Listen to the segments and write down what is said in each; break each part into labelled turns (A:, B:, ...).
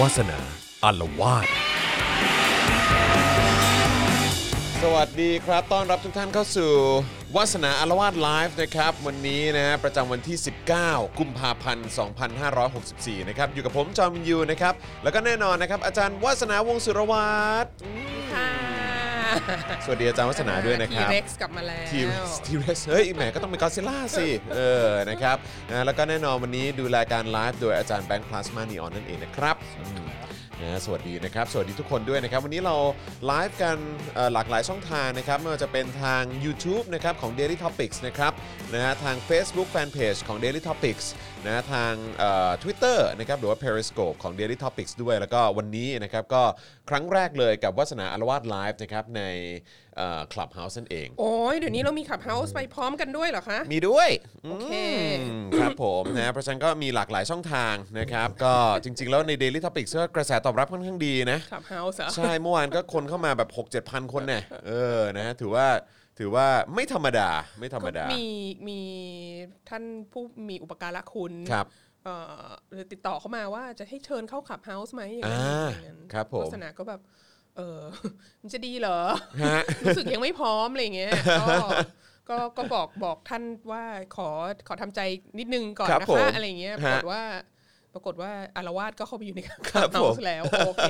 A: วาสนาอารวาส
B: สวัสดีครับ ต้อนรับทุกท่านเข้าสู่วาสนาอารวาสไลฟ์นะครับ วันนี้นะฮะประจำวันที่ 19 กุมภาพันธ์ 2564 นะครับ อยู่กับผมจอมยูนะครับ แล้วก็แน่นอนนะครับ อาจารย์วาสนาวงศ์สุรวัตร
C: ค่ะ
B: สวัสดีอาจารย์วาสนาด้วยนะครับ
C: ทีเร็กซ์กลับมาแล้ว
B: ทีทีเรสเฮ้ยแหมก็ต้องเป็นกอซิล่าสิเออนะครับนะแล้วก็แน่นอนวันนี้ดูรายการไลฟ์โดยอาจารย์แบงค์พลาสมานีออนนั่นเองนะครับอืมนะสวัสดีนะครับ สวัสดีทุกคนด้วยนะครับ วันนี้เราไลฟ์กันเอ่อหลากหลายช่องทางนะครับ ไม่ว่าจะเป็นทาง YouTube นะครับของ Daily Topics นะครับนะฮะทาง Facebook Fanpage ของ Daily Topics นะฮะทางเอ่อ Twitter นะครับหรือว่า Periscope ของ Daily Topics ด้วย แล้วก็วันนี้นะครับก็ครั้งแรกเลยกับวาสนาอารวาสไลฟ์นะครับในเอ่อ Clubhouse นั่นเอง
C: โอ้ยเดี๋ยวนี้เรามีขับเฮาส์ไปพร้อมกันด้วยเหรอคะ
B: มีด้วย
C: โอเค
B: อืมครับผมนะเพราะฉะนั้นก็มีหลากหลายช่องทางนะครับ ก็จริง ๆ แล้วใน Daily Topics ก็กระแสตอบรับค่อนข้างดีนะ
C: ขับเฮาส์เหรอ
B: ใช่ เมื่อวานก็คนเข้ามาแบบ 6 7 พันคนเนี่ยเออนะฮะถือว่าถือว่าไม่ธรรมดาไม่ธรรมดา
C: มีมีท่านผู้มีอุปการะคุณ
B: ครับ
C: เอ่อหรือติดต่อเข้ามาว่าจะให้เชิญเข้าขับเฮาส์ไหมอย่าง
B: อ่
C: นั้นา อย่างนั้น
B: ครับผม
C: โฆษณาก็แบบ เออ มันจะดีเหรอ
B: ฮะ
C: รู้สึกยังไม่พร้อมอะไรอย่างเงี้ยก็ก็ก็บอกบอกท่านว่าขอขอทำใจนิดนึงก่อน
B: ครับ
C: นะ
B: ผม
C: คะอะไรอย่างเงี้ยป
B: ฮะ
C: รากฏว่า ปรากฏว่าอารวาสก็เข้าไปอยู่ในขับ
B: ครับผม
C: เฮาส์แล้ว โอเค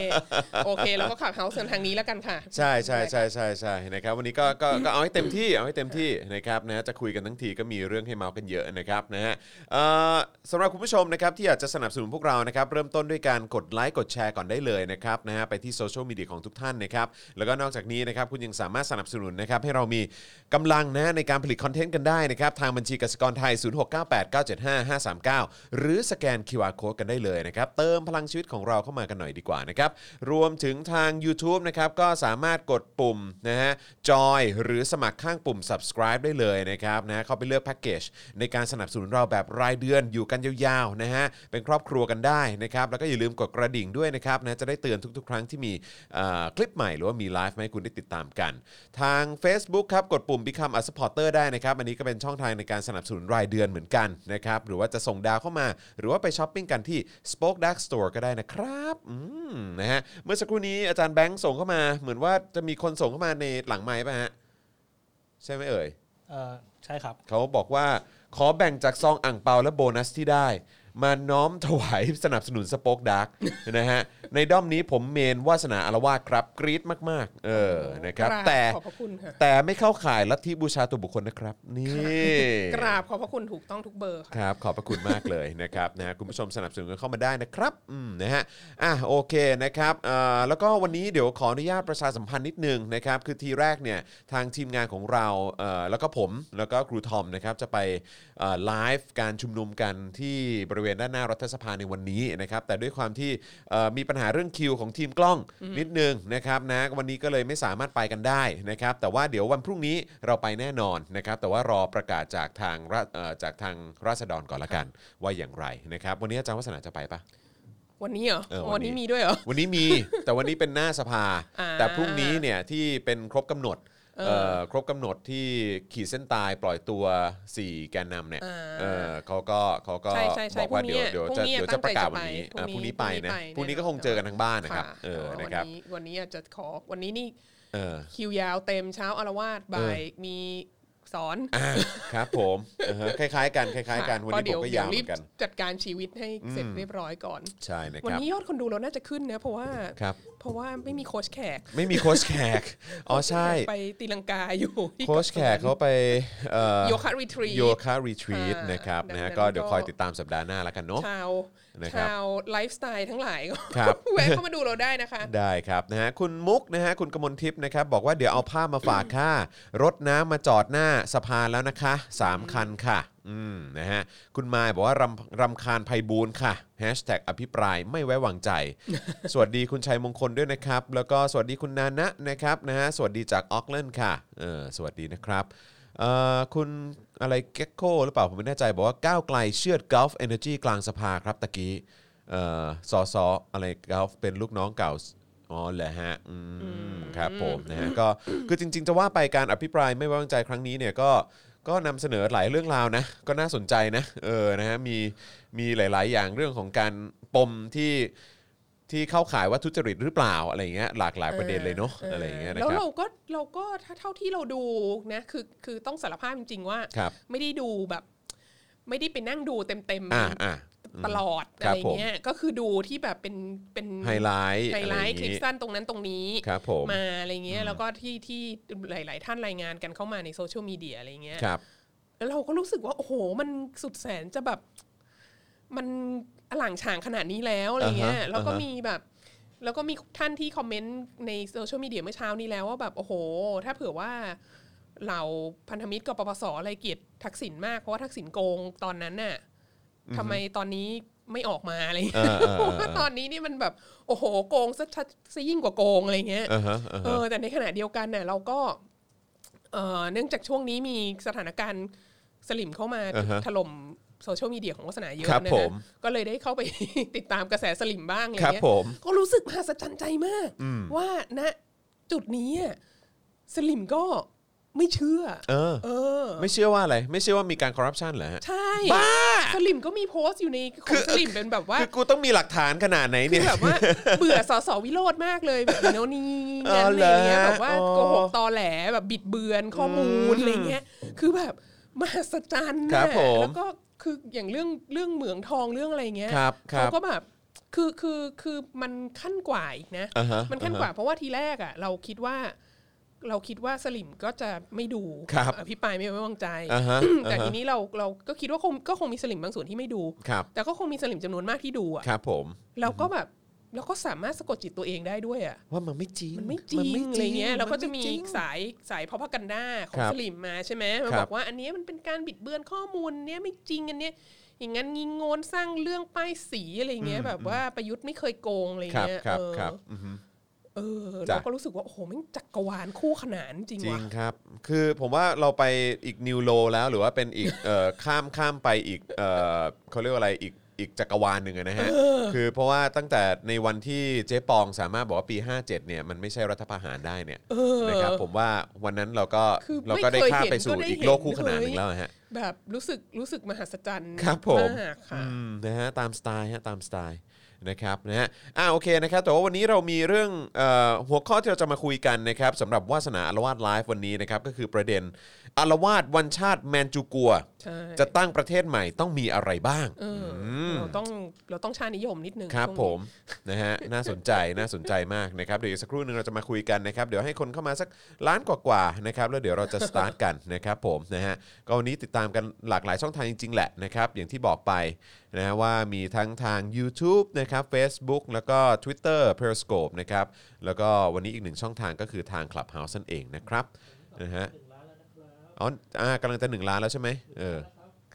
C: โอเค แล้วก็ขับเฮาส์ทางนี้แล้วกันค่ะ
B: ใช่ใช่ใช่ใช่ใช่นะครับวันนี้ก็ก็ก็เอาให้เต็มที่เอาให้เต็มที่นะครับนะจะคุยกันทั้งทีก็มีเรื่องให้เมาส์กันเยอะนะครับนะฮะเอ่อสำหรับคุณผู้ชมนะครับที่อยากจะสนับสนุนพวกเรานะครับเริ่มต้นด้วยการกดไลค์กดแชร์ก่อนได้เลยนะครับนะฮะไปที่โซเชียลมีเดียของทุกท่านนะครับแล้วก็นอกจากนี้นะครับคุณยังสามารถสนับสนุนนะครับให้เรามีกำลังนะในการผลิตคอนเทนต์กันได้นะครับทางบัญชีกสิกรไทย 0698975539 หรือสแกน QR Code กันได้เลยนะครับเติมพลังชีวิตของเราเข้ามากันหน่อยดีกว่านะครับรวมถึงทาง u t u b e นะครับก็สามารถกดปุ่มนะฮะจอยหรือสมัครข้างปุ่ม subscribe ได้เลยนะครับนะเข้าไปเลือกแพ็กเกจในการสนับสนุนเราแบบรายเดือนอยู่กันยาวๆนะฮะเป็นครอบครัวกันได้นะครับแล้วก็อย่าลืมกดกระดิ่งด้วยนะครับนะจะได้เตือนทุกๆ ครั้งที่มีเอ่อคลิปใหม่หรือว่ามีไลฟ์ให้คุณได้ติดตามกัน ทาง Facebook ครับกดปุ่ม Become a supporter ได้นะครับอันนี้ก็เป็นช่องทางในการสนับสนุนรายเดือนเหมือนกันนะครับหรือว่าจะส่งดาวเข้ามา หรือว่าไปช้อปปิ้งกันที่ Spoke Dark Store ก็ได้นะครับอืมนะฮะเมื่อสักครู่นี้อาจารย์แบงค์ส่งเข้ามา เหมือนว่าจะมีคนส่งเข้ามาในหลังไม้ป่ะฮะ ใช่ไหมเอ่ย
D: เออใช่ครับ
B: เขาบอกว่าขอแบ่งจากซองอ่างเปาและโบนัสที่ได้ มาน้อมถวายสนับสนุนสป็อกดาร์ก นะฮะ ในด้อมนี้ผมเมนวาสนาอารวาสครับกรี๊ดมาก ๆ เออนะครับ
C: กราบ
B: แต่
C: ขอบพระคุณค่ะ
B: แต่ไม่เข้าข่ายลัทธิบูชาตัวบุคคลนะครับ นี่
C: กราบขอบพระคุณถูกต้องทุกเบอร์ค่ะ
B: ครับขอบพระคุณมากเลยนะครับนะฮะคุณผู้ชมสนับสนุนกันเข้ามาได้นะครับอืมนะฮะอ่ะโอเคนะครับอ่าแล้วก็วันนี้เดี๋ยวขออนุญาตประชาสัมพันธ์นิดนึงนะครับคือทีแรกเนี่ยทางทีมงานของเราเอ่อแล้วก็ผมแล้วก็ครูทอมนะครับจะไปเอ่อไลฟ์การชุมนุมกันที่บริเวณด้านหน้ารัฐสภาในวันนี้นะครับแต่ด้วยความที่เอ่อมีปัญหาเรื่องคิวของทีมกล้องนิดนึงนะครับนะวันนี้ก็เลยไม่สามารถไปกันได้นะครับแต่ว่าเดี๋ยววันพรุ่งนี้เราไปแน่นอนนะครับแต่ว่ารอประกาศจากทางราเอ่อจากทางราษฎรก่อนละกัน ว่าอย่างไรนะครับวันนี้อาจารย์วัฒนาจะไปปะ
C: วันนี้เหรอ
B: เออวั
C: วัน น
B: นี้
C: นี้มีด้วยเหรอ
B: วันนี้มี แต่วันนี้เป็นหน้าสภา
C: อ่า
B: แต่พรุ่งนี้เนี่ยที่เป็นครบกำหนด
C: เออ
B: เอ่อครบกำหนดที่ขีดเส้นตายปล่อยตัว 4 แกนนำเนี่ย
C: อ่า
B: เออเขาก็เขาก็
C: ใช่ใช่ใช่
B: บอกว่า
C: พรุ่
B: เดี๋ย
C: ง
B: ว
C: นี้
B: เดี๋ยวจะ
C: พรุ่งนี้
B: เดี๋ยวจะประกาศวัน
C: ตั้งใจ
B: นี้
C: จะไป
B: อ่าพ
C: พรุ่
B: รุ่ง
C: งนี้
B: นี้ไปนะ
C: ไป
B: พรุ่งนี้
C: แน่นอน
B: ก็คงเจอกันทั้งบ้านนะครับเออ
C: วั
B: นะครับ
C: นี้วันนี้อาจจะขอวันนี้นี่
B: เออ
C: คิวยาวเต็มเช้าอารวาสบ่าย
B: เออ
C: มีสอน
B: อ่ะครับผมอ่าฮะคล้ายๆกันคล้ายๆกัน
C: ค่ะ
B: วันนี้ผ
C: เดี๋
B: มก็ยาวเห
C: รี
B: มื
C: บ
B: อนกัน
C: จัดการชีวิตให้เสร็จ
B: อืม
C: เรียบร้อยก่อน
B: ใช่นะค
C: วัน
B: รับ
C: นี้ยอดคนดูเราน่าจะขึ้นนะเพราะว่า
B: ครับ
C: เพราะว่าไม่มีโคชแขก
B: ไม่มีโค้ชแขกอ๋อใช่
C: ไปตีลังกาอยู่ที่
B: โค้ชแขกเขาไปเอ่อ
C: โยคะรีทรี
B: โยคะรีทรีต
C: ค่ะ
B: นะครับ
C: ดัง
B: นะฮะ
C: นั้น
B: ก็เดี๋ยว
C: ก็
B: คอยติดตามสัปดาห์หน้าแล้วกันเนาะ
C: ชาว
B: นะครับ
C: ชาวไลฟ์สไตล์ทั้งหลาย ก็
B: ครับ
C: แวะเข้ามาดูเราได้นะคะ
B: ได้ครับนะฮะคุณมุกนะฮะคุณกมลทิพย์นะครับบอกว่าเดี๋ยวเอาผ้ามาฝากค่ะ รถน้ำมาจอดหน้าสะพานแล้วนะคะ 3 คันค่ะอืมนะฮะคุณมายบอกว่ารำรำคาญไพบูลย์ค่ะแฮชแท็กอภิปรายไม่ไว้วางใจ สวัสดีคุณชัยมงคลด้วยนะครับ แล้วก็สวัสดีคุณนานะนะครับนะฮะสวัสดีจากออกเลนค่ะเออสวัสดีนะครับเอ่อคุณอะไรเก็กโคหรือเปล่าผมไม่แน่ใจบอกว่าก้าวไกลเชือดกอล์ฟเอเนอร์จีกลางสภาครับตะกี้เอ่อสอสออะไรกอล์ฟเป็นลูกน้องเก่า อ๋อเหรอฮะอืมครับผมนะฮะก็คือจริง ๆ จะว่าไปการอภิปรายไม่ไว้วางใจครั้งนี้เนี่ยก็ก็นำเสนอหลายเรื่องราวนะก็น่าสนใจนะเออนะฮะมีมีหลาย ๆ อย่างเรื่องของการปมที่ ที่เข้าข่ายว่าทุจริตหรือเปล่าอะไรอย่างเงี้ยหลากหลายประเด็นเลยเนาะอะไรอย่างเงี้ยนะ
C: แล้ว
B: ครับ
C: เราก็เราก็ถ้าเท่าที่เราดูนะคือคือต้องสารภาพจริง ๆ ว่า
B: ครับ
C: ไม่ได้ดูแบบ ไม่ได้ไปนั่งดูเต็มเต็มๆ
B: อ่าอ่า
C: ตลอด
B: ค
C: อะ
B: รั
C: ไร
B: บผม
C: เงี้ยก็คือดูที่แบบเป็นเป็น
B: ไฮไลท์
C: ไฮ
B: อะไร
C: ไล
B: อ
C: ท์
B: ย่าง
C: คลิป
B: งี้
C: สั้นตรงนั้นตรงนี้
B: ครับผม
C: มาอะไรเงี้ยแล้วก็ที่ที่หลาย ๆ ท่านรายงานกันเข้ามาในโซเชียลมีเดียอะไรเงี้ย
B: ครับ
C: แล้วเราก็รู้สึกว่าโอ้โห มันสุดแสนจะแบบ มันอลังฉางขนาดนี้แล้วอะไรเงี้ยแล้วก็มีแบบ แล้วก็มีท่านที่คอมเมนต์ในโซเชียลมีเดียเมื่อเช้านี้แล้วว่าแบบโอ้โห ถ้าเผื่อว่าเราพันธมิตรกปปสอะไรเกลียดทักษิณมากเพราะว่าทักษิณโกงตอนนั้นน่ะทำไมตอนนี้ไม่ออกมาอะไรเงี้ย
B: เออเออ
C: เพราะว่าตอนนี้นี่มันแบบโอ้โหโกงซะชัดซะยิ่งกว่าโกงอะไรเงี้ย
B: เออเออฮะเออ
C: เอ
B: ฮะ
C: อแต่ในขณะเดียวกันเนี่ยเราก็เอ่อเนื่องจากช่วงนี้มีสถานการณ์สลิมเข้ามาถล่มโซเชียลมีเดียของวัสนาเยอะ
B: ครับ
C: นะ
B: ผ
C: คะ
B: ม
C: ก็เลยได้เข้าไป ติดตามกระแสสลิมบ้างอะไร
B: ครับ
C: เงี้ย
B: ผม
C: ก็รู้สึกมหัศจรรย์ใจมาก ว่าณจุดนี้อะสลิมก็ไม่เชื่อ
B: เออ
C: เออ
B: ไม่เชื่อว่าอะไร ไม่เชื่อว่ามีการคอร์รัปชันเหรอฮะ
C: ใช่
B: บ้า
C: สลิมก็มีโพสต์อยู่ในของสลิมเป็นแบบว่า
B: คือกูต้องมีหลักฐานขนาดไหน
C: คื
B: เนี่
C: อย แบบว่า เบื่อสสวิโรธมากเลยแบบโนนี่
B: เอ
C: นั่น
B: อ
C: อะไรเงี้ย
B: เหรอ
C: แบบว่า
B: อ๋อ
C: โกหกตอแหลแบบบิดเบือนข้อมูลอะไรเงี้ยคือแบบมหัศจรรย์
B: ครั
C: นะ
B: บผม
C: แล้วก็คืออย่างเรื่องเรื่องเหมืองทองเรื่องอะไรเงี้ย
B: ครับครับ
C: เขาก็แบบคือคือคือมันขั้นกว่าอีกนะ
B: อ่าฮะ
C: มันขั้นกว่า
B: อ่
C: เพราะว่าทีแรกอ่ะเราคิดว่า เราคิดว่าสลิมก็จะไม่ดู
B: ครับ
C: อภิปรายไม่ไว้วางใจ
B: อ่าฮะ
C: แต่
B: อ่าฮะ
C: ทีนี้เราเราก็คิดว่าคงก็คงมีสลิมบางส่วนที่ไม่ดู
B: ะครับ
C: แต่ก็คงมีสลิมจำนวนมากที่ดูอ่ะ
B: ครับผม
C: แล้วก็แบบแล้วก็สามารถสะกดจิตตัวเองได้ด้วยอ่ะ
B: ว่ามันไม่จริง
C: มันไม่จริงอะไรเงี้ยแล้วก็จะมี
B: นไริง
C: สายสายพพกันดาข
B: ค
C: อง
B: รับ
C: สลิมมาใช่ไหมมา
B: ครับ
C: บอกว่าอันเนี้ยมันเป็นการบิดเบือนข้อมูลเนี้ยไม่จริงอันเนี้ยอย่างนั้นงิงโงนสร้างเรื่องป้ายสีอะไรเงี้ย
B: อืม
C: แบบว่าประยุทธ์ไม่เคยโกงอะไร
B: ครับ
C: เงี้ย
B: ครับ
C: เออ
B: ครับอือฮึ
C: เออ
B: จ้ะ
C: เราก็รู้สึกว่าโอ้โหแมันจักรวาลคู่ขนานจริง
B: จริ
C: ว่ะ
B: งครับ คือผมว่าเราไปอีกนิวโลแล้วหรือว่าเป็น อีกเอ่อข้ามข้ามไปอีกเอ่อเขาเรียกว่าอะไรอีกอีกจักรวาลหนึ่งอะนะฮะ คือเพราะว่าตั้งแต่ในวันที่เจ๊ปองสามารถบอกว่าปี 57เนี่ยมันไม่ใช่รัฐประหารได้เนี่ยนะครับผมว่าวันนั้นเราก็
C: คือ
B: เราก็ได้
C: ไม่เคย
B: ข้ามไป
C: เห็น
B: สู่
C: ก็ได้
B: อีก
C: เห็น
B: โลกคู่ขนานหนึ่ง
C: เลย
B: แล้วฮะ
C: แบบรู้สึกรู้สึกมหัศจรรย์
B: ครับผม
C: ากค่ะ
B: อืมนะฮะตามสไตล์ฮะตามสไตล์นะครับนะฮะอ่าโอเคนะครับแต่ว่าวันนี้เรามีเรื่องเอ่อหัวข้อที่เราจะมาคุยกันนะครับสำหรับวาสนาอารวาสไลฟ์วันนี้นะครับก็คือประเด็นอารวาสวันชาติแมนจูกัว
C: ใช่
B: จะตั้งประเทศใหม่ต้องมีอะไรบ้าง
C: เอออเราต้องเราต้องชาตินิยมนิดนึง
B: ครับ
C: ช่วง
B: ผ
C: นี้
B: ม นะฮะน่าสนใจ น่าสนใจมากนะครับเดี๋ยวอีกสักครู่หนึงเราจะมาคุยกันนะครับเดี๋ยวให้คนเข้ามาสักล้านกว่าๆนะครับแล้วเดี๋ยวเราจะสตาร์ทกันนะครับผมนะฮะก็วันนี้ติดตามกันหลากหลายช่องทางจริง ๆ แหละนะครับอย่างที่บอกไปนะฮะว่ามีทั้งทาง YouTube นะครับ Facebook แล้วก็ Twitter Periscope นะครับแล้วก็วันนี้อีกหนึ่งช่องทางก็คือทาง Clubhouse นั่นเองนะครับนะฮะอ๋ออ่ากำลังจะหนึ่งล้านแล้วใช่ไหมเออ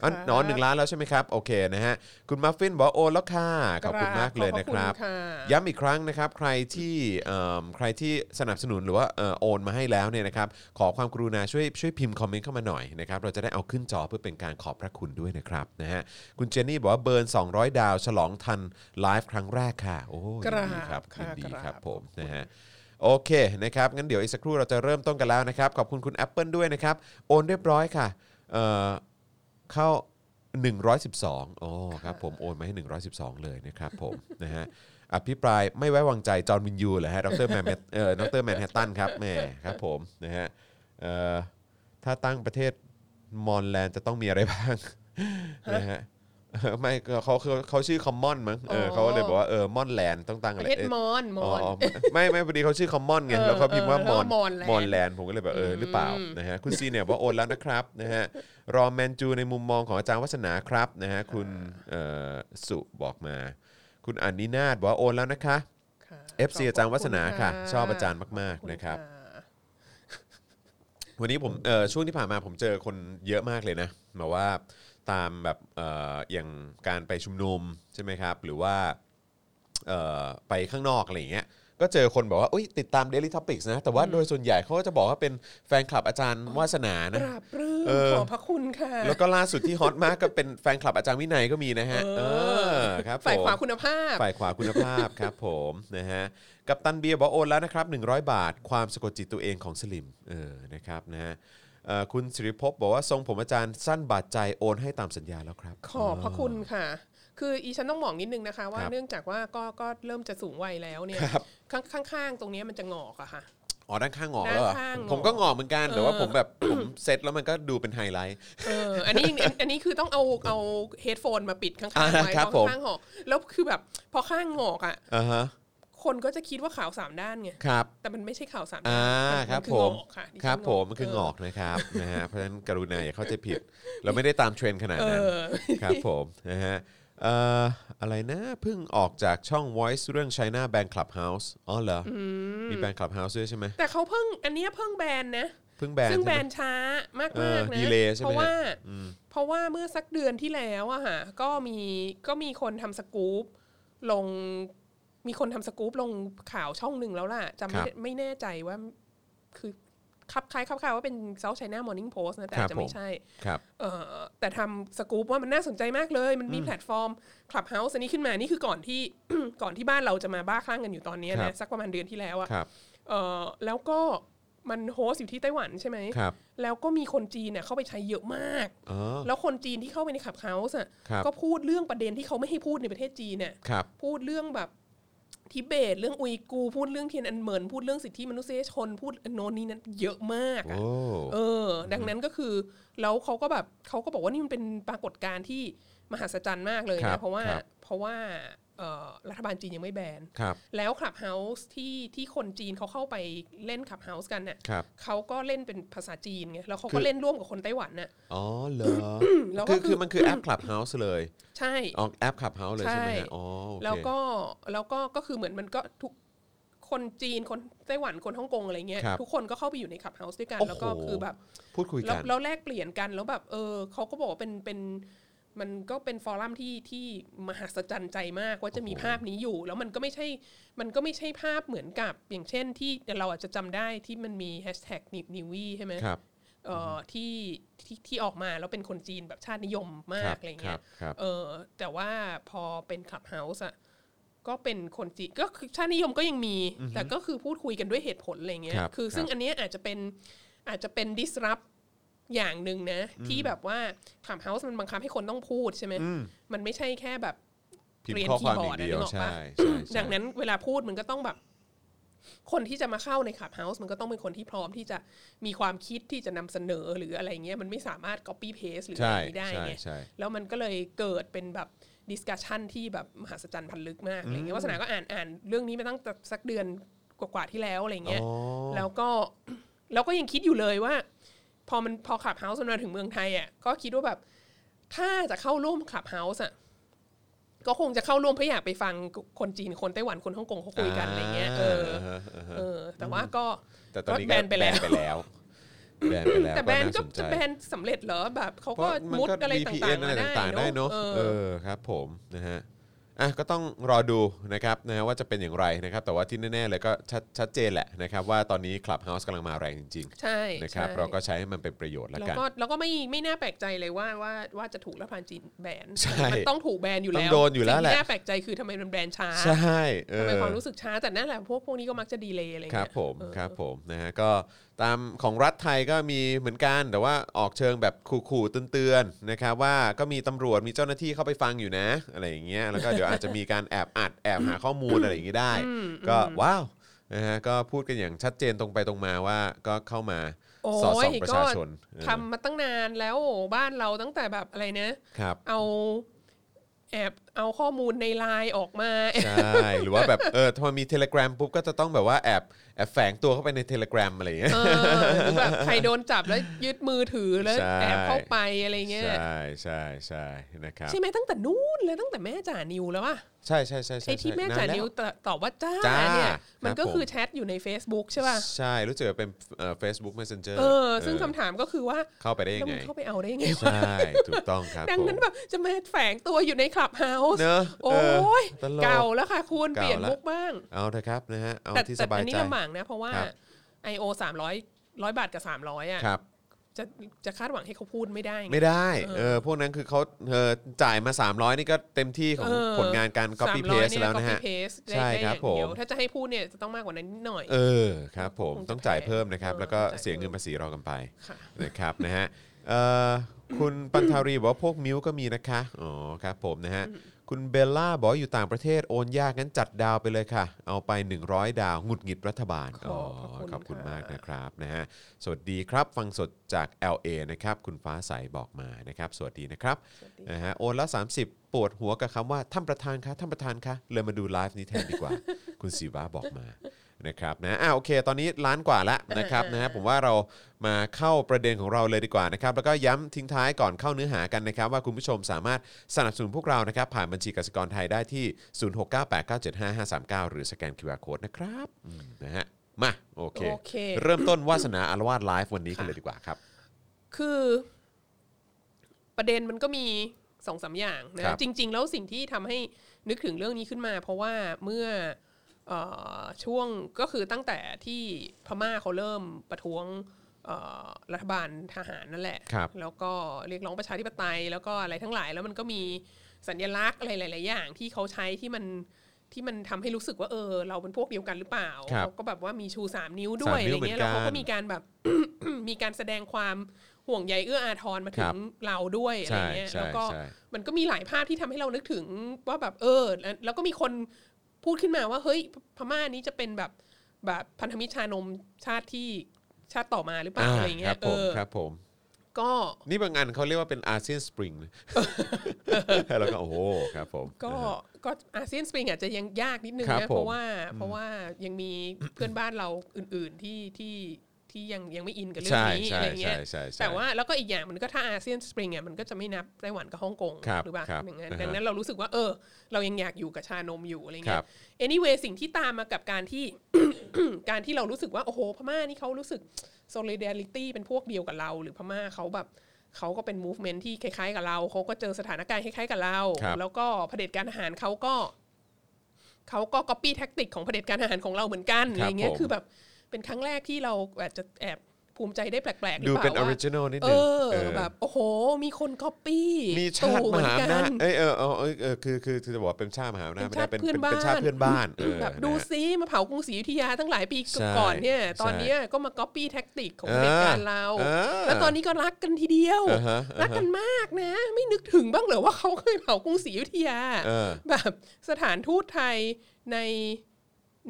B: อ๋อหนอหนึ่งล้านแล้วใช่ไหมครับโอเคนะฮะคุณมัฟฟินบอกว่าโอนแล้วค่ะขอบคุณมากเลยนะครับ
C: ขอณะ
B: ย้ำอีกครั้งนะครับใครที่เอิ่มใครที่สนับสนุนหรือว่าเอ่อโอนมาให้แล้วเนี่ยนะครับขอความกรุณาช่วยช่วยพิมพ์คอมเมนต์เข้ามาหน่อยนะครับเราจะได้เอาขึ้นจอเพื่อเป็นการขอบพระคุณด้วยนะครับนะฮะคุณเจนนี่บอกว่าเบิร์น 200 ดาว ฉลองทันไลฟ์ครั้งแรกค่ะโอ้ย
C: กราบ
B: ยินดีครับยิ
C: ค่ะ
B: นดี
C: กราบ
B: ครับผมนะฮะโอเคนะครับงั้นเดี๋ยวอีกสักครู่เราจะเริ่มต้นกันแล้วนะครับขอบคุณคุณ Apple ด้วยนะครับโอนเรียบร้อยค่ะเอ่อเข้า 112 อ๋อครับผมโอนมาให้ 112 เลยนะครับผม นะฮะอภิปรายไม่ไว้วางใจจอห์นวินยูเหรอฮะดรแมนเอ่อดรแมนแฮตตันครับแหม่ครับผมนะฮะเอ่อถ้าตั้งประเทศมอนแลนด์จะต้องมีอะไรบ้าง นะฮะเออไม่เขาเขาเขาชื่อคอมมอนมั้งเออ
C: อ๋อ
B: เขาเลยบอกว่าเออมอนแลนด์ต้องตั้ง
C: ป
B: อะไรเ
C: ระเทศม
B: อ๊ะ
C: อนม
B: อ๋
C: อ
B: อน อ๋อไม่ไม่พอดีเขาชื่อคอมมอนไง
C: เออ
B: แล้วเขาพิมพ์ว่า
C: เออ
B: ม
C: แล้ว
B: อน
C: มอนแลนด์
B: มอนแลนด์ผมก็เลยแบบเออหรือเปล่านะฮะคุณซีเนี่ยบอกว่าโอนแล้วนะครับนะฮะรอแมนจูในมุมมองของอาจารย์วัฒนาครับนะฮะคุณเอ่อสุบอกมา คุณอันนินาศบอกว่าโอนแล้วนะคะ
C: ค่ะ
B: FC อาจารย์วัฒนาค่ะชอบอาจารย์มากๆนะครับ
C: ขอณะ
B: วันนี้ผมเอ่อช่วงที่ผ่านมาผมเจอคนเยอะมากเลยนะแบบว่าตามแบบเอ่ออย่างการไปชุมนุมใช่ไหมครับ หรือว่าเอ่อไปข้างนอกอะไรอย่างเงี้ยก็เจอคนบอกว่าอุยติดตาม Daily Topics นะ แต่ว่าโดยส่วนใหญ่เขาก็จะบอกว่าเป็นแฟนคลับอาจารย์วาสนานะ
C: ปราบปรื้ม
B: เออ
C: ขอบพระคุณค่ะ
B: แล้วก็ล่าสุดที่ฮอตมากก็เป็นแฟนคลับอาจารย์วินัยก็มีนะฮะ
C: เออ
B: เออครับผม
C: ฝ่ายขวาคุณภาพ
B: ฝ่ายขวาคุณภาพ ครับผม นะฮะกับตันเบียร์บอกโอนแล้วนะครับ 100 บาท ความสะกดจิตตัวเองของสลิมเออนะครับนะฮะเอ่อคุณสิริภพบอกว่าทรงผมอาจารย์สั้นบาดใจโอนให้ตามสัญญาแล้วครับ
C: ขอบพระคุณค่ะ คืออีฉันต้องบอกนิดนึงนะคะ ว่า
B: ครับ
C: เนื่องจากว่าก็ก็เริ่มจะสูงวัยแล้วเนี่ย
B: ครับ
C: ข้างข้างๆตรงเนี้ยมันจะงอกอะค่ะ
B: อ๋อด้านข้างงอกแล้วเหรอ
C: ด้านข้างงอก
B: ผมก็งอกเหมือนกัน แต่ว่า
C: เออ
B: ผมแบบ ผมเซ็ตแล้วมันก็ดูเป็นไฮไลท์
C: เอออันนี้อันอันนี้คือต้องเอาเอาเฮดโฟนมาปิดข้างๆ
B: อ่า
C: ไว้
B: ครับ
C: เพ
B: ผ
C: ราะ
B: ม
C: ข้างๆหอกแล้วคือแบบพอข้างงอกอะ
B: อ่าฮะ
C: คนก็จะคิดว่าขาวสามด้านไง
B: ครับ
C: แต่มันไม่ใช่ขาวสามด้า
B: อ่าน
C: น
B: ครับ
C: นอ
B: ผม
C: งอกค่ะดิฉัน
B: ครับ
C: ง
B: ผมมันคือง
C: เ
B: อกนะครับ นะฮะเพราะฉะนั้นกรุณาอย่าเข้าใจผิด เราไม่ได้ตามเทรนด์ขนาด
C: เอ
B: นั้น
C: อ
B: ครับผมนะฮะเอ่ออะไรนะเพิ่งออกจากช่อง Voice เรื่อง China Band Clubhouse อ๋อเหรอ มี Band Clubhouse ด้วยใช่ไหม
C: แต่เขาเพิ่งอันเนี้ยเพิ่งแบนนะ
B: เพิ่งแบน
C: ซึ่ง
B: ใช่ไหม
C: แบนช้ามาก
B: เอ
C: มาก
B: อ
C: นะ
B: delay ใช่ไหม
C: เพราะว่า
B: ฮะอืม
C: เพราะว่าเมื่อสักเดือนที่แล้วอะค่ะก็มีก็มีคนทำสกู๊ปลง มีคนทำสกู๊ปลงข่าวช่องหนึ่งแล้วล่ะจำไม่ได้ไม่แน่ใจว่าคือคับคล้ายคับคล้ายว่าเป็น South China Morning Post นะ แต่อาจ
B: ครั
C: จะ
B: บผม
C: ไม่ใช่
B: ครับ
C: เออแต่ทำสกู๊ปว่ามันน่าสนใจมากเลย มันมีแพลตฟอร์ม Clubhouse อันนี้ขึ้นมา นี่คือก่อนที่ ก่อนที่บ้านเราจะมาบ้าคลั่งกันอยู่ตอนเนี้ย
B: ครั
C: นะ
B: บ
C: สักประมาณเดือนที่แล้วอะ
B: ครับ
C: เออแล้วก็มันโฮสต์อยู่ที่ไต้หวันใช่ไหม
B: ครับ
C: แล้วก็มีคนจีนเนี่ยเข้าไปใช้เยอะมาก
B: อ๋อ
C: แล้วคนจีนที่เข้าไปในขับเฮาส์อ่ะ
B: ครับ
C: ก็พูดเรื่องประเด็นที่เขาไม่ให้พูดในประเทศจีนเนี่ย
B: ครับ
C: พูดเรื่องแบบทิเบต เรื่องอุยกูร์พูดเรื่องเทียนอันเหมินพูดเรื่องสิทธิมนุษยชน พูดโนนนี้นั้นเยอะมากอะ
B: โอ้
C: เออ ดังนั้นก็คือแล้วเขาก็แบบเขาก็บอกว่านี่มันเป็นปรากฏการณ์ที่มหัศจรรย์มากเลย
B: ครั
C: นะ
B: บ
C: เพราะว่า
B: ครับ
C: เพราะว่าเอ่อรัฐบาลจีนยังไม่แบน
B: ครับ
C: แล้วขับเฮาส์ที่ที่คนจีนเขาเข้าไปเล่นขับเฮาส์กันเนี่ย
B: ครับ
C: เขาก็เล่นเป็นภาษาจีนไง แล้วเขา
B: คื
C: ก็
B: อ
C: เล่นร่วมกับคนไต้หวันน่ะ
B: อ๋อเหรอ
C: แล้วก็
B: คือ
C: คือ
B: คือมันคือแอป Clubhouse เลย
C: ใช่
B: อ๋อแอป Clubhouse เลยใช่ไหม
C: ใช่
B: ฮะอ๋อโอเค
C: แล้วก็แล้วก็ก็คือเหมือนมันก็ทุกคนจีนคนไต้หวันคนฮ่องกงอะไรเงี้ย
B: ครับ
C: ทุกคนก็เข้าไปอยู่ในขับเฮาส์ด้วยกัน
B: โอ้โห
C: แล้วก็คือแบบ
B: พูดคุย
C: แล้ว
B: กัน
C: แล้วแลกเปลี่ยนกันแล้วแบบเออเขาก็บอกว่าเป็นเป็นมันก็เป็นฟอรัมที่ที่มหัศจรรย์ใจมากว่าจะมี
B: โอ้โห
C: ภาพนี้อยู่ แล้วมันก็ไม่ใช่มันก็ไม่ใช่ภาพเหมือนกับ อย่างเช่นที่เราอาจจะจำได้ที่มันมีแฮชแท็กนิวี่ใช่ไหม
B: ครับ
C: เอ่ออที่ที่ที่ออกมาแล้วเป็นคนจีนแบบชาตินิยมมา
B: ครั
C: ก
B: บ
C: อะไร
B: ค
C: เงี้ย
B: รับครับ
C: เออแต่ว่าพอเป็นขับเฮาส์อ่ะก็เป็นคนจีนก็คือชาตินิยมก็ยังมี แต่ก็คือพูดคุยกันด้วยเหตุผลอะไรเงี้ย
B: ครับ
C: อซึ่
B: ค
C: ง
B: รับ
C: อันเนี้ยอาจจะเป็นอาจจะเป็น disrupt อย่างหนึ่งนะ ที่แบบว่าขับเฮาส์มันบังคับให้คนต้องพูดใช่ไหมมันไม่ใช่แค่แบบ
B: พิม
C: เรีย
B: พ์
C: น
B: ข้อความอย่าง
C: คีย์บอร์ดอะ
B: เดียว
C: นึกออกปะ
B: ใช่ใช่ใช่
C: ดังนั้นเวลาพูดมันก็ต้องแบบ คนที่จะมาเข้าในขับเฮาส์มันก็ต้องเป็นคนที่พร้อมที่จะมีความคิดที่จะนำเสนอหรืออะไรเงี้ยมันไม่สามารถ copy paste หรือ
B: ใช่
C: อะไรนี้ได้ไง
B: ใช่ใช่
C: แล้วมันก็เลยเกิดเป็นแบบดิสคัชชันที่แบบมหัศจรรย์พันลึกมากอะไรเงี้ยวัฒนาก็อ่านอ่านเรื่องนี้มาตั้งแต่สักเดือนกว่าๆที่แล้วอะไรเงี้ย
B: อ๋อ
C: แล้วก็ แล้วก็ยังคิดอยู่เลยว่า พอมันพอขับเฮาส์มาถึงเมืองไทยอ่ะก็คิดว่าแบบ ถ้าจะเข้าร่วมขับเฮาส์อ่ะก็คงจะเข้าร่วมเพื่ออยากไปฟังคนจีนคนไต้หวันคนฮ่องกงเขาคุยกันอะไรเงี้ยเออ
B: ฮะอ่าฮะ
C: เออ แต่ว่าก็
B: แต่ตอนนี้ก็
C: แบนไปแล้ว
B: แบนไปแล้วแบนไปแล้ว
C: แต่แบนก็
B: าสใจ
C: จะแบนสำเร็จเหรอแบบเขา
B: เพราะ
C: ก็
B: มัน
C: มุด
B: ก็
C: อะไรต่าง
B: VPN
C: ๆ
B: อะไร
C: มา
B: ต่างๆได้
C: ได้
B: เน
C: เน
B: อะ
C: อะ
B: เอ
C: เออ
B: อครับผมนะฮะอ่ะก็ต้องรอดูนะครับนะฮะว่าจะเป็นอย่างไรนะครับ แต่ว่าที่แน่ๆเลยก็ชัดชัดเจนแหละนะครับ ว่าตอนนี้ Clubhouse กำลังมาแรงจริง
C: ใช่
B: ๆนะครับ
C: ใช่
B: เราก็ใช้ให้มันเป็นประโยชน์ละ
C: แล้ว
B: กัน
C: ก็แล้วก็ไม่ไม่น่าแปลกใจเลยว่าว่าว่าจะถูกรัฐบาลจีนแบน
B: ใช่
C: มันต้องถูกแบนอยู่
B: ต้อ
C: แล้
B: ง
C: ว
B: โดนอยู่แล้วแหละ
C: สิ่งที่น่าแปลกใจคือทำไมมันแบนช้า
B: ใช่เออ
C: ทำไมความรู้สึกช้าแต่นั่นแหละพวกพวกนี้ก็มักจะดีเลยอะไร
B: ครั
C: เงี้
B: บ
C: ย
B: ผม
C: เออ
B: ครับผมนะฮะก็ตามของรัฐไทยก็มีเหมือนกัน แต่ว่าออกเชิงแบบขู่ๆเตือนๆนะครับว่าก็มีตำรวจมีเจ้าหน้าที่เข้าไปฟังอยู่นะอะไรอย่างเงี้ยแล้วก็เดี๋ยวอาจจะมีการแอบอัดแอบหาข้อมูลอะไรอย่างงี้ได้ ก็ว้าวนะฮะก็พูดกันอย่างชัดเจนตรงไปตรงมาว่าก็เข้ามา
C: โอ้
B: สอด
C: ย
B: ส่องประ
C: ก็
B: ชาชนเออ
C: ทำมาตั้งนานแล้วบ้านเราตั้งแต่แบบอะไรนะ
B: ครับ
C: เอาแอบเอาข้อมูลในไลน์ออกมา
B: ใช่ หรือว่าแบบเออถ้ามันมี Telegram ปุ๊บก็จะต้องแบบว่าแอบแอบแฝงตัวเข้าไปใน Telegram อะไรอย่างเงี้ย
C: เออหรือแบบใครโดนจับแล้วยึดมือถือแล้ว
B: ใช่
C: แอบเข้าไปอะไรเงี้ย
B: ใช่ใช่ใช่นะครับ
C: ใช่ไหมตั้งแต่นู้นเลยตั้งแต่แม่จ่านิวแล้วอะ
B: ใช่ใช่ใช่ใช่
C: ไอ้ที่แม่
B: นน
C: จ่า
B: ล้ว
C: นิวตตอบว่าจ้า
B: จ้า
C: เนี่ย มัน
B: ครับ
C: ก็คือ
B: ผม
C: แชทอยู่ใน Facebook ใช่ป่ะ
B: ใช่ รู้สึกว่าเป็นเอ่อ Facebook Messenger
C: เออ ซึ่ง
B: เออ
C: คำถามก็คือว่า
B: เข้าไปได้ยั
C: แล้ว
B: งไง
C: มันเข้าไปเอาได้ยังไงวะ
B: ใช่ ถูกต้องครับ
C: ดังนั้
B: ผ
C: น
B: ม
C: แบบจะมาแฝงตัวอยู่ในคลับเฮาส์
B: เนอะ
C: โอ้ย
B: เออตลก
C: เก่าแล้วค่ะคุณ
B: เก่าละ
C: เปลี่ยนมุกบ้าง
B: เอาเถอะครับนะฮะ เอา
C: แต่
B: ที่ส
C: แต่
B: บาย
C: อันนี้
B: ใจ
C: ลำบากนะ เพราะว่า
B: ครับ
C: IO 300ร้อยบาทกับ 300อ่ะ
B: ครับ
C: จะจะคาดหวังให้เขาพูดไม่ได้ไง
B: ไม่ได้
C: เออ
B: เออ พวกนั้นคือเขาเออจ่ายมา 300 นี่ก็เต็มที่ของ
C: เออ
B: ผลงานการ copy
C: 300
B: paste
C: เย
B: แล้วนะฮะ
C: copy paste ได้
B: ใช่ครั
C: ได้อย่า
B: บ
C: งเดียว
B: ผม
C: ถ้าจะให้พูดเนี่ยจะต้องมากกว่านั้นนิดหน่อย
B: เออ ครับผม
C: คงจะ
B: ต้องจ่าย
C: แพง
B: เพิ่มนะครับ
C: เออ
B: แล้วก็
C: ต้องจ่าย
B: เสียเงิน
C: เพิ่ม
B: ภาษีเรากันไป
C: ค่ะ
B: นะครับนะฮะเอ่อ คุณปันทารีบอกว่าพวกมิวก็มีนะคะ อ๋อครับผมนะฮะ คุณเบลล่าบอกว่าอยู่ต่างประเทศโอนยากงั้นจัดดาวไปเลยค่ะ เอาไป 100 ดาวหงุดหงิดรัฐบาล อ๋อข
C: ข
B: อ
C: อ
B: บบ
C: คุ
B: คุณ
C: ณ
B: มาก
C: ค่ะ
B: นะครับนะฮะ สวัสดีครับ ฟังสดจาก LA นะครับ คุณฟ้าใสบอกมานะครับ สวัสดีนะครับ นะฮะโอนละ 30 ปวดหัวกับคำว่าท่านประธานคะท่านประธานคะเลยมาดูไลฟ์นี้แทนดีกว่า คุณศิวะบอกมานะครับนะอ่าโอเค ตอนนี้ล้านกว่าละ นะครับนะฮะผมว่าเรามาเข้าประเด็นของเราเลยดีกว่านะครับ แล้วก็ย้ำทิ้งท้ายก่อนเข้าเนื้อหากันนะครับ ว่าคุณผู้ชมสามารถสนับสนุนพวกเรานะครับ ผ่านบัญชีกสิกรไทยได้ที่ 0698975539 หรือสแกน QR Code นะครับอืมนะฮะมาโอเค
C: โอเค
B: เริ่มต้นวาสนาอารวาสไลฟ์วันนี้กันเลยดีกว่าครับ
C: คือประเด็นมันก็มีสองสามอย่างนะครับ จริง ๆ แล้วสิ่งที่ทำให้นึกถึงเรื่องนี้ขึ้นมา เพราะว่าเมื่อเออช่วงก็คือตั้งแต่ที่พม่าเขาเริ่มประท้วงเอ่อรัฐบาลทหารนั่นแหละ
B: ครับ
C: แล้วก็เรียกร้องประชาธิปไตย แล้วก็อะไรทั้งหลาย แล้วมันก็มีสัญลักษณ์อะไรหลาย ๆ อย่าง ที่เขาใช้ที่มันที่มันทำให้รู้สึกว่าเออ เราเป็นพวกเดียวกันหรือเปล่า
B: ครับ
C: เขาก็แบบว่ามีชูสามนิ้วด้วย
B: สาม
C: อะ
B: นิ้
C: ไร
B: ว
C: เงี้ย
B: เหมื
C: แล้
B: อนกัน
C: วเขาก็มีการแบบ มีการแสดงความห่วงใยเอื้ออาทรมาถึ
B: ครั
C: ง
B: บ
C: เราด้วยอะไร
B: ใช่
C: เงี้ย
B: ใช่
C: แล้วก็
B: ใช่
C: มันก็มีหลายภาพที่ทำให้เรานึกถึงว่าแบบเออแล้วแล้วก็มีคนพูดขึ้นมาว่าเฮ้ยพพม่านี้จะเป็นแบบแบบพันธมิตรชานมชาติที่ชาติต่อมาหรือเปล่าอะไรเงี้
B: ครั
C: ย
B: บ
C: เอ
B: ผม
C: อ
B: ครับผม
C: ก็
B: นี่บางอันเขาเรียกว่าเป็นอาเซียนสปริง แล้วก็โอ้โหครับผม
C: ก็ก็อาเซียนสปริงอาจจะยังยากนิดนึง
B: ครับ
C: นะ
B: ผม
C: เพราะว่าเพราะว่ายังมีเพื่อนบ้านเราอื่น ๆที่ที่ที่ยังยังไม่อินกับเรื่องนี้
B: ใช่
C: อะไรเงี้ย
B: ใช่ใช่ใช่
C: แต่ว่าแล้วก็อีกอย่างมันก็ถ้าอาเซียนสปริงอ่ะมันก็จะไม่นับไต้หวันกับฮ่องกง
B: ครับ
C: หรือเปล่า
B: ครับ
C: อย่างนั้น
B: อ่าฮะ
C: ดังนั้นเรารู้สึกว่าเออ เรายังอยากอยู่กับชานมอยู่อะไร
B: ค
C: เงี้
B: รั
C: ย
B: บ
C: anyway สิ่งที่ตามมากับการที่ การที่เรารู้สึกว่า โอ้โห พม่านี่เขารู้สึก solidarity เป็นพวกเดียวกับเรา หรือพม่าเขาแบบเขาก็เป็น movement ที่คล้ายๆกับเราเขาก็เจอสถานการณ์คล้ายๆกับเรา
B: ครับ
C: แล้วก็เผด็จการทหารเขาก็เขาก็ copy แท็กติกของเผด็จการทหารของเราเหมือนกัน
B: ค
C: อะ
B: รับ
C: ไรเงี้ย
B: ผม
C: คือแบบเป็นครั้งแรกที่เราอาจจะแอบภูมิใจได้แปลกๆหรื
B: ดู
C: อเป
B: เป็น
C: ล่า
B: ออ
C: ว่า
B: ริจินอลนิด
C: เอ
B: นึง
C: อ
B: เออ
C: แบบโอ้โห มีคน copy
B: มีชาติ
C: ตู่
B: ม
C: เหมือ
B: หานอำ
C: กั
B: นาจ
C: น
B: เอ้ยเออเออเออเออคือคือคือจะบอกว่าเป็นชาติมหาอำนาจ
C: เป็น
B: ไม่ได้
C: ชาติ
B: เป็น
C: เพื่อนบ้าน
B: เป็นชาติเพื่อนบ้านเออ
C: แบบดู
B: นะฮะ
C: ซิมาเผากรุงศรีอยุธยาตั้งหลายปี
B: ใช่
C: ก่อนเนี่ย ตอน
B: ใช่
C: เนี้ยก็มาก๊อปปี้แท็กติกของเผด็จการเรา
B: เออ
C: แล้วตอนนี้ก็รักกันทีเดียว
B: อ่าฮะอ่าฮะ
C: รักกันมากนะ ไม่นึกถึงบ้างเหรอว่าเขาเคยเผากรุงศรีอยุธยา
B: เออ
C: แบบสถานทูตไทยใน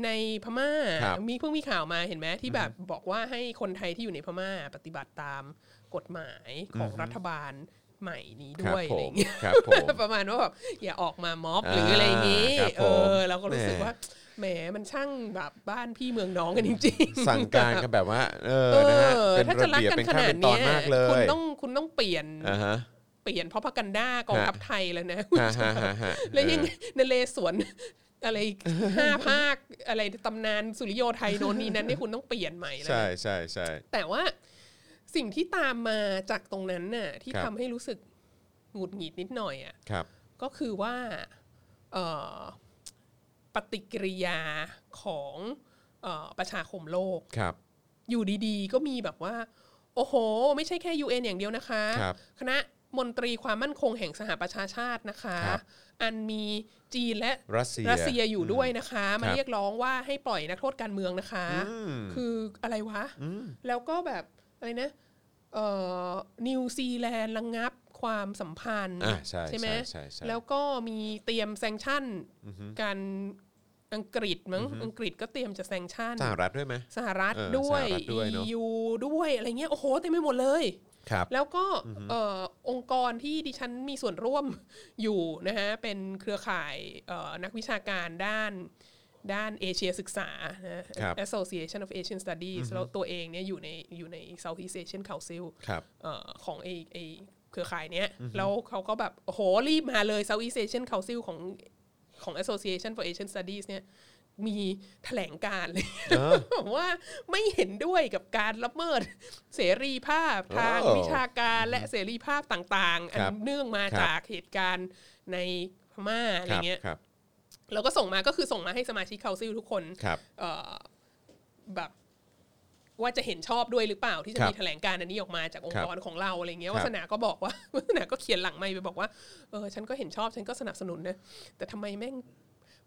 C: ในพม่า
B: ครับ
C: มีเพิ่งมีข่าวมาเห็นไหมที่แบบบอกว่าให้คนไทยที่อยู่ในพม่า ปฏิบัติตามกฎหมายของรัฐบาลใหม่นี้ด้วย
B: ครับผม
C: อะไรอย่างเงี้ย
B: ครับผม
C: ประมาณว่าแบบอย่าออกมาม็อบ
B: อ่า
C: หรืออะไรอย่างนี้
B: ครับ
C: เอ
B: ผม
C: อ เราก็รู้สึก
B: แหม
C: ว่าแหมมันช่างแบบบ้านพี่เมืองน้องกันจริงๆ
B: สั่งการกันแบบว่า เออ
C: เอ
B: นะฮะ
C: อ
B: เป็น
C: ถ้าจะ
B: ระ
C: รัก
B: เบียบ
C: กัน
B: เป็น
C: ข
B: ขั้น
C: นาด
B: เป็นตอ
C: เนี้
B: น
C: ย
B: มากเลย
C: คุณต้องคุณต้องเปลี่ยน
B: อ่าฮะ
C: เปลี่ยนพ r o พักันด้ากอง
B: ฮะ
C: ทัพไทยแล้วนะคุณ
B: ฮะ
C: จะ
B: ฮะฮะฮะ
C: แล้วยังนเลสวน อะไรห้าภาคอะไรตำนานสุริโยไทยโนนนีนั้นเนี่ยคุณต้องเปลี่ยนใหม่แล้ว
B: ใช่
C: นะ
B: ใช่ใช่
C: แต่ว่าสิ่งที่ตามมาจากตรงนั้นน่ะที่
B: ครับ
C: ทำให้รู้สึกหงุดหงิดนิดหน่อยอ่ะ
B: ครับ
C: ก็คือว่าเอ่อปฏิกิริยาของเออประชาคมโลก
B: ครับ
C: อยู่ดีๆ ก็มีแบบว่า โอ้โห ไม่ใช่แค่ UN อย่างเดียวนะคะ
B: ครับ
C: คณะมนตรีความมั่นคงแห่งสหประชาชาตินะคะ
B: ครับ
C: อันมีจีนและ
B: รัสเซีย
C: อยู่ด้วยนะคะ
B: ค
C: มา
B: รับ
C: เรียกร้องว่าให้ปล่อยนักโทษการเมืองนะคะ
B: อืม
C: คืออะไรวะ
B: อืม
C: แล้วก็แบบอะไรนะเอ่อนิวซีแลนด์ระงงับความสัมพันธ์
B: อ่าใช่
C: ไหม
B: ใช่ใช่ใช่
C: แล้วก็มีเตรียมแซงชั่นการอังกฤษมั้งอังกฤษก็เตรียมจะแซงชั่น
B: สหรัฐด้วยไหม
C: สหรัฐ
B: เออ
C: ด้วย
B: สหรัฐด้วยเนอะ
C: EU ด้วยอะไรเงี้ยโอ้โหเต็มไปหมดเลย
B: ครับ
C: แล้วก็เอ่อองค์กรที่ดิฉันมีส่วนร่วม อยู่นะฮะเป็นเครือข่ายเอ่อนักวิชาการด้านด้านเอเชียศึกษานะ
B: ครับ
C: Association of Asian Studies แล้วตัวเองเนี่ยอยู่ในอยู่ใน Southeast Asian Council
B: ครับ
C: เอ่อของไอไอเครือข่ายเนี้ยแล้วเขาก็แบบโอ้โหรีบมาเลย Southeast Asian Council ของของ Association for Asian Studies เนี่ยมีแถลงการณ์เลย บอกว่าไม่เห็นด้วยกับการละเมิดเสรีภาพทาง
B: โอ้
C: วิชาการและเสรีภาพต่างๆ อัน
B: ครับ
C: เนื่องมา
B: ครับ
C: จากเหตุการณ์ในพม่าอะไร
B: ครับ
C: เงี้ย
B: ครับ
C: เราก็ส่งมาก็คือส่งมาให้สมาชิกเคาซิลทุกคน
B: ครับ
C: เอ่อแบบว่าจะเห็นชอบด้วยหรือเปล่าที่จะ
B: ครับ
C: มีแถลงการณ์อันนี้ออกมาจากอง
B: ครั
C: ค์
B: บ
C: กรของเราอะไรเงี้
B: ค
C: ย
B: รับ
C: วัฒนาก็บอกว่า วัฒนาก็เขียนหลังไม่ไปบอกว่าเออฉันก็เห็นชอบฉันก็สนับสนุนนะแต่ทำไมแม่ง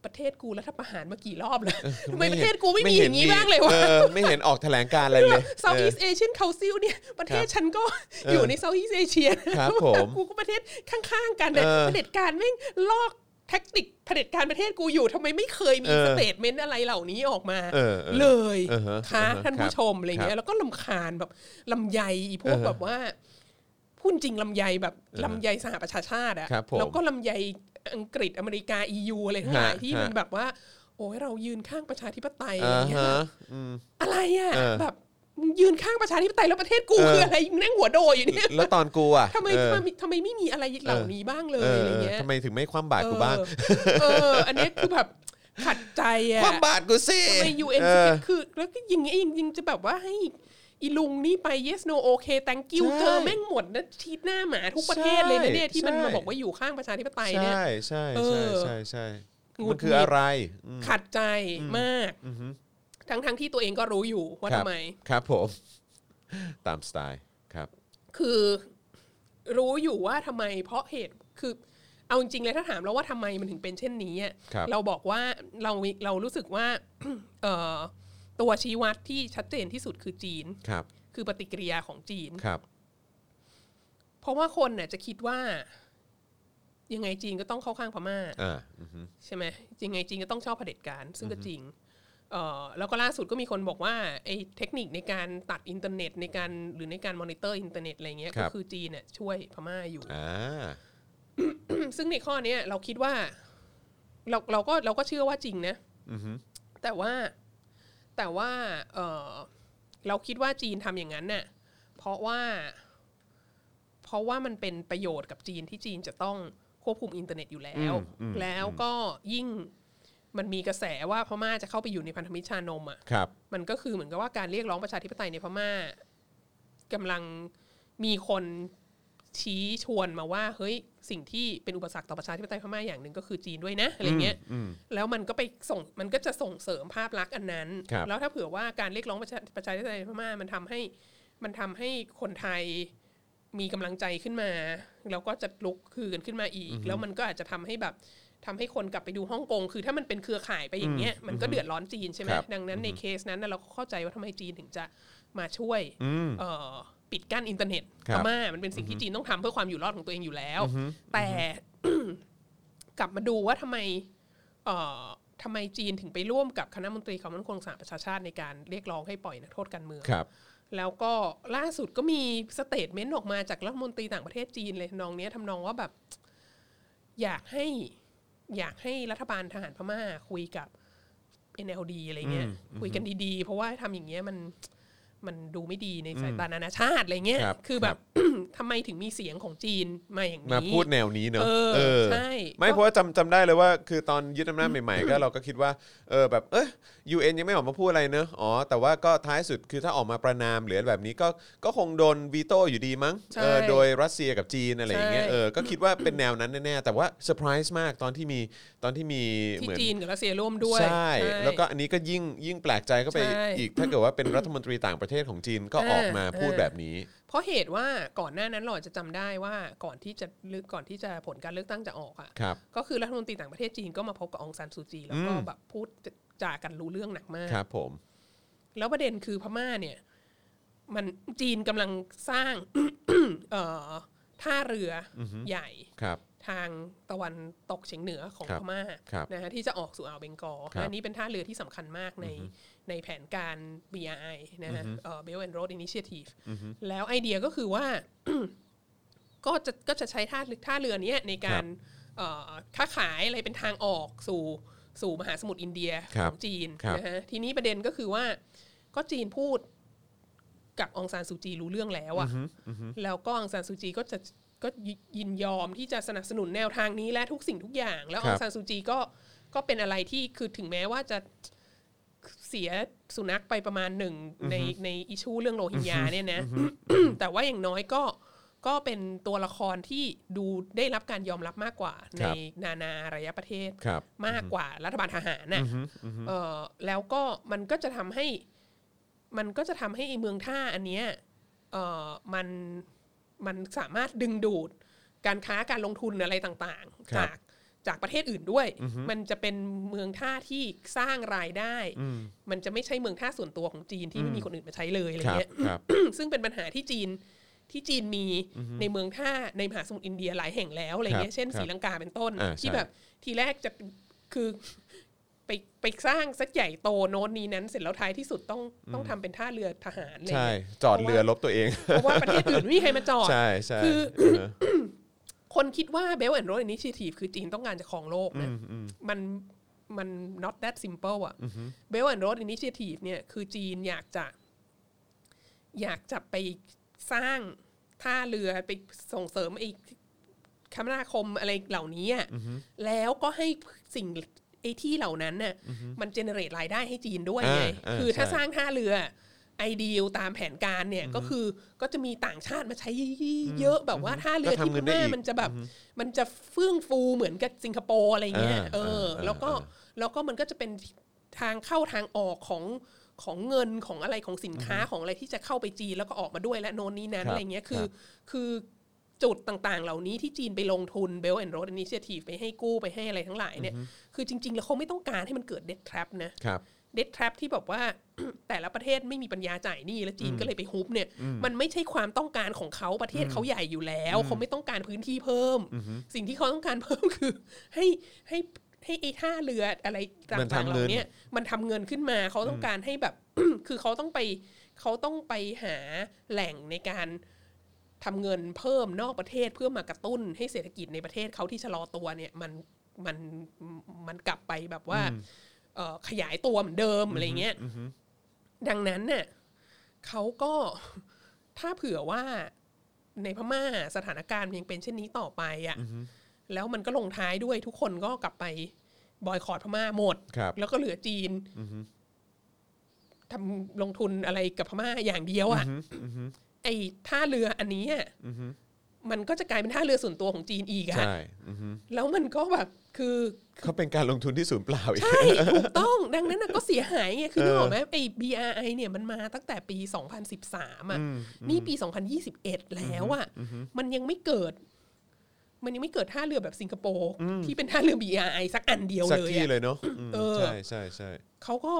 C: ประเทศกูรัฐประหารมากี่รอบแล้วทำไม
B: ห็น
C: ประเทศกูไม่มีอย่างนี้บ้างเลยวะ
B: ออไม่เห็นออกแถลงการอะไรเลย
C: Southeast Asian Council เนี่ย ประเทศฉันก็อยู่ใน Southeast Asia นะครับ
B: ผม
C: กูก็ประเทศข้างๆกันเนี่ย
B: เออ
C: เผด็จการแม่งลอกแทคนิคเผด็จการประเทศกูอยู่ทำไมไม่เคยมี
B: เออ
C: สเตทเมนต์อะไรเหล่านี้ออกมา
B: เออเออย เออฮะ
C: ค่ะ
B: เออฮะ
C: ท่านผู้ชมอะไร
B: ครั
C: เงี้
B: บ
C: ยแล้วก็ลำคาญแบบลำไยอีพวก
B: เออฮะ
C: แบบว่าพูดจริงลำไยแบบ
B: เออ
C: ลำไยสหประชาชาติอะ
B: ครับผม
C: แล้วก็ลำไยอังกฤษอเมริกา EU อะไรทั้งหลาย
B: ฮะ
C: ที่มัน
B: ฮะ
C: แบบว่า โอ้ยเรายืนข้างประชาธิปไตยอะไร
B: อ่า
C: เงี้
B: ฮะ
C: ย
B: อืม
C: อะไรอ่ะ
B: เออ
C: แบบมึงยืนข้างประชาธิปไตยแล้วประเทศกู
B: เออ
C: คืออะไรนั่งหัวโดอยู่เนี่ย
B: แล้วตอนกูอ่ะ
C: ทำไม
B: เออ
C: ทำไมทำไมไม่มีอะไรเหล่านี้บ้างเลยอะไรเงี้ย
B: ทำไมถึงไม่คว่ำบาตรกูบ้าง
C: เออเออ อันเนี้ยคือแบบขัดใจอ่ะ
B: คว่ำบาตรกูสิ
C: ทำไมยูเอ็น
B: เออ
C: คือแล้วก็อยังไงยยังจะแบบว่าให้อีลุงนี่ไป yes no okay thank you
B: ใช่
C: เจอแม่งหมดนะทีหน้าหมาทุกประเทศเลยนะเนี่ยที่มัน
B: ใช่
C: มาบอกว่าอยู่ข้างประชาธิปไตยเนี่ย
B: ใช่ใช่
C: เอ
B: ใช่
C: อ
B: ใช่ใช่
C: หงุ
B: มัน
C: ดหงิด
B: คืออะไรอืม
C: ขัดใจมาก
B: อือฮึ
C: ทั้งทั้งๆที่ตัวเองก็รู้อยู่ว่า
B: ครับ
C: ทำไม
B: ครับผม ตามสไตล์ครับ
C: คือรู้อยู่ว่าทำไมเพราะเหตุคือเอาจริงๆเลยถ้าถามเราว่าทำไมมันถึงเป็นเช่นนี้อะ
B: ครับ
C: เราบอกว่าเราเรารู้สึกว่า เอ่อตัวชี้วัดที่ชัดเจนที่สุดคือจีน
B: ครับ
C: คือปฏิกิริยาของจีน
B: ครับ
C: เพราะว่าคนเนี่ยจะคิดว่า ยังไงจีนก็ต้องเข้าข้างพม่า
B: อ่าอือฮึ
C: ใช่ไหมยังไงจีนก็ต้องชอบเผด็จการ ซึ่งก็จริงเอ่อแล้วก็ล่าสุดก็มีคนบอกว่าไอ้เทคนิคในการตัดอินเทอร์เน็ตในการหรือในการมอนิเตอร์อินเทอร์เน็ตอะไรเงี้ยก็คือจีนเนี่ยช่วยพม่าอยู่
B: อ่า
C: ซึ่งในข้อเนี้ยเราคิดว่าเราเราก็เราก็เชื่อว่าจริงนะ
B: อือฮึ
C: แต่ว่าแต่ว่าเออเราคิดว่าจีนทำอย่างนั้นน่ะเพราะว่า เพราะว่ามันเป็นประโยชน์กับจีนที่จีนจะต้องควบคุมอินเทอร์เน็ตอยู่แล้ว
B: อืมอืม
C: แล้วก็ยิ่งมันมีกระแสว่าพม่าจะเข้าไปอยู่ในพันธมิตรชานมอ่ะ
B: ครับ
C: มันก็คือเหมือนกับว่าการเรียกร้องประชาธิปไตยในพม่ากำลังมีคนชี้ชวนมาว่า เฮ้ยสิ่งที่เป็นอุปสรรคต่อประชาธิปไตยพม่าอย่างหนึ่งก็คือจีนด้วยนะอะไรเงี้ยแล้วมันก็ไปส่งมันก็จะส่งเสริมภาพลักษณ์อันนั้น
B: ครับ
C: แล้วถ้าเผื่อว่าการเรียกร้องประชาประชาธิปไตยพม่ามันทำให้มันทำให้คนไทยมีกำลังใจขึ้นมา แล้วก็จะลุกคือกันขึ้นมาอีก แล้วมันก็อาจจะทำให้แบบทำให้คนกลับไปดูฮ่องกงคือถ้ามันเป็นเครือข่ายไปอย่างเงี้ยมันก็เดือดร้อนจีนใช่ไหม
B: ครับ
C: ดังนั้นในเคสนั้นน่ะเราก็เข้าใจว่าทำไมจีนถึงจะมาช่วย
B: อืม
C: เอ่อปิดกั้นอินเทอร์เน็ต
B: ครั
C: พ
B: บ
C: ม่ามันเป็นสิ่งที่จีนต้องทำเพื่อความอยู่รอดของตัวเองอยู่แล้ว แต่ กลับมาดูว่าทำไม เอ่อทำไมจีนถึงไปร่วมกับคณะมนตรีความมั่นคงสหประชาชาติในการเรียกร้องให้ปล่อยนักโทษการเมือง
B: ครับ
C: แล้วก็ล่าสุดก็มีสเตทเมนต์ออกมาจากรัฐมนตรีต่างประเทศจีนเลยทำนองเนี้ยทำนองว่าแบบ อยากให้อยากให้รัฐบาลทหารพม่าคุยกับ NLD อะไรเงี้ยคุยกันดีๆ เพราะว่าทำอย่างเงี้ยมันมันดูไม่ดีในสายตานานาชาติอะไรเงี้ย
B: ครับ
C: อแบบ
B: ค
C: ทำไมถึงมีเสียงของจีนมาอย่างนี้
B: มาพูดแนวนี้เนอะ
C: เออใช่
B: ไม่
C: ก็
B: เพราะว่าจำจำได้เลยว่า คือตอนยึดอำนาจใหม่ๆ ก็ เราก็คิดว่า เออแบบเออยูเอ็นยังไม่ออกมาพูดอะไรเนอะอ๋อ แต่ว่าก็ท้ายสุดคือถ้าออกมาประนามหรืออะไรแบบนี้ก็ก็คงโดนวีโต้อยู่ดีมั้ง
C: ใช่
B: เออโดยรัสเซียกับจีนอะไรอย่างเงี้ย
C: ใช่
B: เออก็คิดว่าเป็นแนวนั้นแน่ๆแต่ว่าเซอร์ไพรส์มากตอนที่มีตอนที่มี
C: ที่
B: เหมือน
C: จีนกับรัสเซียร่วมด้วย
B: ใช่ แล้วก็อันนี้ก็ยิ่งยิ่งแปลกใจเข้าไป
C: ใช่
B: อีก ถ้าเกิดว่าเป็นรัฐมนตรีต่างประเทศของจีนก็
C: เออ
B: ออกมาพูด
C: เออ
B: แบบนี้
C: เพราะเหตุว่าก่อนหน้านั้นเราอาจจะจำได้ว่าก่อนที่จะเลือกก่อนที่จะผลการเลือกตั้งจะออกอ่ะ
B: ครับ
C: ก็คือรัฐมนตรีต่างประเทศจีนก็มาพบกับองซานซูจี แล้วก็
B: อืม
C: แบบพูดจากันรู้เรื่องหนักมาก
B: ครับผม
C: แล้วประเด็นคือพม่าเนี่ย มันจีนกำลังสร้าง เอ่อท่าเรืออใหญ่
B: ครับ
C: ทางตะวันตกเฉียงเหนือของ
B: ครับ
C: พม่า
B: ครับ
C: นะฮะที่จะออกสู่อ่าวเบงกอล
B: ครับ
C: อันนี้เป็นท่าเรือที่สำคัญมากในในแผนการ BRI นะฮะเอ่อ Belt and Road Initiative แล้วไอเดียก็คือว่า ก็จะก็จะใช้ท่าท่าเรือเนี้ยใน
B: ค
C: กา
B: รั
C: ร
B: บ
C: เอ่อค้าขายอะไรเป็นทางออกสู่สู่มหาสมุทรอินเดีย
B: ครั
C: ข
B: บ
C: องจีน
B: ครับ
C: นะฮะทีนี้ประเด็นก็คือว่า ก็จีนพูดกับองซานซูจีรู้เรื่องแล้วอะแล้วก็องซานซูจีก็จะก็ยินยอมที่จะสนับสนุนแนวทางนี้และทุกสิ่งทุกอย่าง แล้ว
B: ครั
C: อบ งซานซูจีก็ก็เป็นอะไรที่คือถึงแม้ว่าจะเสียสุนัขไปประมาณหนึ่งในในอิชูเรื่องโรฮิงญาเนี่ยนะ แต่ว่าอย่างน้อยก็ก็เป็นตัวละครที่ดูได้รับการยอมรับมากกว่า ในนานาอารยประเทศ
B: ครับ
C: มากกว่ารัฐบาลทหารน่ะเออแล้วก็มันก็จะทำให้มันก็จะทำให้ไอ้เมืองท่าอันเนี้ยเออมันมันสามารถดึงดูดการค้าการลงทุนอะไรต่าง
B: ค
C: ๆ
B: รับ
C: จาก จากประเทศอื่นด้วย มันจะเป็นเมืองท่าที่สร้างรายได้ มันจะไม่ใช่เมืองท่าส่วนตัวของจีนที่ไม่มีคนอื่นมาใช้เลยอะไร
B: ครับ
C: เงี้ย
B: ครับ
C: ซึ่งเป็นปัญหาที่จีนที่จีนมีในเมืองท่าในมหาสมุทรอินเดียหลายแห่งแล้วอะไร
B: ครั
C: เงี้ย
B: บ
C: เช่น
B: ครับ
C: ศรีลังกาเป็นต้น
B: อ่า
C: ที่
B: ใช่
C: แบบทีแรกจะคือ ไปไปสร้างสักใหญ่โตโน้นนี้นั้น เสร็จแล้วท้ายที่สุดต้องต้องทำเป็นท่าเรือทหารอะไร
B: ใช่
C: เงี้ย
B: จอดเรือลบตัวเอง
C: เพราะว่าประเทศอื่นไม่มีใครมาจอด
B: ใช่ใช่
C: คือ
B: เออ
C: คนคิดว่าเบลแอนด์โรดอินิชิทีฟคือจีนต้องการจะครองโลกนะมันมัน not that simple อ่ะเบลแอนด์โรดอินิชิทีฟเนี่ยคือจีนอยากจะ อยากจะไปสร้างท่าเรือไปส่งเสริมไอ้คมนาคมอะไรเหล่านี้อะแล้วก็ให้สิ่งไอ้ที่เหล่านั้นน่ะมันเจเนเรตรายได้ให้จีนด้วยไง
B: อ่าอ่า
C: คือถ้า
B: ใช่
C: สร้างท่าเรือไอเดียตามแผนการเนี่ยก็คือก็จะมีต่างชาติมาใช้เยอะแบบว่าท่าเรือ
B: ก็
C: ที่
B: ทำเงิ
C: พ
B: นได้
C: ม่า
B: อีก
C: มันจะแบบมันจะเฟื่องฟูเหมือนกับสิงคโปร์อะไรเงี้ย
B: อ่า
C: เออ
B: อ่า
C: แล้วก็
B: อ่า
C: แล้วก็มันก็จะเป็นทางเข้าทางออกของของเงินของอะไรของสินค้าของอะไรที่จะเข้าไปจีนแล้วก็ออกมาด้วยและโนนนี้นั้น
B: ครับ
C: อะไรเงี้ยคื
B: ค
C: อ
B: รับ
C: คือจุดต่างๆ เหล่านี้ที่จีนไปลงทุน Belt and Road Initiative ไปให้กู้ไปให้อะไรทั้งหลายเนี่ยคือจริง ๆ แล้วเขาไม่ต้องการให้มันเกิด debt trap นะ
B: ครับ
C: เดดทรัพที่แบบว่า แต่ละประเทศไม่มีปัญญาจ่ายหนี้แล้วจีนก็เลยไปฮุบเนี่ย มันไม่ใช่ความต้องการของเขาประเทศเขาใหญ่อยู่แล้ว เขาไม่ต้องการพื้นที่เพิ่ม สิ่งที่เขาต้องการเพิ่มคือ ให้ให้ให้ไอ้ท่าเรืออะไร
B: มัน
C: ต่างๆ
B: ทำ
C: เห
B: เงิ
C: ล่าน เนี้ยมันทำเงินขึ้นมาเขาต้องการให้แบบ คือเขาต้องไปเขาต้องไปหาแหล่งในการทำเงินเพิ่มนอกประเทศเพื่อมากระตุ้นให้เศรษฐกิจในประเทศเขาที่ชะลอตัวเนี่ยมันมันมันกลับไปแบบว่า เอ่อขยายตัวเหมือนเดิมอะไรเงี้ย ดังนั้นเนี่ยเขาก็ ถ้าเผื่อว่าในพม่าสถานการณ์มันยังเป็นเช่นนี้ต่อไปอะ่ะแล้วมันก็ลงท้ายด้วยทุกคนก็กลับไปบอยคอรดพม่าหมด
B: ครับ
C: แล้วก็เหลือจีนทำลงทุนอะไรกับพม่าอย่างเดียวอะ่ะไอ้ท่าเรืออันนี้อะมันก็จะกลายเป็นท่าเรือส่วนตัวของจีนอีกอะ
B: ใช่อือฮึ
C: แล้วมันก็แบบคือ
B: เขาเป็นการลงทุนที่ศูนย์เปล่าอีก
C: ใช่ ถูกต้องดังนั้นน่ะก็เสียหายไง คือนึกออกไหมไอ้ BRI เนี่ยมันมาตั้งแต่ปี 2013 อ่ะ นี่ปี 2021 แล้วอ่ะ มันยังไม่เกิด มันยังไม่เกิดท่าเรือแบบสิงคโปร์ที่เป็นท่าเรือ BRI สักอัน เดียว
B: สัก
C: เลย
B: ที่
C: อะ
B: เลยเนาะอืม
C: เออ
B: ใช่ใช่ใช่
C: เขาก็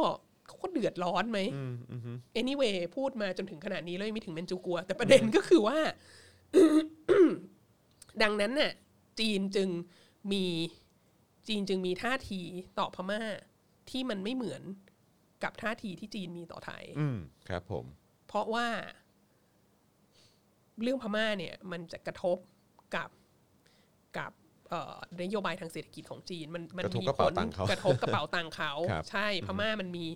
C: เขาก็เดือดร้อนไหม
B: อืมอือฮึ
C: anyway พูดมาจนถึงขนาดนี้แล้วยังไม่ถึงเมนจูกัว แต่ประเด็นก็คือว่า ดังนั้นน่ะ จีนจึงมีจีนจึงมีท่าทีต่อพม่า ที่มันไม่เหมือนกับท่าทีที่จีนมีต่อไทย
B: อืมครับผม
C: เพราะว่า เรื่องพม่าเนี่ย มันจะกระทบกับกับเอ่อนโยบายทางเศรษฐกิจของจีน มันมัน
B: กระทบ
C: มี
B: กระ
C: ผ
B: เป๋า
C: ล
B: ตังค์เขา
C: กระทบกระเป๋าตังค์เขา
B: ครับ
C: ใช่พม่ามันมี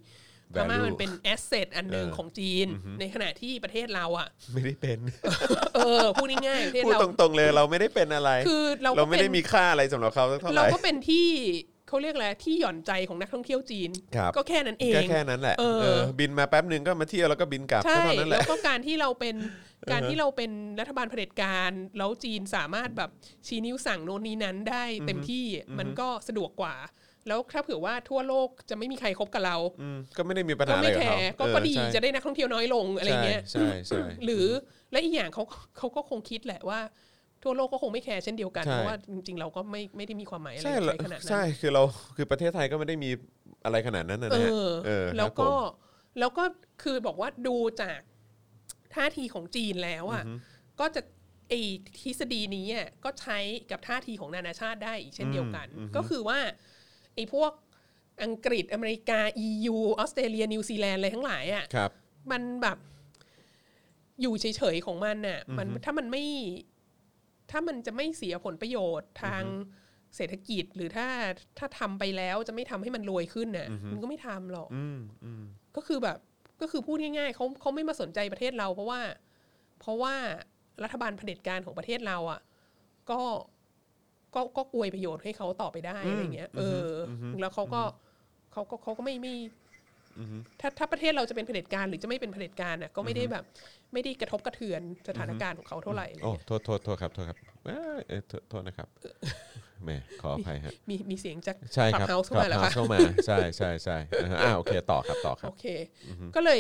C: พ
B: Value
C: ม่ามันเป็นแอสเซทอันหนึ่ง
B: เออ
C: ของจีน ในขณะที่ประเทศเราอ่ะ
B: ไม่ได้เป็น
C: เออพูดง่ายๆประเทศ
B: พูด
C: เรา
B: ตรงๆเลยเราไม่ได้เป็นอะไร
C: คือเราก็
B: เราไม่ได้
C: เป็น
B: มีค่าอะไรสำหรับเขาสักเท่าไห
C: เรา
B: ร่
C: ก็เป็นที่เขาเรียกอะไรที่หย่อนใจของนักท่องเที่ยวจีน
B: ครับ
C: ก็แค่นั้นเอง
B: ก็แค่นั้นแหละ
C: เออ
B: เออบินมาแป๊บหนึ่งก็มาเที่ยวแล้วก็บินกลับ
C: ใช่
B: ก็เท่านั้นแห
C: แล้
B: ละ
C: วก็การที่เราเป็น การที่เราเป็นรัฐบาลเผด็จการ แล้วจีนสามารถแบบชี้นิ้วสั่งโน่นนี้นั้นได้เต็มที่มันก็สะดวกกว่า แล้วถ้าเผื่อว่าทั่วโลกจะไม่มีใครคบกับเรา
B: อืมก็ไม่ได้มีปัญ
C: ก็
B: หาอะไร
C: ไม่
B: กับ
C: แค
B: เขา
C: ร์ก็
B: เออ
C: ก็ดี
B: ใช่
C: จะได้นักท่องเที่ยวน้อยลงอะไรเงี้ย
B: ใช่ใช่
C: ห
B: ใช่
C: รือและอีกอย่างเขาเขาก็คงคิดแหละว่า ทั่วโลกก็คงไม่แคร์เช่นเดียวกัน
B: ใช่
C: เพราะว่าจริงๆเราก็ไม่ไม่ได้มีความหมายอะไร
B: ใช่
C: กับ
B: เหรอ
C: ใครขนาดนั้น
B: ใช่คือเราคือประเทศไทยก็ไม่ได้มีอะไรขนาดนั้นนะนะฮะ
C: เออ
B: เออ
C: แล้วก็
B: ครับผม
C: แล้วก็คือบอกว่าดูจากท่าทีของจีนแล้วอ่ะก็จะไอ้ทฤษฎีนี้อ่ะก็ใช้กับท่าทีของนานาชาติได้อีกเช่นเดียวกัน ก็คือว่าไอ้พวกอังกฤษอเมริกา EU ออสเตรเลียนิวซีแลนด์อะไรทั้งหลายอ่ะ
B: ครับ
C: มันแบบอยู่เฉยๆของมันน่ะมันถ้ามันไม่ถ้ามันจะไม่เสียผลประโยชน์ทางเศรษฐกิจ หรือถ้าถ้าทำไปแล้วจะไม่ทำให้มันรวยขึ้นน่ะมันก็ไม่ทำหรอก
B: อืมอืม
C: ก็คือแบบ ก็คือพูดง่ายๆเขาเขาไม่มาสนใจประเทศเรา เพราะว่า เพราะว่ารัฐบาลเผด็จการของประเทศเราอ่ะ ก็ก็ก็อวยประโยชน์ให้เขาต่อไปได้อะไรเงี้ยเอออแล้วเขาก็เขาก็เขาก็ไม่ไม่
B: อืม
C: ถ้าถ้าประเทศเราจะเป็นเผด็จการหรือจะไม่เป็นเผด็จการน่ะก็ไม่ได้แบบ ไม่ได้กระทบกระเทือนสถานการณ์ของเขาเท่าไหร่อะไร
B: โอ้
C: เงี้ย
B: โทษโทษโทษครับโทษครับเอ้ยเอ้ยโทษโทษนะครับแหมขออภัยฮะ
C: มีมีเสียงจาก
B: ใช่ครับ
C: เฮาส์เข้ามาแล้ว
B: ครั
C: ค่ะ
B: บเข้ามาใช่ใช่ใช่อ่าฮะอ่าโอเคต่อครับต่อครับ
C: โอเค ก็เลย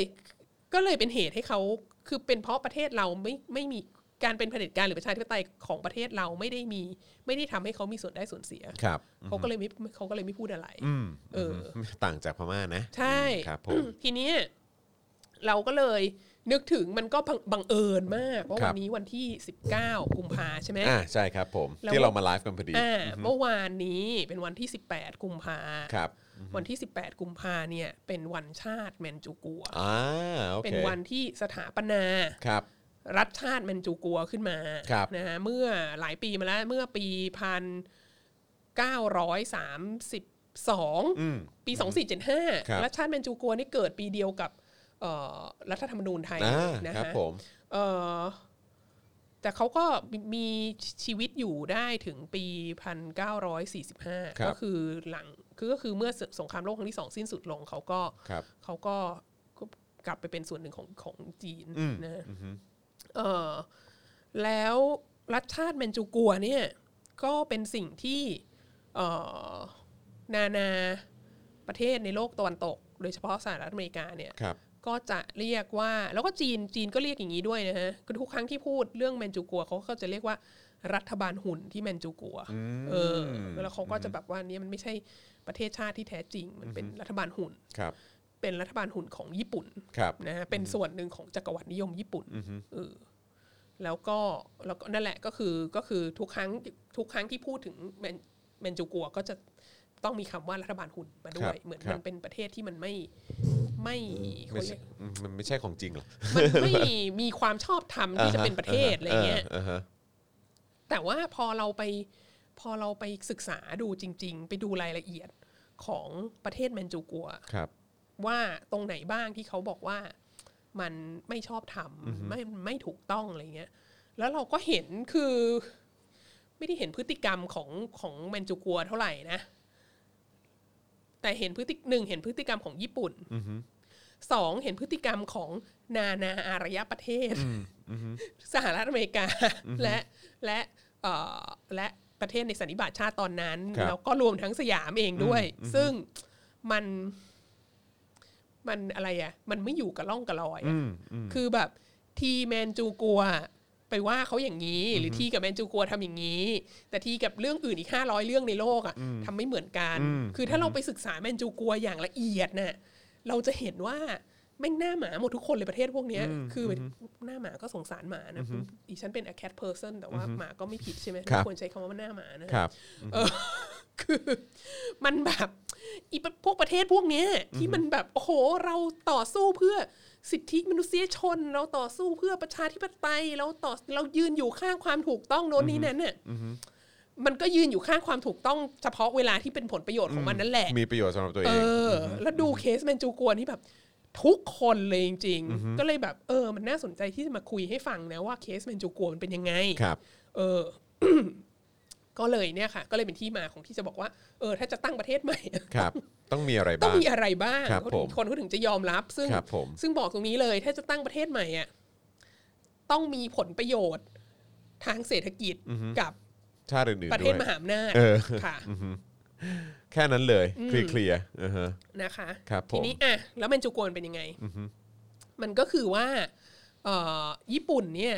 C: ก็เลยเป็นเหตุให้เขาคือเป็นเพราะประเทศเราไม่ไม่มี การเป็นเผด็จการหรือประชาธิปไตยของประเทศเราไม่ได้มี ไม่ได้ทำให้เขามีส่วนได้ส่วนเสีย
B: ครับ
C: เขาก็เลยไม่เขาก็เลยไม่พูดอะไร
B: อืม
C: เออ
B: ต่างจากพม่านะ
C: ใช่
B: ครับผม
C: ทีเนี้ยเราก็เลยนึกถึงมันก็บังบังเอิญมากว่าวันนี้วันที่ 19 กุมภาใช่ไหม
B: อ่าใช่ครับผม
C: แล้ว
B: ที่เรามาไลฟ์กันพอดี
C: อ่าเมื่อวานนี้เป็นวันที่ 18 กุมภา
B: ครับ
C: วันที่ 18 กุมภาเนี่ยเป็นวันชาติแมนจูกัว
B: อ่าโอเค
C: เป็นวันที่สถาปนา
B: ครับ
C: รัฐชาติแมนจูกัวขึ้นมา
B: ครับ
C: นะฮะเมื่อหลายปีมาแล้วเมื่อปีพันเก้าร้อยสามสิบสองปีสองสี่เจ็ดห้า
B: ครับ
C: รัฐชาติแมนจูกัวนี่เกิดปีเดียวกับเอ่อรัฐธรรมนูญไทย
B: อ่า
C: นะฮะ
B: ครับผม
C: เอ่อแต่เขาก็มีชีวิตอยู่ได้ถึงปี
B: ครั
C: 1945
B: บ
C: ก็คือหลังคือก็คือเมื่อสงครามโลกครั้งที่สองสิ้นสุดลงเขาก็
B: ครับ
C: เขาก็ก็กลับไปเป็นส่วนหนึ่งของของจีน
B: อืม
C: นะเออแล้วรัฐชาติแมนจูกัวเนี่ยก็เป็นสิ่งที่เอ่อนานาประเทศในโลกตะวันตก โดยเฉพาะสหรัฐอเมริกาเนี่ย
B: ครับ
C: ก็จะเรียกว่าแล้วก็จีนจีนก็เรียกอย่างนี้ด้วยนะฮะคือทุกครั้งที่พูดเรื่องแมนจูกัวเขาก็จะเรียกว่ารัฐบาลหุ่นที่แมนจูกัวเออแล้วเขาก็จะแบบว่าเนี่ยมันไม่ใช่ประเทศชาติที่แท้จริง มันเป็นรัฐบาลหุ่น
B: ครับ
C: เป็นรัฐบาลหุ่นของญี่ปุ่น
B: ครับ
C: นะฮะเป็นส่วนหนึ่งของจักรวรรดินิยมญี่ปุ่นเออแล้วก็แล้วก็นั่นแหละก็คือก็คือทุกครั้งทุกครั้งที่พูดถึงแมนแมนจูกัวก็จะต้องมีคำว่ารัฐบาลหุ่นมาด้วย
B: ครับ
C: เหมือน
B: ครั
C: มั
B: บ
C: นเป็นประเทศที่มันไม่ไม่เขา
B: ไม่
C: เรี
B: ใช่
C: ยก
B: อืมมันไม่ใช่ของจริงเหรอ
C: มันไม่มีความชอบธรรมที่จะเป็นประเทศอะไรเงี้ย
B: อ่าฮะ
C: แต่ว่าพอเราไปพอเราไปศึกษาดูจริง ๆ ไปดูรายละเอียดของประเทศแมนจูกัว
B: ครับ
C: ว่าตรงไหนบ้างที่เขาบอกว่ามันไม่ชอบทำไม่ไม่ถูกต้องอะไรเงี้ย แล้วเราก็เห็นคือ ไม่ได้เห็นพฤติกรรมของของแมนจูกัวเท่าไหร่นะ แต่เห็นพฤติหนึ่งเห็นพฤติกรรมของญี่ปุ่นสองเห็นพฤติกรรมของนานาอารยประเทศสหรัฐอเมริกา และและเอ่อและประเทศในสันนิบาตชาติตอนนั้น
B: ครับ
C: แล้วก็รวมทั้งสยามเองด้วย ซึ่งมัน มันอะไรอ่ะ มันไม่อยู่กับล่องกับรอยอะคือแบบทีแมนจูกัวไปว่าเขาอย่างนี้ หรือทีกับแมนจูกัวทำอย่างนี้ แต่ทีกับเรื่องอื่นอีก 500 เรื่องในโลกอ่ะทำไม่เหมือนกัน คือถ้าเราไปศึกษาแมนจูกัวอย่างละเอียดน่ะ เราจะเห็นว่าแม่งหน้าหมาหมดทุกคนเลยประเทศพวกเนี้ย คือหน้าหมาก็สงสารหมานะอีฉันเป็น a cat person แต่ว่าหมาก็ไม่ผิดใช่ไหม
B: ครั
C: ไม่
B: บ
C: ควรใช้คำว่าหน้าหมานะ
B: ครับ
C: คือ มันแบบอีปะพวกประเทศพวกเนี้ยที่มันแบบโอ้โหเราต่อสู้เพื่อสิทธิมนุษยชน เราต่อสู้เพื่อประชาธิปไตยเราต่อเรายืนอยู่ข้างความถูกต้องโน้นนี้นั้นเนี่ยมันก็ยืนอยู่ข้างความถูกต้องเฉพาะเวลาที่เป็นผลประโยชน์ของมันนั่นแหละ
B: มีประโยชน์สำหรับตัวเอ
C: เอง อ แล้วดูเคสแมนจูกัวนี่แบบทุกคนเลยจริงๆ ก็เลยแบบเออ มันน่าสนใจที่จะมาคุยให้ฟังนะว่าเคสแมนจูกัวมันเป็นยังไง
B: ครับ
C: เออ ก็เลยเนี่ยค่ะ ก็เลยเป็นที่มาของที่จะบอกว่า เออ ถ้าจะตั้งประเทศใหม่
B: ครับ ต้องมีอะไร
C: ต้อ
B: บ้า
C: ง
B: ง
C: มีอะไรบ้าง
B: ครับ
C: เขา
B: ผ
C: ถึ
B: ม
C: งคนเขาถึงจะยอมรับ ซึ่ง
B: ครับผม
C: ซึ่งบอกตรงนี้เลย ถ้าจะตั้งประเทศใหม่อ่ะต้องมีผลประโยชน์ทางเศรษฐกิจกับ
B: ชาติอื่นๆ
C: ประเท
B: ด้ว
C: ศ
B: ย
C: มหาอำนาจ
B: เออ
C: ค่ะ
B: แค่นั้นเลย เคลียร์ๆอือฮะ
C: นะคะ
B: ครับผม
C: ทีนี้อ่ะแล้วแมนจูกวนเป็นยังไงมันก็คือว่า เอ่อญี่ปุ่นเนี่ย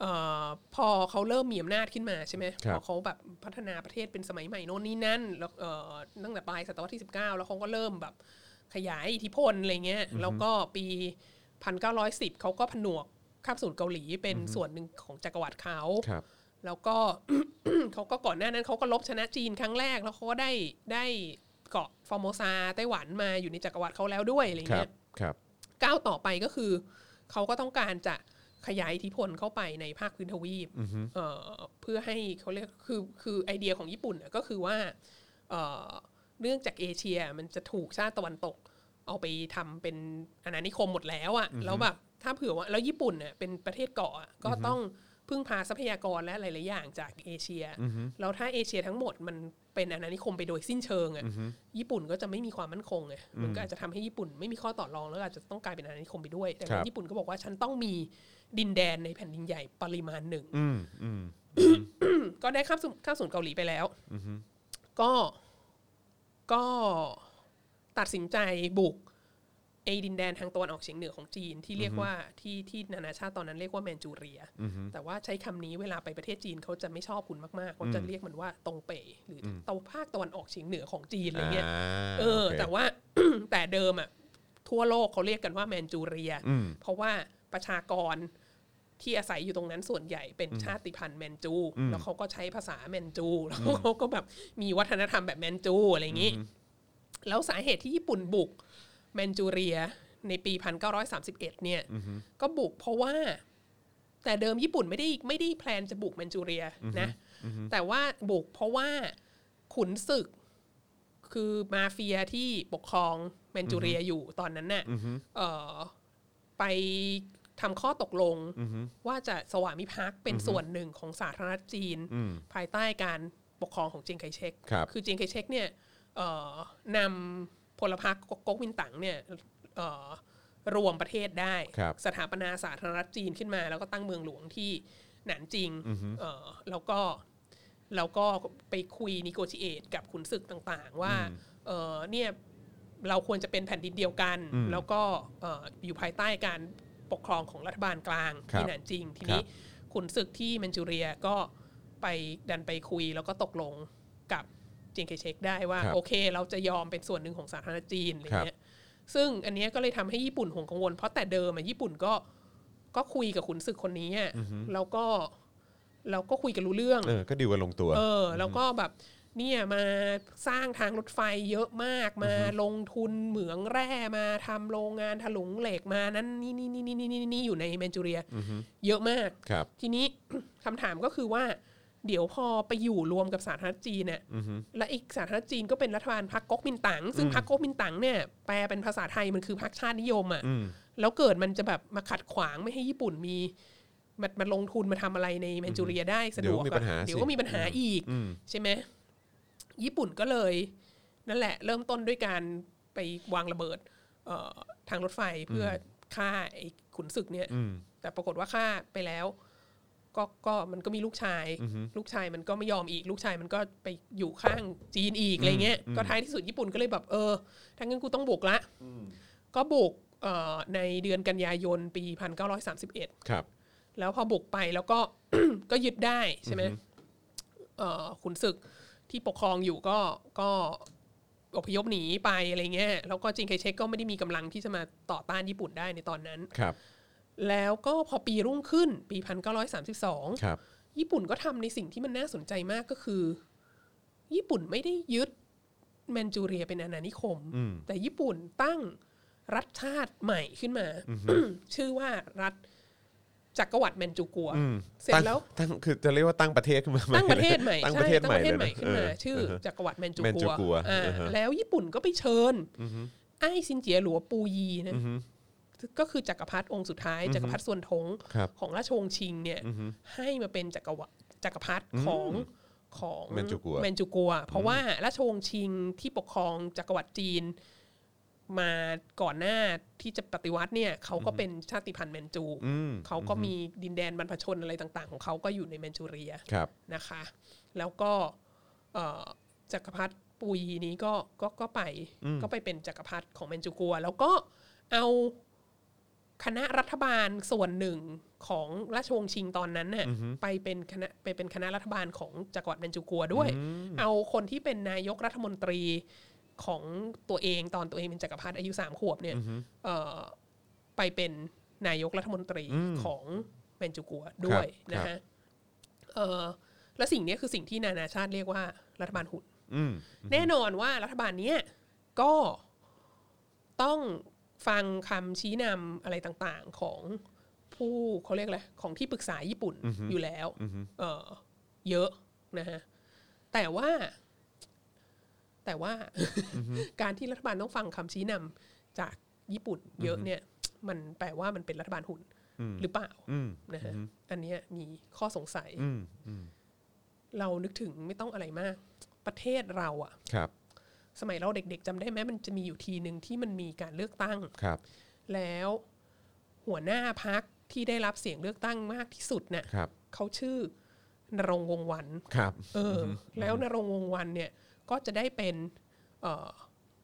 C: เอ่อพอเขาเริ่มมีอำนาจขึ้นมาใช่ไหม
B: ครับ
C: พอเขาแบบพัฒนาประเทศเป็นสมัยใหม่โน่นนี่นั่นแล้วเอ่อตั้งแต่ปลายศตวรรษที่ 19 แล้วเขาก็เริ่มแบบขยายอิทธิพลอะไรเงี้ยแล้วก็ปี 1910 เขาก็ผนวกคาบสูตรเกาหลีเป็นส่วนหนึ่งของจักรวรรดิเขา
B: ครับ
C: แล้วก็ เขาก็ก่อนหน้านั้นเขาก็ลบชนะจีนครั้งแรก แล้วเขาก็ได้ได้เกาะฟอร์โมซาไต้หวันมาอยู่ในจักรวรรดิเขาแล้วด้วยอะไร
B: ครั
C: เงี้
B: บ
C: ย
B: ครับ
C: ก้าวต่อไปก็คือ เขาก็ต้องการจะขยายอิทธิพลเข้าไปในภาคพื้นทวีปเอ่อเพื่อให้เขาเรียกคือคือไอเดียของญี่ปุ่นน่ะก็คือว่าเอ่อเนื่องจากเอเชียมันจะถูกชาติตะวันตก เอาไปทำเป็นอาณานิคมหมดแล้วอะแล้วแบบถ้าเผื่อว่าแล้วญี่ปุ่นเน่ยเป็นประเทศเกาะอะก็ต้องพึ่งพาทรัพยากรและหลายๆอย่างจากเอเชียแล้วถ้าเอเชียทั้งหมดมันเป็นอาณานิคมไปโดยสิ้นเชิงอะ ญี่ปุ่นก็จะไม่มีความมั่นคงไง มันก็อาจจะทำให้ญี่ปุ่นไม่มีข้อต่อรองแล้วก็อาจจะต้องกลายเป็นอาณานิคมไปด้วย แต่
B: ครับ
C: ญี่ปุ่นก็บอกว่าฉันต้องมีดินแดนในแผ่นดินใหญ่ปริมาณหนึ่ง
B: อืมอืม
C: ก็ได้ข้ามสู่ข้ามสู่เกาหลีไปแล้ว ก็ก็ตัดสินใจบุก ไอ้ดินแดนทางตะวันออกเฉียงเหนือของจีนที่เรียกว่าที่ที่นานาชาติตอนนั้นเรียกว่าแมนจูเรีย แต่ว่าใช้คำนี้เวลาไปประเทศจีนเขาจะไม่ชอบคุณมากๆเขาจะเรียกมันว่าตงเปยหรืออตะวันภาคตะวันออกเฉียงเหนือของจีนอะไรเงี้ย
B: า
C: เออ
B: โค
C: แต่ว่า แต่เดิมอ่ะทั่วโลกเขาเรียกกันว่าแมนจูเรีย
B: อืม
C: เพราะว่าประชากรที่อาศัยอยู่ตรงนั้นส่วนใหญ่เป็นชาติพันธุ์แมนจู แล้วเขาก็ใช้ภาษาแมนจู แล้วเขาก็แบบมีวัฒนธรรมแบบแมนจูอะไรอย่างนี้ แล้วสาเหตุที่ญี่ปุ่นบุกแมนจูเรียในปี 1931 เนี่ย ก็บุกเพราะว่า แต่เดิมญี่ปุ่นไม่ได้ไม่ได้แพลนจะบุกแมนจูเรียนะ แต่ว่าบุกเพราะว่าขุนศึก คือมาเฟียที่ปกครองแมนจูเรียอยู่ตอนนั้นน่ะเอ่อไปทำข้อตกลงว่าจะสวามิภักดิ์เป็นส่วนหนึ่งของสาธารณรัฐจีน ภายใต้การปกครองของเจียงไคเชก
B: ครับ
C: อเจียงไคเชกเนี่ยเอ่อนำพลพรรคก๊กมินตั๋งเนี่ยเอ่อรวมประเทศได้
B: ครับ
C: สถาปนาสาธารณรัฐจีนขึ้นมา แล้วก็ตั้งเมืองหลวงที่หนานจิงเอ่อแล้วก็ แล้วก็ไปคุยนิโกชิเอตกับขุนศึกต่างๆ ว่าเออเนี่ยเราควรจะเป็นแผ่นดินเดียวกัน แล้วก็เอ่ออยู่ภายใต้การปกครองของรัฐบาลกลาง
B: ครับ
C: ที่หนานจริง ทีนี้ขุนศึกที่แมนจูเรียก็ไปดันไปคุยแล้วก็ตกลงกับเจียงไคเชกได้ว่า
B: ครับ
C: โอเค เราจะยอมเป็นส่วนหนึ่งของสาธารณรัฐจีนอะไร
B: ครับ
C: เงี้ยซึ่งอันเนี้ยก็เลยทำให้ญี่ปุ่นห่วงกังวล เพราะแต่เดิมอะญี่ปุ่นก็ก็คุยกับขุนศึกคนนี้อะแล้วก็แล้วก็คุยกันรู้เรื่อง
B: เออก็ดีว่าลงตัว
C: เออแล้วก็แบบเนี่ยมาสร้างทางรถไฟเยอะมากมาลงทุนเหมืองแร่มาทำโรงงานถลุงเหล็กมานั้นนี่นี่นี่นี่นี่นี่อยู่ในแมนจูเรียเยอะมาก
B: ครับ
C: ทีนี้ คำถามก็คือว่า เดี๋ยวพอไปอยู่รวมกับสาธารณรัฐจีนเนี่ยและอีกสาธารณรัฐจีนก็เป็นรัฐบาลพรรคก๊กมินตั๋งซึ่งพรรคก๊กมินตั๋งเนี่ยแปลเป็นภาษาไทยมันคือพรรคชาตินิยมอ่ะแล้วเกิดมันจะแบบมาขัดขวางไม่ให้ญี่ปุ่นมีมันมันลงทุนมาทำอะไรในแมนจูเรียได้สะดวก
B: เดี๋ยวมีปัญหา
C: อะ
B: สิ
C: เดี๋ยวก็มีปัญหาอีก ใช่ไหมญี่ปุ่นก็เลยนั่นแหละ เริ่มต้นด้วยการไปวางระเบิดเอ่อทางรถไฟเพื่อฆ่าไอ้ขุนศึกเนี่ย แต่ปรากฏว่าฆ่าไปแล้ว ก็ก็มันก็มีลูกชาย ลูกชายมันก็ไม่ยอมอีก ลูกชายมันก็ไปอยู่ข้างจีนอีกอะไรเงี้ยก็ท้ายที่สุดญี่ปุ่นก็เลยแบบเออทั้างนั้นกูต้องบุกละก็บุกเอ่อในเดือนกันยายนปี 1931
B: ครับ
C: แล้วพอบุกไปแล้วก็ ก็ยึดได้ใช่ไหมเอ่อขุนศึกที่ปกครองอยู่ก็ก็อพยพหนีไปอะไรเงี้ยแล้วก็จิงไคเชกก็ไม่ได้มีกำลังที่จะมาต่อต้านญี่ปุ่นได้ในตอนนั้น
B: ครับ
C: แล้วก็พอปีรุ่งขึ้นปี 1932
B: ครับ
C: ญี่ปุ่นก็ทำในสิ่งที่มันน่าสนใจมากก็คือ ญี่ปุ่นไม่ได้ยึดแมนจูเรียเป็นอาณานิคม แต่ญี่ปุ่นตั้งรัฐชาติใหม่ขึ้นมา ชื่อว่ารัฐจักรวรรดิแมนจูกัว เสร็จแล้ว
B: ตั้งตั้งคือจะเรียกว่าตั้งประเทศขึ้นมา
C: ตั้งประเทศใหม่
B: ตั้ง
C: ใช่
B: ประเทศ
C: ตั้
B: ให
C: ง
B: ม่
C: ประเทศให
B: ล
C: ม่
B: ยะ
C: ขึ้นมา
B: เ
C: ชื่อ
B: เ
C: จักรวรรดิแมนจู
B: แมนจูกัว
C: อ่า
B: อือฮะ
C: แล้วญี่ปุ่นก็ไปเชิญไอ้ซินเจียหลัวปูยีนะก็คือจักรพรรดิองค์สุดท้ายจักรพรรดิส่วนทง
B: ครับ
C: ของราชวงศ์ชิงเนี่ยให้มาเป็นจักรวรรดิจักรพรรดิของของ
B: แมนจูกัว
C: แมนจูกัว เพราะว่าราชวงศ์ชิงที่ปกครองจักรวรรดิจีน มาก่อนหน้าที่จะปฏิวัติเนี่ยเขาก็เป็นชาติพันธุ์แมนจู เขาก็มีดินแดนบรรพชนอะไรต่าง ๆ ของเขาก็อยู่ในแมนจูเรีย
B: ครับ
C: นะคะ แล้วก็เอ่อจักรพรรดิปุยนี้ก็ก็ก็ไปก็ไปเป็นจักรพรรดิของแมนจูกัว แล้วก็เอาคณะรัฐบาลส่วนหนึ่งของราชวงศ์ชิงตอนนั้นน่ะไปเป็นคณะไปเป็นคณะรัฐบาลของจักรวรรดิแมนจูกัวด้วย เอาคนที่เป็นนายกรัฐมนตรีของตัวเองตอนตัวเองเป็นจักรพรรดิอายุสามขวบเนี่ยเอ่อไปเป็นนายกรัฐมนตรีของแมนจูกัวด้วย
B: ครับ
C: นะครับ ฮะ เออและสิ่งเนี้ยคือสิ่งที่นานาชาติเรียกว่ารัฐบาลหุ่น
B: อืม
C: แน่นอนว่ารัฐบาลเนี้ยก็ต้องฟังคำชี้นำอะไรต่างๆของผู้เขาเรียกอะไรของที่ปรึกษาญี่ปุ่นอยู่แล้วเออเยอะนะฮะแต่ว่า แต่ว่า การที่รัฐบาลต้องฟังคำชี้นำจากญี่ปุ่น เยอะเนี่ย มันแปลว่ามันเป็นรัฐบาลหุ่นหรือเปล่า
B: อืม
C: นะฮะอันเนี้ยมีข้อสงสัย
B: อืม อืม
C: เรานึกถึงไม่ต้องอะไรมาก ประเทศเราอะ
B: ครับ
C: สมัยเราเด็กๆจำได้ไหมมันจะมีอยู่ทีหนึ่งที่มันมีการเลือกตั้ง
B: ครับ
C: แล้วหัวหน้าพักที่ได้รับเสียงเลือกตั้งมากที่สุดเนี่ย
B: ครับ
C: เขาชื่อนรงค์วงศ์วัน
B: ครับ
C: เออ แล้วนรงค์วงศ์วันเนี่ยก็จะได้เป็นเอ่อ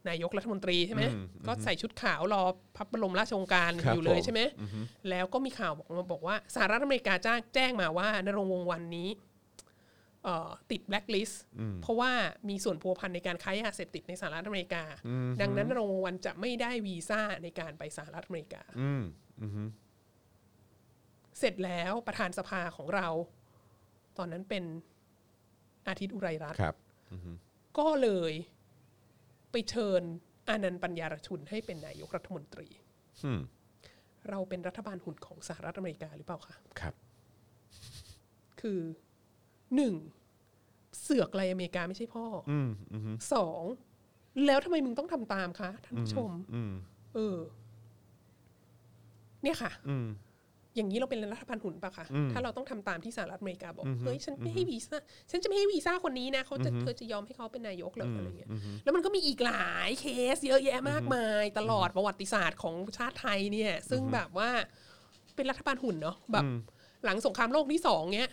C: นายกรัฐมนตรีใช่ไหม
B: อืม
C: ก็ใส่ชุดขาวรอพระบรมราชโองการ
B: ครับ
C: อยู่เลย
B: ผม
C: ใช่ไหมแล้วก็มีข่าวบอกมาบอกว่าสหรัฐอเมริกาจ้างแจ้งมาว่านรงค์วงศ์วันนี้เอ่อติดแบล็คลิสต์เพราะว่ามีส่วนพัวพันในการค้ายาเสพติดในสหรัฐอเมริกา ดังนั้นนรงค์วงศ์วันจะไม่ได้วีซ่าในการไปสหรัฐอเมริกา
B: อืม
C: เสร็จแล้วประธานสภาของเรา ตอนนั้นเป็นอาทิตย์อุไรรัตน์
B: ครับ
C: ก็เลยไปเชิญอานันต์ปัญญารชุนให้เป็นนายกรัฐมนตรี
B: อืม
C: เราเป็นรัฐบาลหุ่นของสหรัฐอเมริกาหรือเปล่าคะ
B: ครับ
C: คือหนึ่งเสือกอะไรอเมริกาไม่ใช่พ่ออ
B: อืม อืม
C: สองแล้วทำไมมึงต้องทำตามคะท่านผู้ชม
B: อืม
C: เออ เนี่ยค่ะ
B: อืม
C: อย่างนี้เราเป็นรัฐพันธ์หุ่นปะคะ
B: อืม
C: ถ้าเราต้องทำตามที่สหรัฐอเมริกาบอก
B: อือฮึ
C: เฮ้ยฉันไม่ให้วีซ่า ฉันจะไม่ให้วีซ่าคนนี้นะเขาจะเธอจะยอมให้เขาเป็นนายกเหรออะไรเงี้ย แล้วมันก็มีอีกหลายเคสเยอะแยะมากมาย ตลอดประวัติศาสตร์ของชาติไทยเนี่ย ซึ่งแบบว่าเป็นรัฐบาลหุ่นเนาะ แบบ
B: อืม
C: หลังสงครามโลกที่สองเนี้ย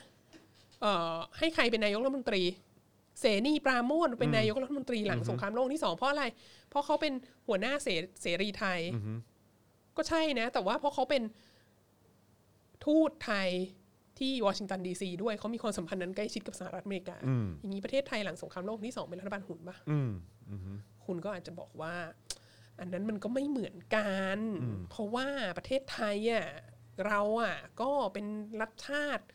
C: เอ่อ ให้ใครเป็นนายกรัฐมนตรี เสนีปราโมทเป็นนายกรัฐมนตรีหลังสงครามโลกที่สองเพราะอะไร เพราะเขาเป็นหัวหน้าเสเสรีไทย ก็ใช่นะ แต่ว่าเพราะเขาเป็นทูตไทยที่วอชิงตันดีซีด้วยเขามีความสัมพันธ์นั้นใกล้ชิดกับสหรัฐอเมริกา
B: อืม
C: อย่างนี้ประเทศไทยหลังสงครามโลกที่สองเป็นรัฐบาลหุ่นปะ
B: อืม
C: คุณก็อาจจะบอกว่า อันนั้นมันก็ไม่เหมือนกัน เพราะว่าประเทศไทยอ่ะเราอ่ะก็เป็นรัฐชาติ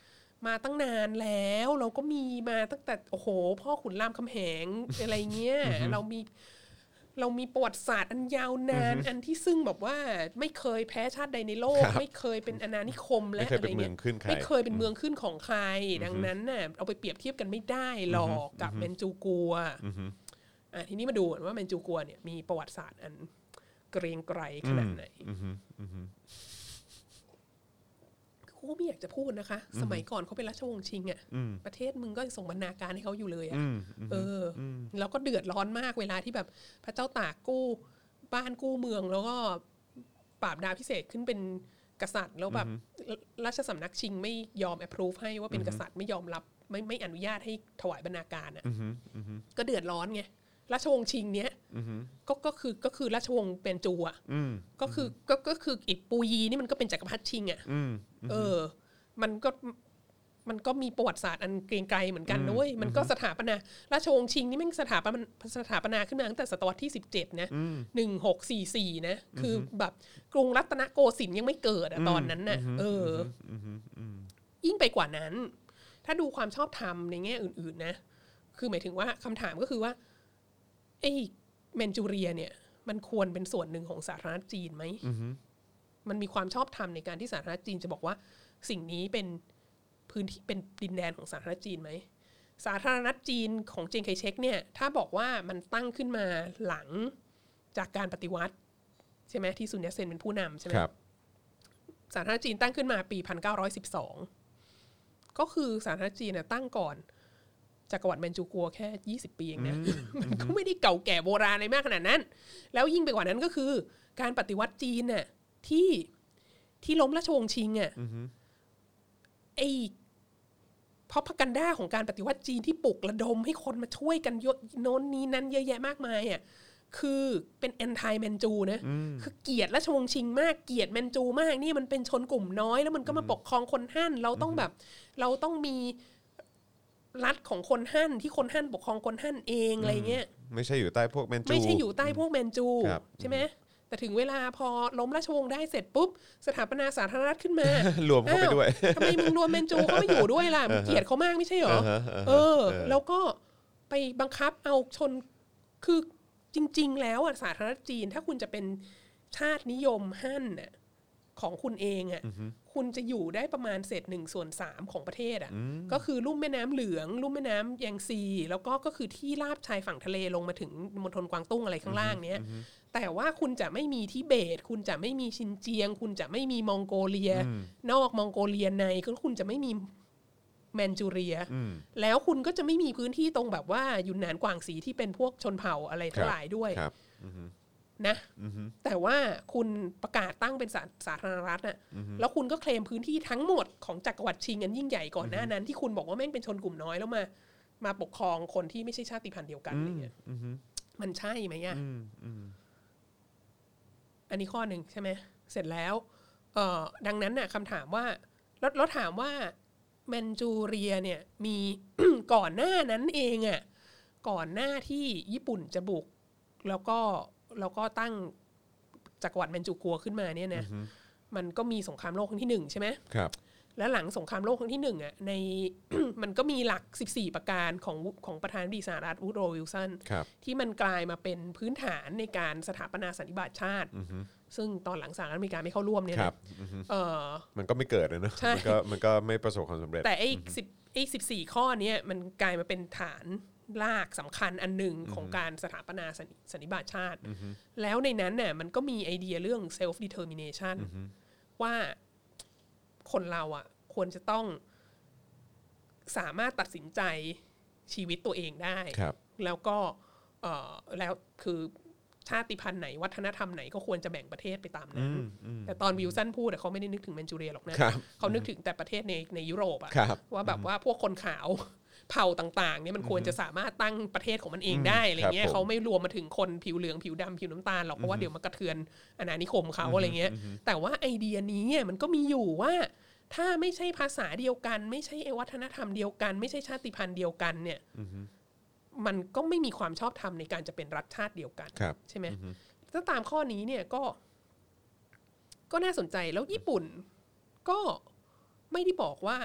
C: มาตั้งนานแล้ว เราก็มีมาตั้งแต่โอ้โห พ่อขุนรามคำแหง อะไรเงี้ยเรามีเรามีประวัติศาสตร์อันยาวนานอันที่ซึ่งแบบว่าไม่เคยแพ้ชาติใดในโลก
B: ครับ
C: ไม่เคยเป็นอาณานิคมและ
B: ไม่เคย
C: อะไร
B: เป็นเมือ
C: เงี้
B: ย งขึ้นใคร
C: ไม่เคยเป็นเมืองขึ้นของใคร ดังนั้นน่ะเอาไปเปรียบเทียบกันไม่ได้หรอกกับเมนจูกัว อ่ะทีนี้มาดูก่อนว่าแมนจูกัวเนี่ยมีประวัติศาสตร์อันเกรียงไกรขนาดไหนกูไม่อยากจะพูดนะคะ สมัยก่อนเขาเป็นราชวงศ์ชิงอะ่ะประเทศมึงก็ส่งบรรณาการให้เขาอยู่เลยอะ่ะเอออ แล้วก็เดือดร้อนมากเวลาที่แบบพระเจ้าตากกู้บ้านกู้เมืองแล้วก็ปราบดาพิเศษขึ้นเป็นกษัตริย์แล้วแบบราชสำนักชิงไม่ยอม approve ให้ว่าเป็นกษัตริย์ไม่ยอมรับไม่ไม่อนุญาตให้ถวายบรรณาการอ่ะ ก็เดือดร้อนไงราชวงศ์ชิงเนี้ยก็ก็คือก็คือราชวงศ์เป็นจูอ่ะก็คือก็ก็คืออีกปูยีนี่มันก็เป็นจักรพรรดิชิงอ่ะเออ มันก็มันก็มีประวัติศาสตร์อันเกรียงไกรเหมือนกันนะเว้ยมันก็สถาปนาราชวงศ์ชิงนี่แม่งสถาปนาสถาปนาขึ้นมาตั้งแต่ศตวรรษที่สิบเจ็ดนะหนึ่งหกสี่สี่นะคือแบบกรุงรัตนโกสินทร์ยังไม่เกิดอะตอนนั้นน่ะเอออยิ่งไปกว่านั้น ถ้าดูความชอบธรรมในแง่อื่น ๆ นะ คือหมายถึงว่าคำถามก็คือว่าไอ้แมนจูเรียเนี่ย มันควรเป็นส่วนหนึ่งของสาธารณรัฐจีนไหมมันมีความชอบธรรมในการที่สาธารณรัฐจีนจะบอกว่า สิ่งนี้เป็นพื้นที่เป็นดินแดนของสาธารณรัฐจีนไหมสาธารณรัฐจีนของเจงไคเชกเนี่ย ถ้าบอกว่ามันตั้งขึ้นมาหลังจากการปฏิวัติใช่ไหมที่ซุนยัตเซนเป็นผู้นำใช่ไหม
B: ครับ
C: สาธารณรัฐจีนตั้งขึ้นมาปี 1912 ก็คือสาธารณรัฐจีนน่ะตั้งก่อนจักรวรรดิแมนจูกัวแค่ 20 ปีเองนะ มันก็ไม่ได้เก่าแก่โบราณอะไรมากขนาดนั้น แล้วยิ่งไปกว่านั้นก็คือ การปฏิวัติจีนน่ะที่ที่ล้มราชวงศ์ชิงอ่ะไอเพราะพกันด้าของการปฏิวัติจีนที่ปลุกระดมให้คนมาช่วยกันเยอะโน้นนี้นั้นเยอะแยะมากมายอ่ะ คือเป็นแอนตี้แมนจูนะ คือเกลียดราชวงศ์ชิงมากเกลียดแมนจูมากนี่มันเป็นชนกลุ่มน้อย แล้วมันก็มาปกครองคนฮั่นเราต้องแบบ เราต้องมีรัฐของคนฮั่นที่คนฮั่นปกครองคนฮั่นเองอะไรเงี้ย
B: ไม่ใช่อยู่ใต้พวกแมนจู
C: ไม่ใช่อยู่ใต้พวกแมนจู
B: ครับ
C: ใช่ไหมแต่ถึงเวลาพอล้มราชวงศ์ได้เสร็จปุ๊บ สถาปนาสาธารณรัฐขึ้นมาร
B: วมเข้าไปด้วย
C: อ้าวทำไมมึงรวมแมนจูเข้ามาอยู่ด้วยล่ะมึงเกลียดเขามากไม่ใช่เหรอ
B: อ่าฮะอ่าฮะ
C: เออ
B: เออ
C: แล้วก็ไปบังคับเอาชนคือจริง ๆ แล้วอ่ะสาธารณรัฐจีน ถ้าคุณจะเป็นชาตินิยมฮั่นน่ะของคุณเองอ่ะคุณจะอยู่ได้ประมาณเศษหนึ่งส่วนสามของประเทศอ่ะ ก็คือลุ่มแม่น้ำเหลือง ลุ่มแม่น้ำแยงซี แล้วก็ก็คือที่ราบชายฝั่งทะเลลงมาถึงมณฑลกวางตุ้งอะไรข้างล่างเนี้ยแต่ว่าคุณจะไม่มีทิเบต คุณจะไม่มีชินเจียง คุณจะไม่มีมองโกเลีย นอกมองโกเลียในก็คุณจะไม่มีแมนจูเรีย แล้วคุณก็จะไม่มีพื้นที่ตรงแบบว่ายุนนานกวางสีที่เป็นพวกชนเผ่าอะไรทั้งหลายด้วย
B: ครับ
C: นะแต่ว่าคุณประกาศตั้งเป็นสาสาธารณรัฐน่ะแล้วคุณก็เคลมพื้นที่ทั้งหมดของจักรวรรดิชิงอันยิ่งใหญ่ก่อนหน้านั้นที่คุณบอกว่าแม่งเป็นชนกลุ่มน้อยแล้วมา มาปกครองคนที่ไม่ใช่ชาติพันธุ์เดียวกันอะไรเงี้ย มันใช่ไหมอ่ะอันนี้ข้อหนึ่งใช่ไหม เสร็จแล้ว เอ่อ ดังนั้นน่ะคำถามว่า แล้วแล้วถามว่าแมนจูเรียเนี่ย มี ก่อนหน้านั้นเองอ่ะ ก่อนหน้าที่ญี่ปุ่นจะบุก แล้วก็แล้วก็ตั้งจักรวรรดิแมนจูกัวขึ้นมาเนี่ยนะ มันก็มีสงครามโลกครั้งที่หนึ่งใช่ไหม
B: ครับ
C: และหลังสงครามโลกครั้งที่หนึ่งอ่ะ ใน มันก็มีหลัก 14 ประการของของประธานาธิบดีสหรัฐวูดโรวิลสัน
B: ครับ
C: ที่มันกลายมาเป็นพื้นฐานในการสถาปนาสันนิบาตชาติ ซึ่งตอนหลังสหรัฐอเมริกาไม่เข้าร่วมเนี่ย
B: ค
C: นะ
B: รับ
C: เอ่อ
B: มันก็ไม่เกิดนะเนอะ
C: ใช่
B: มันก็มันก็ไม่ประสบความสำเร็จ
C: แต่ไอ้สิบไอ้สิบสี่ข้อเนี้ยมันกลายมาเป็นฐานลากสำคัญอันหนึ่งของการสถาปนาสันนิสันนิบาตชาติ แล้วในนั้นน่ะมันก็มีไอเดียเรื่อง self determination ว่าคนเราอ่ะควรจะต้องสามารถตัดสินใจชีวิตตัวเองได้
B: ครับ
C: แล้วก็เอ่อแล้วคือชาติพันธุ์ไหนวัฒนธรรมไหนก็ควรจะแบ่งประเทศไปตามนั้น แต่ตอนวิลสันพูดอะเขาไม่ได้นึกถึงแมนจูเรียหรอกนะครับ เขานึกถึงแต่ประเทศในในยุโรปอะ
B: ครับ
C: ว่าแบบว่าพวกคนขาว เผ่าต่างๆเนี่ยมันควรจะสามารถตั้งประเทศของมันเองได้อะไรเงี้ยเขาไม่รวมมาถึงคนผิวเหลืองผิวดำผิวน้ำตาลหรอกเพราะว่าเดี๋ยวมันกระเทือนอาณานิคมเขาอะไรเงี้ย แต่ว่าไอเดียนี้เนี่ยมันก็มีอยู่ว่า ถ้าไม่ใช่ภาษาเดียวกัน ไม่ใช่ไอ้วัฒนธรรมเดียวกัน ไม่ใช่ชาติพันธุ์เดียวกันเนี่ย มันก็ไม่มีความชอบธรรมในการจะเป็นรัฐชาติเดียวกัน
B: ครับ
C: ใช่ไหมถ้าตามข้อนี้เนี่ยก็ ก็น่าสนใจแล้วญี่ปุ่น ก็ไม่ได้บอกว่า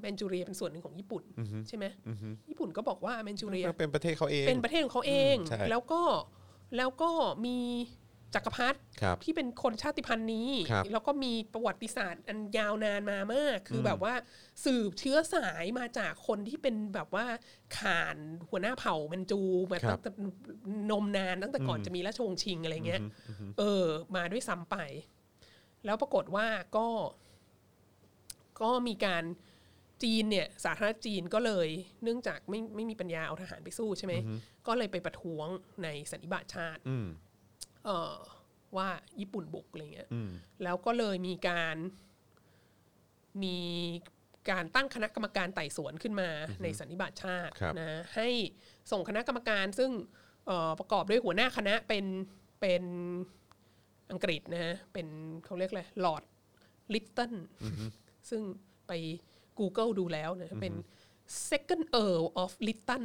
C: แมนจูเรียเป็นส่วนหนึ่งของญี่ปุ่นใช่ไหมญี่ปุ่นก็บอกว่าแมนจูเรีย
B: มันเป็นประเทศเขาเอง
C: เป็นประเทศของเขาเอง
B: ใช่
C: แล้วก็แล้วก็มีจักรพรรดิ
B: ครับ
C: ที่เป็นคนชาติพันธุ์นี้
B: ครับ
C: แล้วก็มีประวัติศาสตร์อันยาวนานมามาก คือแบบว่าสืบเชื้อสายมาจากคนที่เป็นแบบว่าข่านหัวหน้าเผ่าแมันจูมา
B: ครั
C: ตั้
B: บ
C: งแต่นมนานตั้งแต่ก่อนจะมีราชวงศ์ชิงอะไรเงี้ย เออ มาด้วยซ้ำไป แล้วปรากฏว่าก็ ก็มีการจีนเนี่ย สาธารณรัฐจีนก็เลย เนื่องจากไม่ไม่มีปัญญาเอาทหารไปสู้ใช่ไหม ก็เลยไปประท้วงในสันนิบาตชาติ
B: อืม
C: เออว่าญี่ปุ่นบุกอะไรเงี้ย
B: อืม
C: แล้วก็เลยมีการมีการตั้งคณะกรรมการไต่สวนขึ้นมาในสันนิบาตชาติ
B: ครับ
C: นะให้ส่งคณะกรรมการซึ่งเอ่อประกอบด้วยหัวหน้าคณะเป็นเป็นอังกฤษนะฮะเป็นเขาเรียกอะไรลอร์ดลิตเติ้ลซึ่งไป Google ดูแล้วนะเป็น second earl of Lytton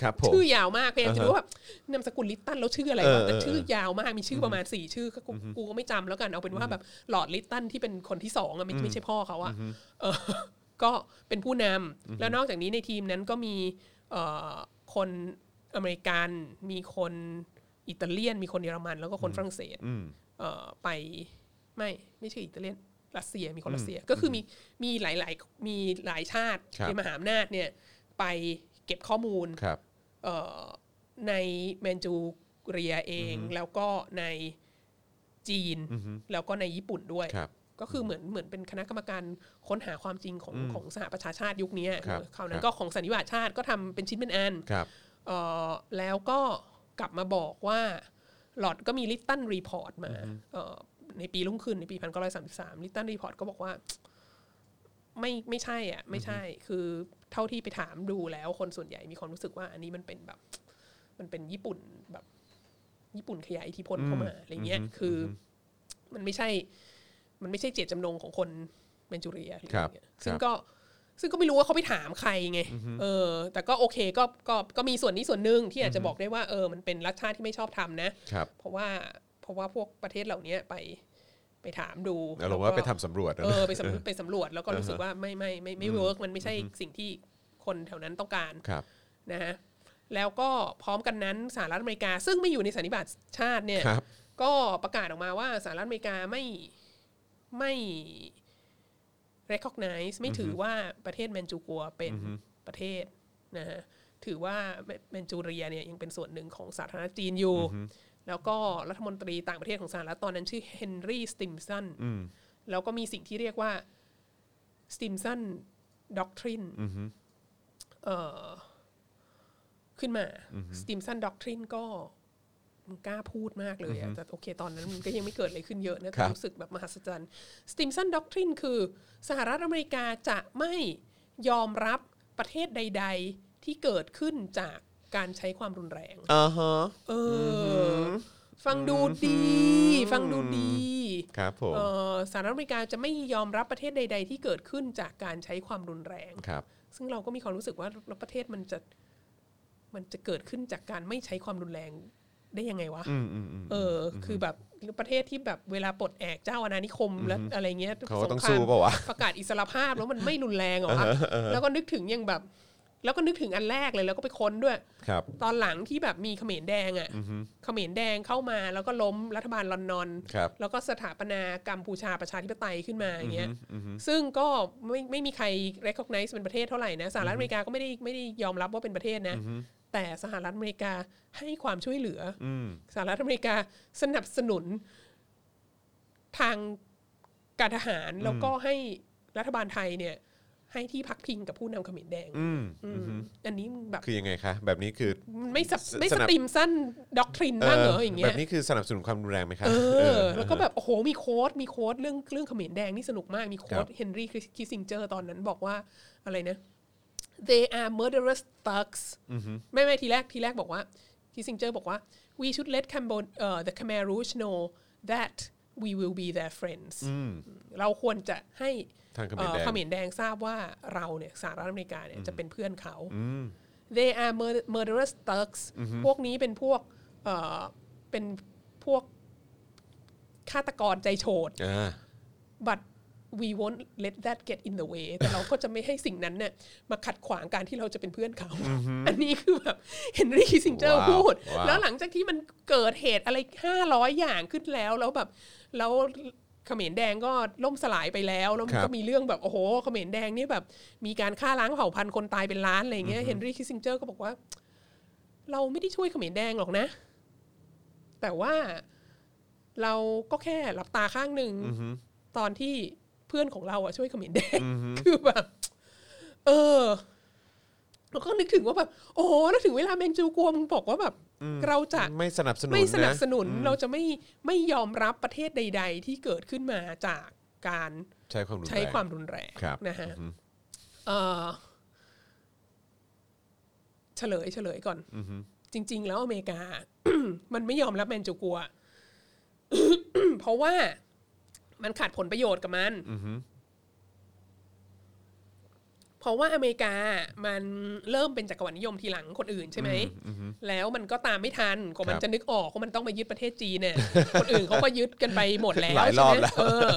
B: ครับผม
C: ชื่อยาวมากพยายามจะรู้ว่าแบบนามสกุลลิตตันแล้วชื่ออะไร
B: เออ
C: วะแต่
B: เออ
C: ชื่อยาวมากมีชื่อประมาณสี่ชื่อก็กูกูก็ไม่จำแล้วกันเอาเป็นว่าแบบหลอร์ดลิตตันที่เป็นคนที่สองอะไม่ไม่ใช่พ่อเขาอะเออ ก็เป็นผู้นำแล้วนอกจากนี้ในทีมนั้นก็มีเอ่อคนอเมริกันมีคนอิตาเลียน มีคนเยอรมันแล้วก็คนฝรั่งเศส
B: อืม
C: เอ่อไปไม่ไม่ใช่อิตาเลียนรัสเซียมีคนรัสเซียก็คือมีมีหลายๆมีหลายชาติในมหาอำนาจเนี่ยไปเก็บข้อมูล
B: ครับ
C: เอ่อในแมนจูเรียเอง แล้วก็ในจีน แล้วก็ในญี่ปุ่นด้วย
B: ครับ
C: ก็คือเหมือนเหมือนเป็นคณะกรรมการค้นหาความจริงของของสหประชาชาติยุคเนี้ย
B: ครับ
C: คราว
B: ค
C: นั้
B: รั
C: น
B: บ
C: ก็ของสันนิบาตชาติก็ทำเป็นชิ้นเป็นอัน
B: ครับ
C: เอ่อแล้วก็กลับมาบอกว่าหลอดก็มีลิตตันรีพอร์ตมาเอ่อในปีรุ่งขึ้นในปี 1933 ลิตตันรีพอร์ตก็บอกว่า ไม่ไม่ใช่อ่ะ ไม่ใช่ คือเท่าที่ไปถามดูแล้วคนส่วนใหญ่มีความรู้สึกว่า อันนี้มันเป็นแบบ มันเป็นญี่ปุ่นแบบ ญี่ปุ่นขยายอิทธิพลเข้ามาอะไรเงี้ยคืออมันไม่ใช่ มันไม่ใช่เจตจำนงของคนแมนจูเรียหรือ
B: ครั
C: อะไร
B: บ
C: เงี้ยซึ่ง
B: ครับ
C: ก็ซึ่งก็ไม่รู้ว่าเขาไปถามใครไงเออ แต่ก็โอเคก็ก็ก็มีส่วนนี้ส่วนหนึ่งที่อาจจะบอกได้ว่าเออมันเป็นรัฐชาติที่ไม่ชอบทำนะ
B: ครับ
C: เพราะว่าเพราะว่าพวกประเทศเหล่านี้ไปไปถามดู
B: เอาลง
C: แล้
B: ว่า
C: ก็
B: ไปทำสำรวจนะ
C: เออไปสำรวจไป สำรวจแล้วก็รู้สึกว่าไม่ไม่ไม่ไม่เวิร์กมันไม่ใช่สิ่งที่คนแถวนั้นต้องการ
B: ครับ
C: นะฮะแล้วก็พร้อมกันนั้นสหรัฐอเมริกา ซึ่งไม่อยู่ในสันนิบาตชาติเนี่ย
B: ครับ
C: ก็ประกาศออกมาว่าสหรัฐอเมริกาไม่ไม่ recognize ไม่ถือว่าประเทศแมนจูกัวเป็นประเทศนะฮะถือว่าแมนจูเรียเนี่ยยังเป็นส่วนหนึ่งของสาธารณรัฐจีนอยู่ แล้วก็รัฐมนตรีต่างประเทศของสหรัฐตอนนั้นชื่อเฮนรี่สติมสันแล้วก็มีสิ่งที่เรียกว่าสติมสันด็อกทรินเอ่อขึ้นมาสติมสันด็อกทรินก็ มันกล้าพูดมากเลยอะแต่โอเคตอนนั้นมันก็ยังไม่เกิดอะไรขึ้นเยอะนะ
B: ครั
C: แต่
B: บ
C: รู้สึกแบบมหัศจรรย์สติมสันด็อกทรินคือ สหรัฐอเมริกาจะไม่ยอมรับประเทศใด ๆ ที่เกิดขึ้นจาก การใช้ความรุนแรง
B: อ่าฮะ
C: เอออฟังดูดี ฟังดูดี
B: ครับผม
C: เอ่อสหรัฐอเมริกาจะไม่ยอมรับประเทศใด ๆ ที่เกิดขึ้นจากการใช้ความรุนแรง
B: ครับ
C: ซึ่งเราก็มีความรู้สึกว่าประเทศมันจะมันจะเกิดขึ้นจากการไม่ใช้ความรุนแรงได้ยังไงวะ
B: อืมอืมอืม
C: เอออคือแบบประเทศที่แบบเวลาปลดแอกเจ้าอาณานิคมแล้วอะไรเงี้ย
B: เขาก็ต้อง
C: ครม
B: สู้เปล่าวะ
C: ประกาศอิสรภาพแล้วมันไม่รุนแรงเหรอวะแล้วก็นึกถึงยังแบบ แล้วก็นึกถึงอันแรกเลยแล้วก็ไปค้นด้วย
B: ครับ
C: ตอนหลังที่แบบมีเขมรแดงอะ่ะเขมรแดงเข้ามาแล้วก็ล้มรัฐบาลลอนนอน
B: ครับ
C: แล้วก็สถาปนากัมพูชาประชาธิปไตยขึ้นมาอย่างเงี้ยซึ่งก็ไม่ไม่มีใคร recognize เป็นประเทศเท่าไหร่นะสหรัฐอเมริกาก็ไม่ได้ไม่ได้ยอมรับว่าเป็นประเทศนะ แต่สหรัฐอเมริกาให้ความช่วยเหลืออสหรัฐอเมริกาสนับสนุน ทางการทหารแล้วก็ให้รัฐบาลไทยเนี่ย ให้ที่พักพิงกับผู้นำเขมรแดง
B: อืม
C: อืมอันนี้แบบ
B: คือยังไงคะ แบบนี้คือ
C: ไม่สับ
B: ส
C: ไม่
B: ส
C: ส
B: นับ
C: ตรีมสั้นด็อกทรินบ้างเหรออย่างเงี้
B: แบ
C: ย
B: บนี้คือสนับสนุนความรุนแรงไหมคะ
C: เออ แล้วก็แบบ โอ้โห มีโค้ดมีโค้ดเรื่องเรื่องเขมรแดงนี่สนุกมาก มีโค้
B: ครั
C: ด
B: บ
C: เฮนรี่คิสซิงเจอร์ตอนนั้นบอกว่าอะไรนะ they are murderous thugs ไม่ไม่ทีแรกทีแรกบอกว่าคิสซิงเจอร์บอกว่า we should let Cambo uh, the Khmer Rouge know that we will be their friends เราควรจะให้
B: ทางเขม
C: เอ่
B: ร
C: อ
B: แดง
C: เขมรแดงทราบว่าเราเนี่ยสหรัฐอเมริกาเนี่ยจะเป็นเพื่อนเขา they are mur- murderous thugs พวกนี้เป็นพวกเอ่อเป็นพวกฆาตกรใจโฉด
B: อ่า
C: but we won't let that get in the way แต่เราก็จะไม่ให้สิ่งนั้นเนี่ยมาขัดขวางการที่เราจะเป็นเพื่อนเขา อันนี้คือแบบเฮนรี่คิสซิงเจอร์
B: ว้าว
C: พูด
B: ว้าว
C: แล้วหลังจากที่มันเกิดเหตุอะไร 500 อย่างขึ้นแล้ว แล้วแบบ แล้วเขมรแดงก็ล่มสลายไปแล้ว แล้วมัน
B: ครั
C: ก็
B: บ
C: มีเรื่องแบบโอ้โหเขมรแดงเนี่ยแบบ มีการฆ่าล้างเผ่าพันธุ์คนตายเป็นล้านอะไรอย่างเงี้ยเฮนรี่คิสซิงเจอร์ก็บอกว่า เราไม่ได้ช่วยเขมรแดงหรอกนะ แต่ว่าเราก็แค่หลับตาข้างหนึ่ง ตอนที่เพื่อนของเราอะช่วยเขมรแดง คือแบบ เออแล้วก็นึกถึงว่าแบบ โอ้โหแล้วถึงเวลาแมนจูกัวมึงบอกว่าแบบ เราจะ
B: ไม่สนับสนุน
C: ไม่สนับส
B: น
C: นุน เราจะไม่ไม่ยอมรับประเทศใด ๆ ที่เกิดขึ้นมาจากการ
B: ะใช้ความรุนแรง
C: ใช้ความรุนแรง
B: ครับ
C: นะฮะเออเฉลยเฉลยก่อนจริง ๆ แล้วอเมริกา มันไม่ยอมรับแมนจูกัว เพราะว่ามันขาดผลประโยชน์กับมัน เพราะว่าอเมริกามันเริ่มเป็นจักรวรรดินิยมทีหลังคนอื่นใช่ไหม แล้วมันก็ตามไม่ทันกว่ามัน
B: ครับ
C: จะนึกออกว่ามันต้องมายึดประเทศจีนเนี่ย คนอื่นเขาก็ยึดกันไปหมดแล้ว
B: หลายรอบแล้ว
C: ใช่ไหมเออ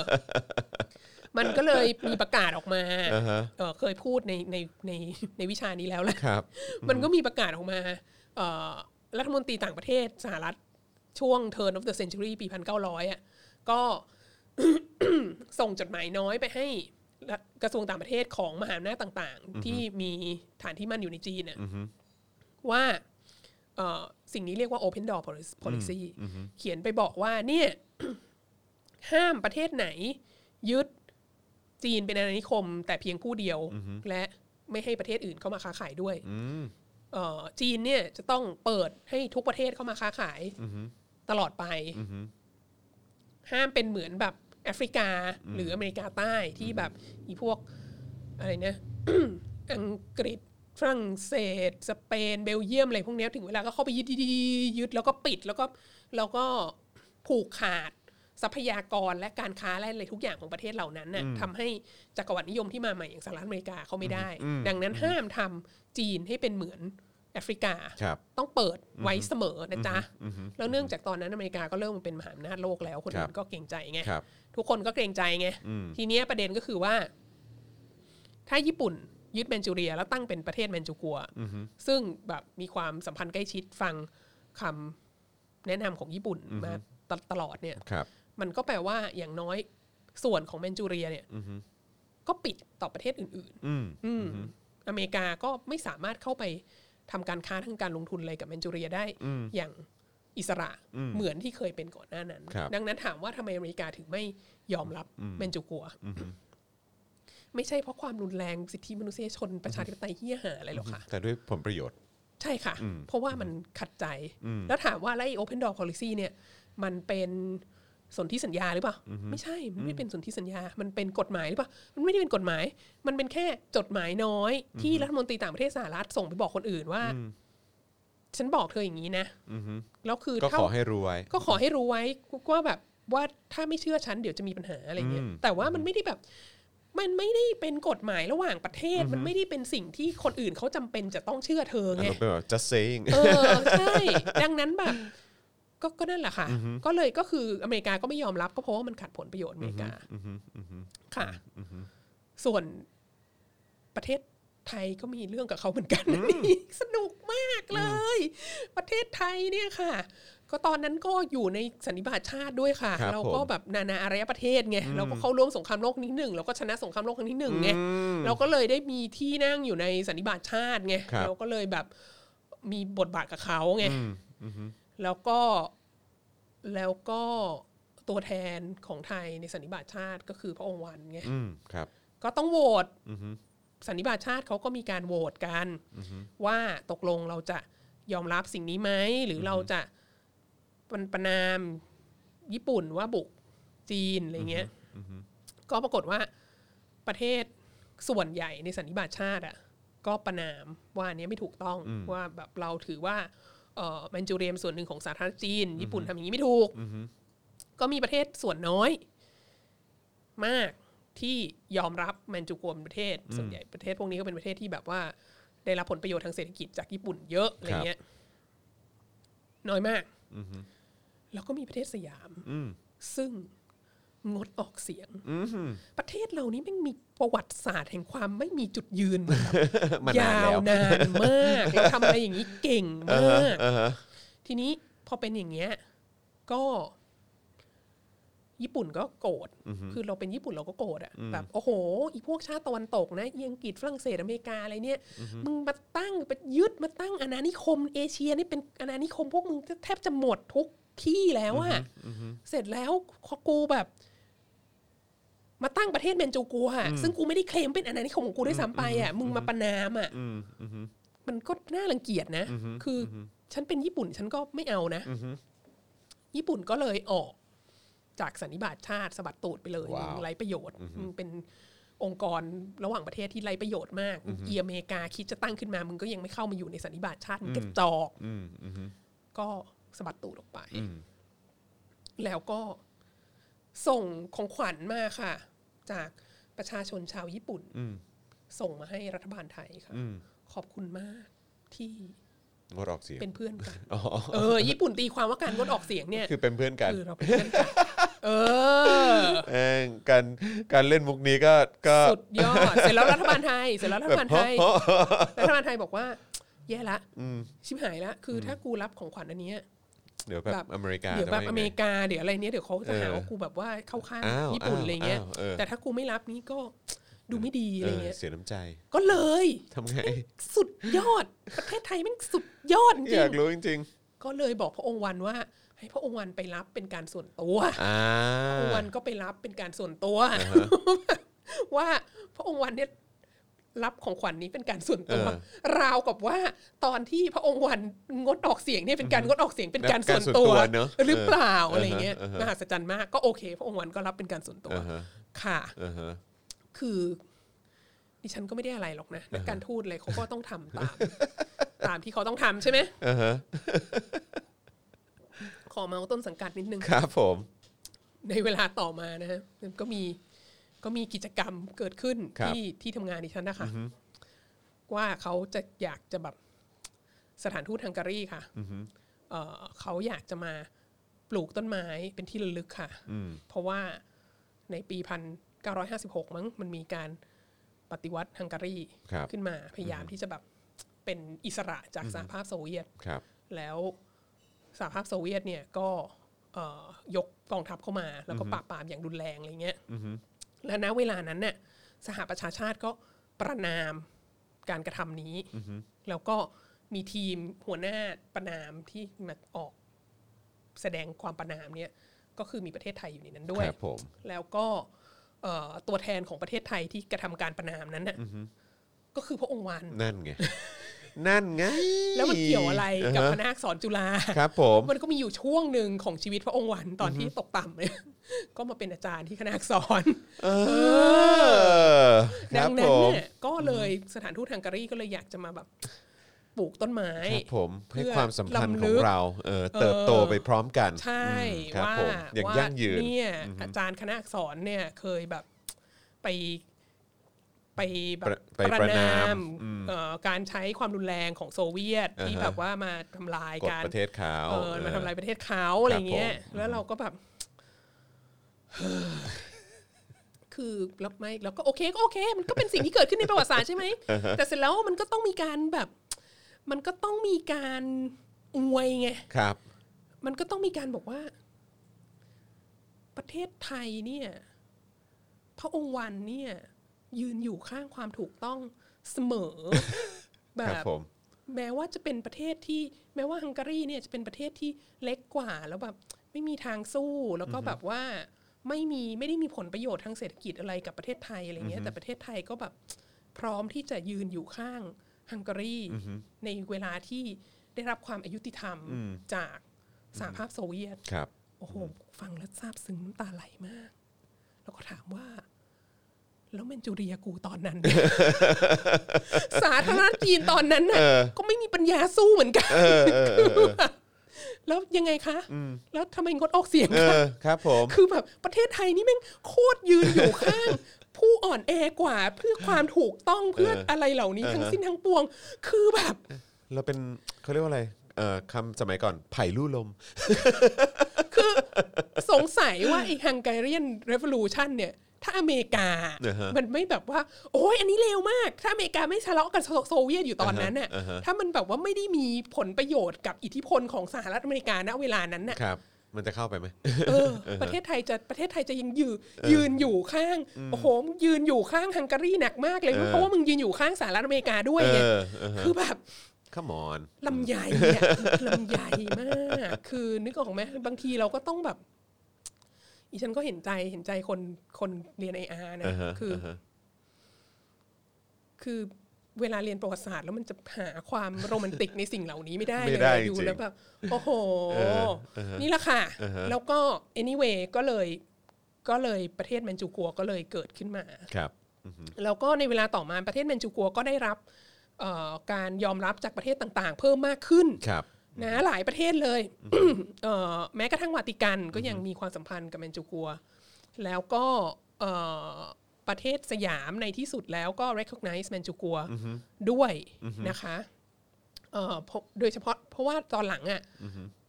C: มันก็เลยมีประกาศออกมาเออเคยพูดในในในในวิชานี้แล้วแหละ
B: ครับ
C: มันก็มีประกาศออกมาเอ่อรัฐมนตรีต่างประเทศสหรัฐช่วง turn of the century ปี 1900 อ่ะ ก็ ส่งจดหมายน้อยไปให้รัฐกระทรวงต่างประเทศของมหาอำนาจต่าง ๆ ที่มีฐานที่มั่นอยู่ในจีนน่ะว่าเอ่อสิ่งนี้เรียกว่า open door policy- policy เขียนไปบอกว่าเนี่ย ห้ามประเทศไหน ยึดจีนเป็นอาณานิคม แต่เพียงผู้เดียว และไม่ให้ประเทศอื่นเข้ามาค้าขายด้วย เอ่อจีนเนี่ยจะต้องเปิดให้ทุกประเทศเข้ามาค้าขายตลอดไป ห้ามเป็นเหมือนแบบแอฟริกาหรืออเมริกาใต้ที่แบบอีพวกอะไรนะ อังกฤษฝรั่งเศส สเปน เบลเยียม อะไรพวกเนี้ยถึงเวลาก็เข้าไปยึดยึดยึดแล้วก็ปิดแล้วก็แล้วก็ผูกขาดทรัพยากรและการค้าและอะไรทุกอย่างของประเทศเหล่านั้นน่ะทำให้จักรวรรดินิยมที่มาใหม่อย่างสหรัฐอเมริกาเขาไม่ได้ ดังนั้นห้ามทำจีนให้เป็นเหมือนแอฟริกา
B: ครับ
C: ต้องเปิดไว้เสมอนะจ๊ะ แล้วเนื่องจากตอนนั้นอเมริกาก็เริ่มเป็นมหาอำนาจโลกแล้ว คน
B: ครั
C: อื่
B: บ
C: นก็เกรงใจไง
B: ครับ
C: ทุกคนก็เกรงใจไง ทีเนี้ยประเด็นก็คือว่า ถ้าญี่ปุ่นยึดแมนจูเรีย แล้วตั้งเป็นประเทศแมนจูกัวซึ่งแบบมีความสัมพันธ์ใกล้ชิดฟังคำแนะนำของญี่ปุ่นมาตตลอดเนี่ย
B: ครับ
C: มันก็แปลว่าอย่างน้อยส่วนของแมนจูเรียเนี่ยก็ปิดต่อประเทศอื่น ๆ
B: อืม
C: อืมอเมริกาก็ไม่สามารถเข้าไปทำการค้าทางการลงทุนอะไรกับแมนจูเรียได้อย่างอิสระเหมือนที่เคยเป็นก่อนหน้านั้น
B: ครับ
C: ดังนั้นถามว่าทำไมอเมริกาถึงไม่ยอมรับแมนจูกัว ไม่ใช่เพราะความรุนแรงสิทธิมนุษยชนประชาธิปไตยเหี้ยหาอะไรหรอกค่ะ
B: แต่ด้วยผลประโยชน์
C: ใช่ค่ะ เพราะว่ามันขัดใจ แล้วถามว่าแล้วไอ้ open door policy เนี่ย มันเป็นสนธิสัญญาหรือเปล่า ไม่ใช่ มันไม่เป็นสนธิสัญญา มันเป็นกฎหมายหรือเปล่า มันไม่ได้เป็นกฎหมาย มันเป็นแค่จดหมายน้อย ที่รัฐมนตรีต่างประเทศสหรัฐส่งไปบอกคนอื่นว่า ฉันบอกเธออย่างนี้นะแล้วคือ
B: ก็
C: เท่า
B: ขอให้รวย
C: ก็ขอให้รู้ไว้ว่าแบบว่าถ้าไม่เชื่อฉันเดี๋ยวจะมีปัญหาอะไรเงี้ย
B: อืม
C: แต่ว่ามันไม่ได้แบบ มันไม่ได้เป็นกฎหมายระหว่างประเทศ มันไม่ได้เป็นสิ่งที่คนอื่นเขาจำเป็นจะต้องเชื่อเธอ
B: อา
C: ไง
B: รมณ์เป็นแบบ just saying
C: เอ อใช่ ดังนั้นแบบก็ก็นั่นแหละค่ะ ก็เลยก็คืออเมริกาก็ไม่ยอมรับก็เพราะว่ามันขัดผลประโยชน์อเมริกาค่ะส่วนประเทศไทยก็มีเรื่องกับเขาเหมือนกันนี่ สนุกมากเลย ประเทศไทยเนี่ยค่ะ ก็ตอนนั้นก็อยู่ในสันนิบาตชาติด้วยค่ะ
B: ครับ
C: เราก็
B: ผม
C: แบบนานาอารยประเทศไงเราก็เข้าร่วมสงครามโลกที่หนึ่งเราก็ชนะสงครามโลกครั้งที่หนึ่งไง
B: อืม
C: เราก็เลยได้มีที่นั่งอยู่ในสันนิบาตชาติไง
B: ครับ
C: เราก็เลยแบบมีบทบาทกับเขาไง
B: อืมอืม
C: แล้วก็แล้วก็ตัวแทนของไทยในสันนิบาตชาติก็คือพระองค์วันไง
B: อืมครับ
C: ก็ต้องโหวต
B: อืม
C: สันนิบาตชาติเขาก็มีการโหวตกัน ว่าตกลงเราจะยอมรับสิ่งนี้ไหมหรือเราจะประประนามญี่ปุ่นว่าบุกจีนอะไรเงี้ยก็ปรากฏว่าประเทศส่วนใหญ่ในสันนิบาตชาติอ่ะก็ประนามว่าอันเนี้ยไม่ถูกต้องว่าแบบเราถือว่าเออแมนจูเรียมส่วนหนึ่งของสาธารณรัฐจีน ญี่ปุ่นทำอย่างนี้ไม่ถูก ก็มีประเทศส่วนน้อย มากที่ยอมรับแมนจูกัวเป็นประเทศ ส่วนใหญ่ประเทศพวกนี้ก็เป็นประเทศที่แบบว่า ได้รับผลประโยชน์ทางเศรษฐกิจจากญี่ปุ่นเยอะอะไรเงี้ยน้อยมาก แล้วก็มีประเทศสยาม
B: อืม
C: ซึ่งงดออกเสียง
B: อืม
C: ประเทศเรานี้แม่งมีประวัติศาสตร์แห่งความไม่มีจุดยื นแบบ
B: มานาย
C: าน ว
B: แล้ว
C: นานมากเราทำอะไรอย่างนี้เก่งมากทีนี้พอเป็นอย่างเงี้ย ก็ ญี่ปุ่นก็โกรธคือเราเป็นญี่ปุ่นเราก็โกรธอะแบบโอ้โห อีพวกชาติตะวันตกนะเอียงกฤษฝรั่งเศสอเมริกาอะไรเนี่ย มึงมาตั้งไปยึดมาตั้งอาณานิคม เอเชียนี่เป็นอาณานิคมพวกมึงแทบจะหมดทุกที่แล้วอะเสร็จแล้วกูแบบ มาตั้งประเทศเมนจูกัวอะซึ่งกูไม่ได้เคลมเป็นอาณานิคมของกูด้วยซ้ำไปอะมึงมาประนามอะ
B: อืมอืม
C: มันก็น่ารังเกียจนะ คืออฉันเป็นญี่ปุ่นฉันก็ไม่เอานะ ญี่ปุ่นก็เลยออกจากสันนิบาตชาติสะบัดตูดไปเลย
B: ว้าว
C: มึงไรประโยชน์มึงเป็นองค์กรระหว่างประเทศที่ไรประโยชน์มากมึงเอียอเมริกาคิดจะตั้งขึ้นมา มึงก็ยังไม่เข้ามาอยู่ในสันนิบาตชาติมึงกระจอก
B: อืมอืม
C: ก็สะบัดตูดออกไป
B: อืม
C: แล้วก็ส่งของขวัญมาค่ะ จากประชาชนชาวญี่ปุ่น
B: อืม
C: ส่งมาให้รัฐบาลไทยค่ะ
B: อืม
C: ขอบคุณมากที่
B: งดออกเสียง
C: เป็นเพื่อนกัน
B: อ๋อ
C: เออ ญี่ปุ่นตีความว่าการงดออกเสียงเนี่ย
B: คือเป็นเพื่อนกัน
C: คือเราเป็นเพื่อนกันเออ
B: เองการการเล่นมุกนี้ก็ก็
C: สุดยอด เสร็จแล้วรัฐบาลไทย เสร็จแล้วรัฐบาลไทย รัฐบาลไทยบอกว่า แย่ละ ชิบหายละ คือถ้ากูรับของขวัญอันเนี้ย
B: เดี๋ยวแบบ
C: แบบ
B: อเมริกา
C: เดี๋ยวแบบ
B: จะ
C: อ
B: ว่ายังไง
C: เมริกา เดี๋ยวอะไรเนี้ย เดี๋ยวเขาจะหา
B: เออ
C: ว่ากูแบบว่าเข้าข้าง
B: อ้าว
C: ญี่ปุ่น
B: อ้าว
C: อะไรเงี้ย
B: อ้าวเออ
C: แต่ถ้ากูไม่รับนี้ก็ดูไม่ดีอะไรเงี้ย
B: เเสียน้ำใจ
C: ก็เลย
B: ทำไง
C: สุดยอด ประเทศไทยแมันสุดยอดจริ
B: อยาก
C: ง
B: รู้จริง
C: ๆก็เลยบอกพระองค์วันว่า ให้พระองค์วันไปรับเป็นการส่วนตัว
B: ๆอ่า
C: พระองค์วันก็ไปรับเป็นการส่วนตัว
B: อ่าฮะ
C: ว่าพระองค์วันเนี่ยรับของขวัญนี้เป็นการส่วนตัว
B: เออ
C: ราวกับว่าตอนที่พระองค์วันงดออกเสียงเนี่ยเป็นการงดออกเสียงเป็นการส่วนตัว
B: การส่วนตัวเนอะ
C: หรือเปล่า
B: เออ
C: อะไรเงี้ย
B: เออเออ
C: มหัศจรรย์มากก็โอเค พระองค์วันก็รับเป็นการส่วนตัว
B: อ่าฮะ
C: ค่ะ
B: อ่าฮะ
C: คือ ดิฉันก็ไม่ได้อะไรหรอกนะนักการทูตเลยเขาก็ต้องทำตาม ตามที่เขาต้องทำใช่ไหม
B: อ่าฮะ
C: ขอเมาส์ต้นสังกัดนิดนึง
B: ครับผม
C: ในเวลาต่อมานะฮะก็มีก็มีกิจกรรมเกิดขึ้น
B: ครับ
C: ที่ที่ทำงานดิฉันนะคะว่าเขาจะอยากจะแบบสถานทูตฮังการีค่ะเอ่อเขาอยากจะมาปลูกต้นไม้เป็นที่ระลึกค่ะ เพราะว่าในปี 1956 มั้งมันมีการปฏิวัติฮังการี
B: ครับ
C: ขึ้นมาพยายามที่จะแบบเป็นอิสระจากสหภาพโซเวียต
B: ครับ
C: แล้วสหภาพโซเวียตเนี่ยก็เอ่อยกกองทัพเข้ามา แล้วก็ปราบปรามอย่างรุนแรงอะไรเงี้ยและณเวลานั้นเนี่ยสหประชาชาติก็ประนามการกระทำนี้ แล้วก็มีทีมหัวหน้าประนามที่มาออกแสดงความประนามเนี่ยก็คือมีประเทศไทยอยู่ในนั้นด้วย
B: ครับผม
C: แล้วก็เอ่อตัวแทนของประเทศไทยที่กระทำการประนามนั้นน่ะก็คือพระองค์วัน
B: นั่นไง นั่นไง
C: แล้วมันเกี่ยวอะไรกับคณะอักษรจุฬา
B: ครับผม
C: มันก็มีอยู่ช่วงหนึ่งของชีวิตพระองค์วันตอนที่ตกต่ำเลย ก็มาเป็นอาจารย์ที่คณะอักษร
B: เออ ค
C: ดั
B: รั
C: ง
B: บ
C: นั้
B: ผ
C: น
B: ม
C: เนี่ยก็เลยสถานทูตฮังการีก็เลยอยากจะมาแบบ ปลูกต้นไม้
B: ครับผม
C: เพื่
B: ให้
C: อ
B: ความสัมพันธ์ข
C: ลำลึ
B: อง
C: ก
B: เราเออเติบโต
C: เออ
B: ไปพร้อมกัน
C: ใช่
B: อืมครับ
C: ว่า
B: ผมอย่าง
C: ว่
B: ยั่งยืน
C: เนี่ยอาจารย์คณะอักษรเนี่ยเคยแบบไปไปแบ
B: ป
C: บ
B: ระไปประนามอืม
C: เอ่อการใช้ความรุนแรงของโซเวียตที่
B: อ่าฮะ
C: แบบว่ามาทำลาย
B: กด
C: การ
B: ประเทศเขา
C: เออมาทำลายประเทศเขาอะไรเงี้ย
B: ผม
C: แล้วเราก็แบบ คือแล้วไม่แล้วก็โอเคก็โอเค มันก็เป็นสิ่งที่เกิดขึ้นในประวัติศาสตร์ ใช่ไหมแต่เสร็จแล้วมันก็ต้องมีการแบบ มันก็ต้องมีการอวยไง
B: ครับ
C: มันก็ต้องมีการบอกว่า ประเทศไทยเนี่ย พระองค์วันเนี่ย ยืนอยู่ข้างความถูกต้องเสม อ แบ
B: ครับ
C: บ
B: ผม
C: แม้ว่าจะเป็นประเทศที่แม้ว่าฮังการีเนี่ยจะเป็นประเทศที่เล็กกว่าแล้วแบบไม่มีทางสู้แล้วก็แบบว่าไม่มีไม่ได้มีผลประโยชน์ทางเศรษฐกิจอะไรกับประเทศไทยอะไรเงี้ยแต่ประเทศไทยก็แบบพร้อมที่จะยืนอยู่ข้างฮังการีในเวลาที่ได้รับความอายุติธรรมจากสหภาพโซเวียต
B: ครับ
C: โอ้โห ฟังแล้วซาบซึ้งน้ำตาไหลมาก แล้วก็ถามว่า แล้วเมนจูเรียกูตอน นั้น สาธารณรัฐจีนตอนนั้นน่ะก็ไม่มีปัญญาสู้เหมือนกันคือแบบแล้วยังไงคะ แล้วทำไมงดออกเสียง
B: เอ
C: คะ
B: อครับผม
C: คือแบบประเทศไทยนี่แม่งโคตรยืนอยู่ข้าง ผู้อ่อนแอกว่าเพื่อความถูกต้องเพื่ออะไรเหล่านี้ทั้งสิ้นทั้งปวง คือแบบ
B: เราเป็นเขาเรียกว่าอะไรเอ่อคำสมัยก่อนไผ่ลู่ลม
C: คือ สงสัยว่าไอ้ฮังการี n นเร v o l u t i o n เนี่ย ถ้าอเมริกา
B: อ่าฮะ
C: มันไม่แบบว่า โอ้ยอันนี้เร็วมาก ถ้าอเมริกาไม่ทะเลาะกับโซโซเวียตอยู่ตอนนั้นน่ะ
B: อ่าฮะ
C: ถ้ามันแบบว่าไม่ได้มีผลประโยชน์กับอิทธิพลของสหรัฐอเมริกาณเวลานั้นน่ะ
B: ครับ มันจะเข้าไปไหม
C: เออประเทศไทยจะประเทศไทยจะยังยืนยืนอยู่ข้างโอ้โหมึงยืนอยู่ข้างฮังการีหนักมากเลยเพราะว่ามึงยืนอยู่ข้างสหรัฐอเมริกาด้วย
B: เอ
C: ไง
B: อเออ
C: คือแบบ
B: ขมอน
C: ลำใหญ่เนี่ยลำใหญ่มาก คือนึกออกไหมบางทีเราก็ต้องแบบ อีฉันก็เห็นใจเห็นใจคนคนเรียนไออาร์นะ
B: อ่าฮะ
C: คือ
B: าฮะ
C: คือเวลาเรียนประวัติศาสตร์แล้วมันจะหาความโรแมนติกในสิ่งเหล่านี้ไม่ได้
B: ไม่
C: เลย
B: ได้
C: อะ
B: จริง
C: ดูแล้วแบบโอ้โห
B: เออเออ
C: นี่แหละค่ะ
B: อ่าฮะ
C: แล้วก็ anyway ก็เลย ก็เลยประเทศแมนจูกัวก็เลยเกิดขึ้นมา
B: ครับ
C: แล้วก็ในเวลาต่อมาประเทศแมนจูกัวก็ได้รับเอ่อการยอมรับจากประเทศต่างๆ เพิ่มมากขึ้น
B: ครับ
C: นะหลายประเทศเลย เอ่อแม้กระทั่งวาติกันก็ยังมีความสัมพันธ์กับแมนจูกัว แล้วก็เอ่อประเทศสยามในที่สุดแล้วก็ recognize แมนจูกัวด้วยนะคะเอ่อเพราะโดยเฉพาะเพราะว่าตอนหลังอะ่ะ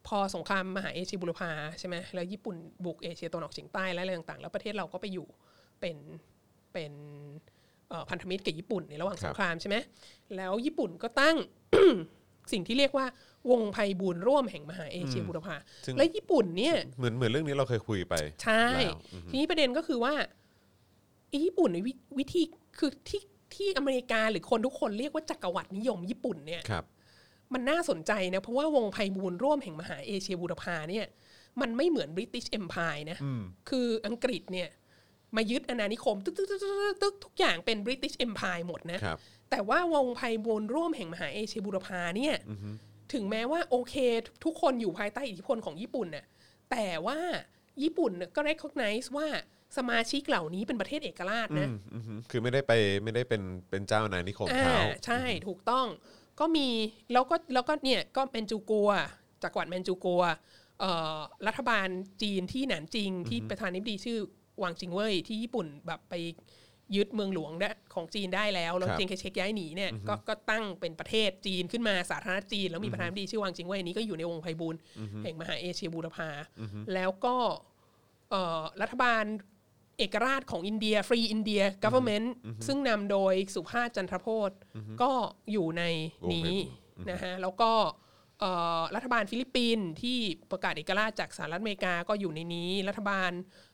C: พอสงครามมหาเอเชียบุรพาใช่ไหมแล้วญี่ปุ่นบุกเอเชียตะวันออกเฉียงใต้และอะไรต่างๆ แล้วประเทศเราก็ไปอยู่เป็นเป็นเอ่อพันธมิตรกับญี่ปุ่นในระหว่าง
B: ค
C: ส
B: รับ
C: งครามใช่ไหมแล้วญี่ปุ่นก็ตั้ง สิ่งที่เรียกว่าวงไพบูลย์ร่วมแห่งมหาเอเชียบุรพา
B: ซึ่ง
C: และญี่ปุ่นเนี่ย
B: เหมือนเหมือนเรื่องนี้เราเคยคุยไป
C: ใช่
B: แล้วอือฮึ
C: ทีนี้ประเด็นก็คือว่าไอ้ญี่ปุ่นเนี่ยวิวิธีคือที่ที่อเมริกาหรือคนทุกคนเรียกว่าจักรวรรดินิยมญี่ปุ่นเนี่ย
B: ครับ
C: มันน่าสนใจนะ เพราะว่าวงไพบูลย์ร่วมแห่งมหาเอเชียบูรพาเนี่ย มันไม่เหมือนบริติชเอ็มพายนะ คืออังกฤษเนี่ย มายึดอาณานิคม ตึกตึกตึกตึกตึกตึกทุกอย่างเป็นบริติชเอ็มพายหมดนะ
B: ครับ
C: แต่ว่าวงไพบูลย์ร่วมแห่งมหาเอเชียบูรพาเนี่ย ถึงแม้ว่าโอเค ทุกคนอยู่ภายใต้อิทธิพลของญี่ปุ่นน่ะแต่ว่าญี่ปุ่นน่ะก็ recognize ว่าสมาชิกเหล่านี้เป็นประเทศเอกราชนะ
B: อืมอืมคือไม่ได้ไปไม่ได้เป็นเป็นเจ้านายนิคมเขา
C: อ่ใช่ถูกต้องก็มีแล้วก็แล้วก็เนี่ยก็แมนจูกัวจักรวรรดิแมนจูกัวเอ่อรัฐบาลจีนที่หนานจิงที่ประธานาธิบดีชื่อหวังจิงเว่ยที่ญี่ปุ่นแบบไปยึดเมืองหลวงได้ของจีนได้แล้วแล้วเจงเคเชกย้ายหนีเนี่ยก็ก็ตั้งเป็นประเทศจีนขึ้นมาสาธารณรัฐจีน แล้วมีประธานาธิบดีชื่อหวังจิงเว่ยอันนี้ก็อยู่ในวงไพบูลย์แห่งมหาเอเชียบูรพาแล้วก็เอ่อรัฐบาล เอกราชของอินเดีย ฟรีอินเดีย government ซึ่งนำโดยสุภาพจันทรโพธก็อยู่ในนี้นะฮะแล้วก็เอ่อรัฐบาลฟิลิปปินส์ที่ประกาศเอกราชจากสหรัฐอเมริกาก็อยู่ในนี้ รัฐบาล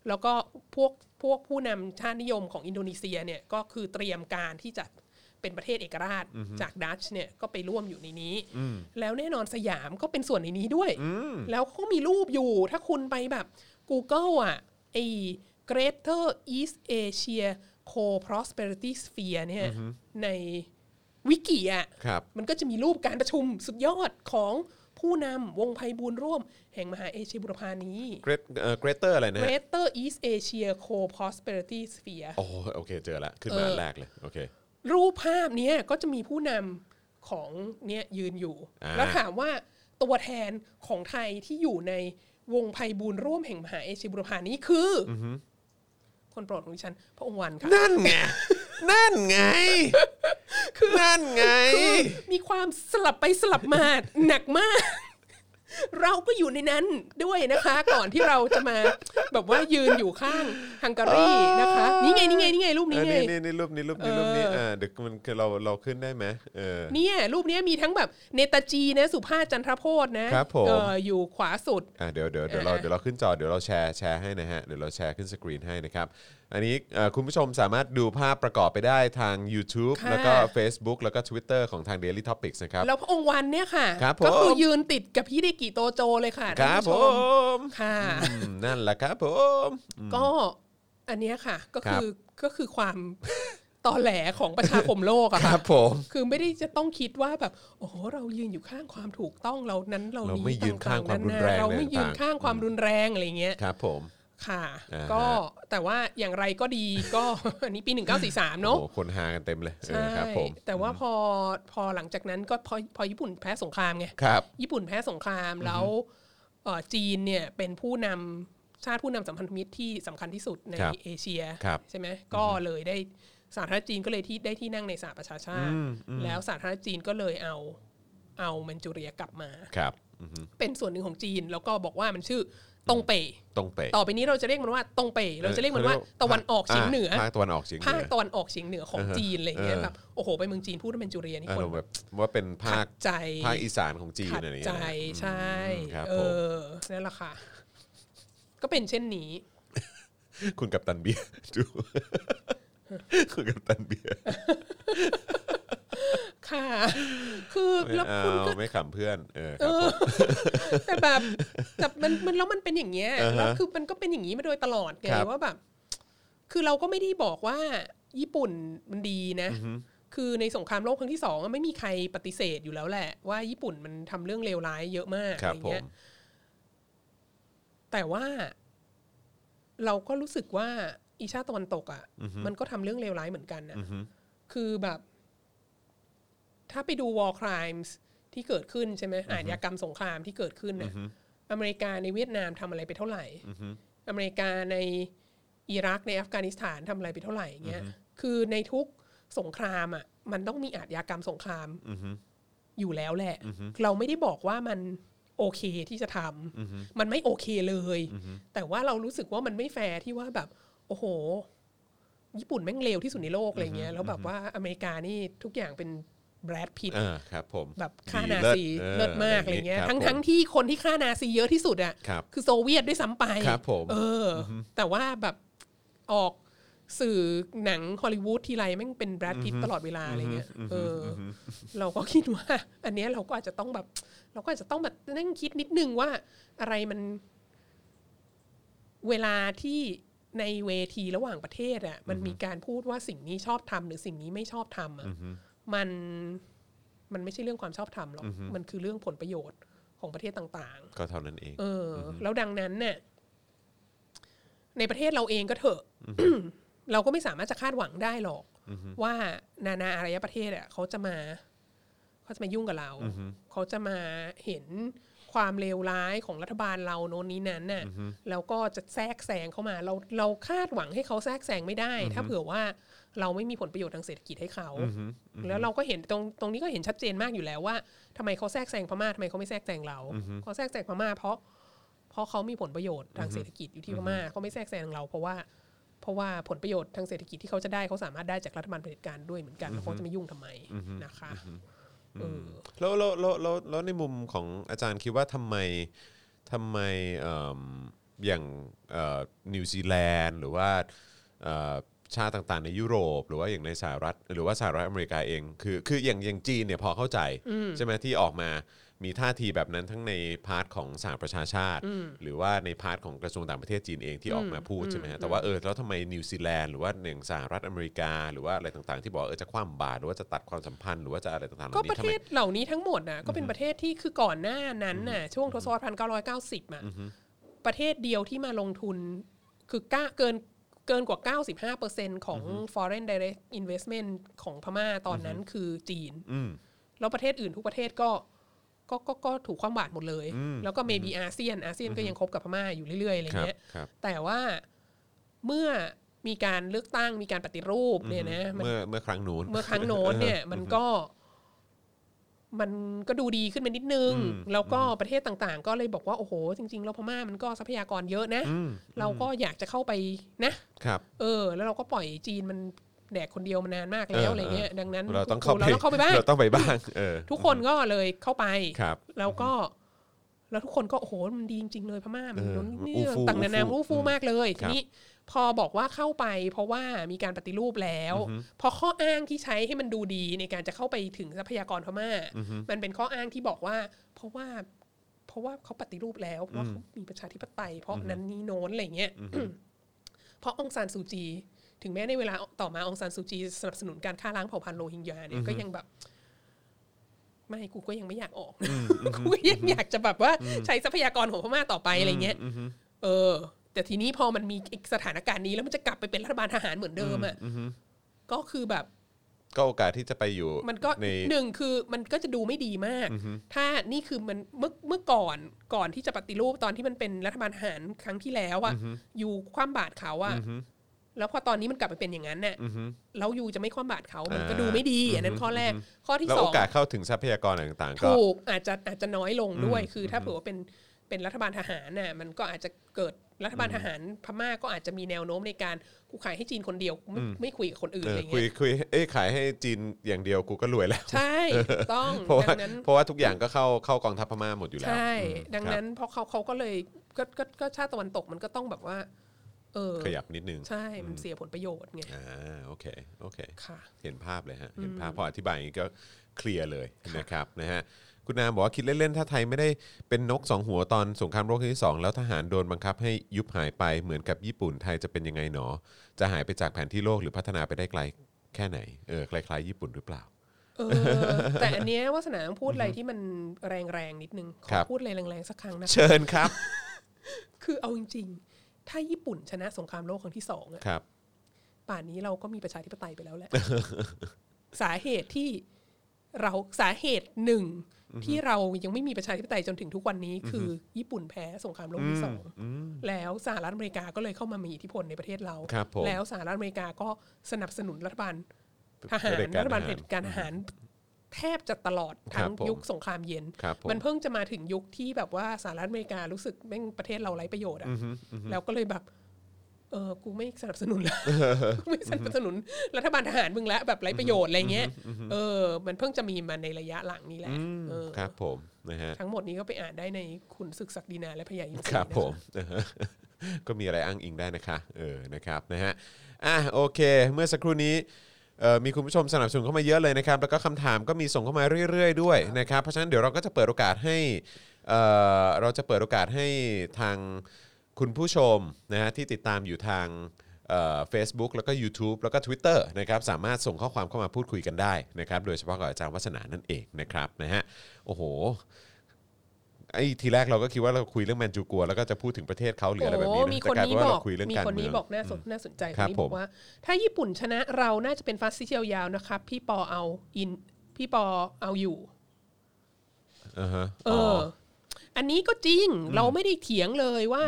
C: แล้วก็พวกพวกผู้นำชาตินิยมของอินโดนีเซียเนี่ยก็คือเตรียมการที่จะเป็นประเทศเอกราชจากดัตช์เนี่ยก็ไปร่วมอยู่ในนี้ แล้วแน่นอนสยามก็เป็นส่วนในนี้ด้วย แล้วเขามีรูปอยู่ถ้าคุณไปแบบ Google อ่ะ ไอ้ Greater East Asia Co-prosperity Sphere เนี่ยในวิกิอ่ะ
B: ครับ
C: มันก็จะมีรูปการประชุมสุดยอดของผู้นำวงไพบูลย์ร่วม แห่งมหาเอเชียบุรพานี้
B: เกรดเอ่อเกรเตอร์อะไรนะฮะ
C: Greater East Asia Co-prosperity Sphere
B: โอ้โหโอเคเจอละ ขึ้นมา
C: เออ
B: อันแรกเลย โอเค
C: รูปภาพเนี้ยก็จะมีผู้นำ ของเนี่ยยืนอยู่
B: อ่า
C: แล้วถามว่าตัวแทนของไทยที่อยู่ในวงไพบูลย์ร่วมแห่งมหาเอเชียบุรพานี้คืออคนโปรดของดิฉัน พระองค์วันค่ะ
B: นั่นไง นั่นไง นั่นไง
C: มีความสลับไปสลับมา หนักมาก เราก็อยู่ในนั้นด้วยนะคะ ก่อนที่เราจะมาแบบว่ายืนอยู่ข้างฮังการี นะคะ นี่ไงนี่ไงนี่ไงรูปนี้
B: เออ
C: ไง
B: นี่นี่นี่รูปนี้รูปนี้รูปนี้
C: เออ
B: เออเดี๋ยวมันคือเราเราขึ้นได้ไหมเออ
C: เนี่ยรูปเนี้ยมีทั้งแบบเนตาจีนะ สุภาพจันทรโพธนะครับ
B: ผม
C: เอออยู่ขวาสุด
B: อ่ะเดี๋ยวเดี๋ยวเดี๋ยวเรา
C: อ่ะ
B: เดี๋ยวเราขึ้นจอเดี๋ยวเราแชร์แชร์ให้นะฮะเดี๋ยวเราแชร์ขึ้นสกรีนให้นะครับ อันนี้เอ่อคุณผู้ชมสามารถดูภาพประกอบไปได้ทาง YouTube
C: ค่ะ
B: แล้วก็ Facebook แล้วก็ Twitter ของทาง Daily Topics นะครับ
C: แล้วพระองค์วันเนี่ยค่ะ
B: ครับผม
C: ก็คือยืนติดกับพี่ไดกิโตโจเลยค่ะ
B: ค
C: ท่าน
B: รับ
C: ผู้
B: ผ
C: ชม
B: ม
C: ค่ะ
B: อืมนั่นแหละครับผม
C: ก็อันเนี้ยค่ะ ก็
B: ครั
C: คื
B: บ
C: อก็คือความ ตอแหลของประชาคมโลกอะ
B: ค
C: ค่ะ
B: รับผม
C: คือไม่ได้จะต้องคิดว่าแบบโอ้โหเรายืนอยู่ข้างความถูกต้องเรานั้นเรา
B: เรา
C: นี้
B: ไม่ยืนข้างความรุนแรง
C: ต่ๆเราไม่
B: อะไรต่างๆ
C: ยืนข้างความรุนแรงอะไรเงี้ย
B: ครับผม
C: ค่ะ
B: อ่าฮะ
C: ก็แต่ว่าอย่างไรก็ดีก็ อันนี้ปี 1943 เน
B: โอ้
C: อะ
B: โหคนหากันเต็มเลยเออ
C: ใช่
B: ครับผม
C: แต่ว่าพอพอหลังจากนั้นก็พอพอญี่ปุ่นแพ้สงครามไง
B: ครับ
C: ญี่ปุ่นแพ้สงครามแล้วเอ่อจีนเนี่ยเป็นผู้นำชาติผู้นำสัมพันธมิตรที่สำคัญที่สุดใน
B: ครับ
C: เอเชีย
B: ครับ
C: ใช่ไหมก็เลยได้สาธารณรัฐจีนก็เลยที่ได้ที่นั่งในสหประชาชาติ
B: อืมอืม
C: แล้วสาธารณรัฐจีนก็เลยเอาเอาแมนจูเรียกลับมา
B: ครับอือฮึ
C: เป็นส่วนหนึ่งของจีน แล้วก็บอกว่ามันชื่อตงเป
B: ตรงเป๊ะ
C: ต่อไปนี้เราจะเรียกมันว่าตงเป เราจะเรียกมันว่า
B: ข
C: ตะวันออกเฉียงเหนือ
B: ภาคตะวันออกเฉียงเห
C: ภา
B: นือ
C: คตะวันออกเฉียงเหนือของ
B: เออ
C: จีนอะไรอย่างเงี้ย
B: เออ
C: แบบโอ้โหไปเมืองจีนพูดว่าแมนจูเรียนี่
B: อา
C: ค
B: ร
C: น
B: มณ์แบบว่าเป็นภา
C: ขั
B: ค
C: ดใจ
B: ภาคอีสานของจีน
C: ขัด
B: อะไรอย่าง
C: ใจ
B: เงี้ยนะ
C: ใช่
B: ครับผม
C: เออนั่นแหละค่ะ ก็เป็นเช่นนี้
B: คุณกับตันเบียร์ ดู คุณกับตันเบียร์
C: ค่ะ คือแล้ว
B: ไม่
C: คุณก็
B: เอาไม่ขำเพื่อนเออครับผม
C: แต่แบบแต่มันมันแล้วมันเป็นอย่างเงี้ย
B: อ่าฮะ
C: แล้วคือมันก็เป็นอย่างนี้มาโดยตลอดไง
B: ครับ
C: ว่าแบบ คือเราก็ไม่ได้บอกว่าญี่ปุ่นมันดีนะ คือในสงครามโลกครั้งที่สองอะไม่มีใครปฏิเสธอยู่แล้วแหละ ว่าญี่ปุ่นมันทำเรื่องเลวร้ายเยอะมาก
B: ครั
C: อะ
B: บ
C: ไรเงี้ย
B: ผม
C: แต่ว่า เราก็รู้สึกว่าอีชาติตะวันตกอะ่ะ มันก็ทำเรื่องเลวร้ายเหมือนกันนะ
B: อือฮึ
C: คือแบบ ถ้าไปดู war crimes ที่เกิดขึ้นใช่ไหมอาชญากรรมสงครามที่เกิดขึ้น
B: อื
C: น่ะ
B: อฮึ
C: อเมริกาในเวียดนามทำอะไรไปเท่าไหร่
B: อือฮึ
C: อเมริกาในอิรักในอัฟกานิสถานทำอะไรไปเท่าไหร่เงี้ย คือในทุกสงครามอ่ะ มันต้องมีอาชญากรรมสงคราม
B: อือฮึ
C: อยู่แล้วแหละ เราไม่ได้บอกว่ามันโอเคที่จะทำ
B: อือฮึ
C: มันไม่โอเคเลย แต่ว่าเรารู้สึกว่ามันไม่แฟร์ที่ว่าแบบ โอ้โห ญี่ปุ่นแม่งเลวที่สุดในโลกอะไรเงี้ย แล้วแบบว่าอเมริกานี่ทุกอย่างเป็นแบรดพิต
B: อ่าครับ ผม
C: แบบฆ่า
B: ดี
C: นาซีเลิศมากอะไรเงี้
B: ค
C: ย
B: รับ
C: ทั้งทั้ง
B: ผม
C: ๆที่คนที่ฆ่านาซีเยอะที่สุดอ่ะ
B: ครับ
C: อโซเวียตด้วยซ้ำไป
B: ครับผม
C: เอออ แต่ว่าแบบออกสื่อหนังฮอลลีวูดทีไรแม่งเป็นแบรดพิตตลอดเวลาอะไรเงี้ยเอออ เราก็คิดว่า อันเนี้ยเราก็อาจจะต้องแบบ เราก็อาจจะต้องแบบนั่งคิดนิดนึงว่าอะไรมัน เวลาที่ในเวทีระหว่างประเทศอ่ะมันมีการพูดว่าสิ่งนี้ชอบทำหรือสิ่งนี้ไม่ชอบทำอ่ะมัน มันไม่ใช่เรื่องความชอบธรรมหรอก มันคือเรื่องผลประโยชน์ของประเทศต่าง
B: ก็เท่านั้นเอง
C: ๆ เอออแล้วดังนั้นเนี่ยในประเทศเราเองก็เถอะ เราก็ไม่สามารถจะคาดหวังได้หรอก ว่านานาอารยประเทศอ่ะเขาจะมา เขาจะมายุ่งกับเรา เขาจะมาเห็นความเลวร้ายของรัฐบาลเราโน้นนี้นั้นน่ะ แล้วก็จะแทรกแซงเข้ามา เราเราคาดหวังให้เขาแทรกแซงไม่ได้ ถ้าเผื่อว่าเราไม่มีผลประโยชน์ทางเศรษฐกิจให้เขา แล้วเราก็เห็นตรงตรงนี้ก็เห็นชัดเจนมากอยู่แล้วว่าทำไมเขาแทรกแซงพม่าทำไมเขาไม่แทรกแซงเราเขาแทรกแซงพม่าเพราะ เพราะเขามีผลประโยชน์ทางเศรษฐกิจอยู่ที่พม่าเขาไม่แทรกแซงเรา เพราะว่าเพราะว่าผลประโยชน์ทางเศรษฐกิจที่เขาจะได้เขาสามารถได้จากรัฐบาลเผด็จการด้วยเหมือนกันแล้วเขาจะไม่ยุ่งทำไมนะคะเอออ
B: แล้วแล้วแล้วแล้วแล้วในมุมของอาจารย์คิดว่าทำไมทำไมเอิ่มอย่างเอ่อนิวซีแลนด์หรือว่าเอ่อชาติต่างๆ ในยุโรป หรือว่าอย่างในสหรัฐหรือว่าสหรัฐอเมริกาเองคือคืออย่างอย่างจีนเนี่ยพอเข้าใจ ใช่ไหมที่ออกมามีท่าทีแบบนั้นทั้งในพาร์ทของสหประชาชาติ หรือว่าในพาร์ทของกระทรวงต่างประเทศจีนเองที่ออกมาพูดใช่ไหมฮะแต่ว่าเออแล้วทำไมนิวซีแลนด์หรือว่าหนึ่งสหรัฐอเมริกา หรือว่าอะไรต่างๆ ที่บอกเออจะคว่ำบาตรหรือว่าจะตัดความสัมพันธ์หรือว่าจะอะไรต่างๆเห
C: ก็
B: ล่านี้
C: ประ
B: ทำ
C: เท
B: ไม
C: ศเหล่านี้ทั้งหมดนะก็เป็นประเทศที่คือก่อนหน้านั้นน่ะช่วงทศวรรษพันเก้าร้อยเก้าสิบอ่ะประเทศเดียวที่มาลงทุน คือก้าเกินเกินกว่า 95%ของ foreign direct investment ของพม่าตอนนั้นคือจีน แล้วประเทศอื่นทุกประเทศก็ก็ก็ก็ถูกความบาดหมดเลย
B: อืม
C: แล้วก็เมบีอาเซียนอาเซียนก็ยังคบกับพม่าอยู่เรื่อยๆอะไร
B: ครับ
C: เงี้ย
B: ครับ
C: แต่ว่าเมื่อมีการเลือกตั้งมีการปฏิรูปเนี่ยนะมัน
B: เมื่อเมื่อครั้งนู้น
C: เมื่อครั้งโน้นเนี่ยมันก็ มันก็ดูดีขึ้นมานิดนึง
B: อืม
C: แล้วก็ประเทศต่างๆ ก็เลยบอกว่า โอ้โห จริงๆแล้วพม่ามันก็ทรัพยากรเยอะนะ
B: อืม
C: เราก็อยากจะเข้าไปนะครับ เออ แล้วเราก็ปล่อยจีนมันแดกคนเดียวมานานมากแล้ว
B: เอออ
C: อะไรเงี้ยดังนั้น
B: เราต้องเข้าไป
C: เราต้องเข้าไปบ้าง
B: เราต้องไปบ้างเออ
C: ทุกคนก็เลยเข้าไป
B: ครับ
C: แล้วก็ แล้วทุกคนก็โอ้โหมันดีจริงๆเลยพม่ามัน
B: เออ
C: นู่นนี่
B: อู้ฟู่
C: ต่างนานา
B: อู้
C: อู้
B: ฟู่
C: ฟู่มากเลย
B: ครั
C: ที
B: บ
C: นี้พอบอกว่าเข้าไป เพราะว่ามีการปฏิรูปแล้ว
B: อือฮึ
C: พอข้ออ้างที่ใช้ให้มันดูดีในการจะเข้าไปถึงทรัพยากรพม่า
B: อือฮึ
C: มันเป็นข้ออ้างที่บอกว่า เพราะว่า เพราะว่าเขาปฏิรูปแล้วเพราะว่า
B: อืม
C: เขามีประชาธิปไตย เพราะ
B: อือฮึ
C: นั้นนี้โน้นอะไรเงี้ย
B: อือฮึ
C: เพราะองซานซูจี ถึงแม้ในเวลาต่อมาองซานซูจีสนับสนุนการฆ่าล้างเผ่าพันธุ์โรฮิงญาเนี่ยก็ยังแบบ ไม่กูก็ยังไม่อยากออก กูก็ยังอยากจะแบบว่าใช้ทรัพยากรของพม่าต่อไปอะไรเงี้ย
B: อืมอืม
C: เออ แต่ทีนี้พอมันมีอีกสถานการณ์นี้แล้วมันจะกลับไปเป็นรัฐบาลทหารเหมือนเดิมอ่ะ
B: อืม
C: ก็คือแบบ
B: ก็โอกาสที่จะไปอยู่
C: มันก็
B: ใน
C: หนึ่งคือมันก็จะดูไม่ดีมาก ถ้านี่คือมันเมื่อเมื่อก่อนก่อนที่จะปฏิรูปตอนที่มันเป็นรัฐบาลทหารครั้งที่แล้วอ่ะอยู่คว่ำบาตรเขาอ่ะ
B: อือฮึ
C: แล้วพอตอนนี้มันกลับไปเป็นอย่างนั้นเนี่ย
B: อือฮึ
C: แล้วอยู่จะไม่คว่ำบาตรเขามันก็
B: อ่า
C: ดูไม่ดีอันนั้
B: อื
C: น
B: อฮึ
C: ข้อแรก
B: อือฮึ
C: ข้อที่
B: แล้ว
C: ส
B: โอ
C: อง
B: กาสเข้าถึงทรัพยากรต่างๆก็
C: ถูกอาจจะอาจจะน้อยลงด้วย
B: อืม
C: คือถ้าเผื่อว่าเป็นเป็นรัฐบาลทหารน่ะมันก็อาจจะเกิดรัฐบาลทหารพม่าก็อาจจะมีแนวโน้มในการกูขายให้จีนคนเดียวไม่
B: อืม
C: ไม่คุยกับคนอื่น
B: เอ
C: อะ
B: อ
C: ไร
B: คุย
C: เงี้ย
B: คุยเอ้ยขายให้จีนอย่างเดียวกูก็รวยแล้ว
C: ใช่ถูกต้อง
B: เพราะว่า
C: ดังนั้น
B: เพราะว่าทุกอย่างก็เข้าเข้ากองทัพพม่าหมดอยู่แล้ว
C: ใช่
B: อืม
C: ดัง
B: ครับ
C: นั้นเพราะเขาเขาก็เลยก็ก็ก็ชาติตะวันตกมันก็ต้องแบบว่า เออ
B: ขยับนิดนึง
C: ใช่มันเสียผลประโยชน์ไง
B: อ่าโอเคโอเค
C: ค่ะ
B: เห็นภาพเลยฮะเห็นภาพพออธิบายอย่างนี้ก็เคลียร์เลยนะครับนะฮะคุณนามบอกว่าคิดเล่นๆ ถ้าไทยไม่ได้เป็นนกสองหัวตอนสงครามโลกครั้งที่สองแล้วทหารโดนบังคับให้ยุบหายไปเหมือนกับญี่ปุ่นไทยจะเป็นยังไงหนอ จะหายไปจากแผนที่โลกหรือพัฒนาไปได้ไกลแค่ไหนเออคล้ายๆ ญี่ปุ่นหรือเปล่า
C: เออ แต่อันเนี้ยวาสนาพูดอะไรที่มันแรงๆนิดนึงข
B: ครั
C: อบ พูดอะไรแรงๆสักครั้งนะ
B: เชิญครับ
C: คือเอาจริงๆ ถ้าญี่ปุ่นชนะสงครามโลกครั้งที่สองอะ
B: ครับ
C: ป่านนี้เราก็มีประชาธิปไตยไป แล้วแหละ สาเหตุที่เราสาเหตุหนึ่งที่เรายังไม่มีประชาธิปไตยจนถึงทุกวันนี้ คือญี่ปุ่นแพ้สงครามโลกที่สองแล้วสหรัฐอเมริกาก็เลยเข้ามามีอิทธิพลในประเทศเรา
B: ครับผม
C: แล้วสหรัฐอเมริกาก็สนับสนุนรัฐบาลทหา
B: เผ
C: ร
B: ด็จการ
C: รัฐบาล
B: ทหาร
C: เผด็จการทหารแทบจะตลอด
B: ครั
C: ทั้
B: บ
C: ง
B: ผม
C: ยุคสงครามเย็น
B: ครับผม
C: มันเพิ่งจะมาถึงยุคที่แบบว่าสหรัฐอเมริการู้สึกแม่งประเทศเราไร้ประโยชน์อะ แล้วก็เลยแบบ เออกูไม่สนับสนุนแล้ว กูไม่สนับสนุนรัฐบาลทหารมึงแล้วแบบไร้ประโยชน์อะไรเงี้ย เออ มันเพิ่งจะมีมาในระยะหลังนี้แหละเออ
B: ครับผมนะฮะ
C: ทั้งหมดนี้ก็ไปอ่านได้ในคุณศึกศักดินาและพยายินทรีย์
B: ครับ
C: นะะ
B: ผม ก็มีอะไรอ้างอิงได้นะคะเออนะครับนะฮะอ่ะโอเค เมื่อสักครู่นี้เอ่อมีคุณผู้ชมสนับสนุนเข้ามาเยอะเลยนะครับ แล้วก็คำถามก็มีส่งเข้ามาเรื่อย ๆ ด้วยนะครับ เพราะฉะนั้นเดี๋ยวเราก็จะเปิดโอกาสให้เอ่อเราจะเปิดโอกาสให้ทางคุณผู้ชมนะฮะที่ติดตามอยู่ทางเฟซบุ๊กแล้วก็ YouTube แล้วก็ Twitter นะครับสามารถส่งข้อความเข้ามาพูดคุยกันได้นะครับโดยเฉพาะกับอาจารย์วัฒนานั่นเองนะครับนะฮะโอ้โห ไอ้ทีแรกเราก็คิดว่าเราคุยเรื่องแมนจูกัวแล้วก็จะพูดถึงประเทศเขาหรืออะไรแบบนี้
C: โมี
B: นะ
C: ค
B: แต่
C: น
B: กลาย
C: นี้
B: เป็นว่า
C: บอ
B: เรา
C: ก
B: คุยเรื่อง
C: มี
B: การ
C: คน
B: เมื
C: นี้
B: อง
C: บอกน่าสนน่าสนใจค
B: ครับ
C: นนี้
B: ผ
C: บ
B: ม
C: อกว่า ถ้าญี่ปุ่นชนะเราน่าจะเป็นฟาสซิสเชียลยาวนะครับ พี่ปอเอาอินพี่ปอเอาอยู่
B: อ่าฮะ
C: เอออ อันนี้ก็จริงเราไม่ได้เถียงเลยว่า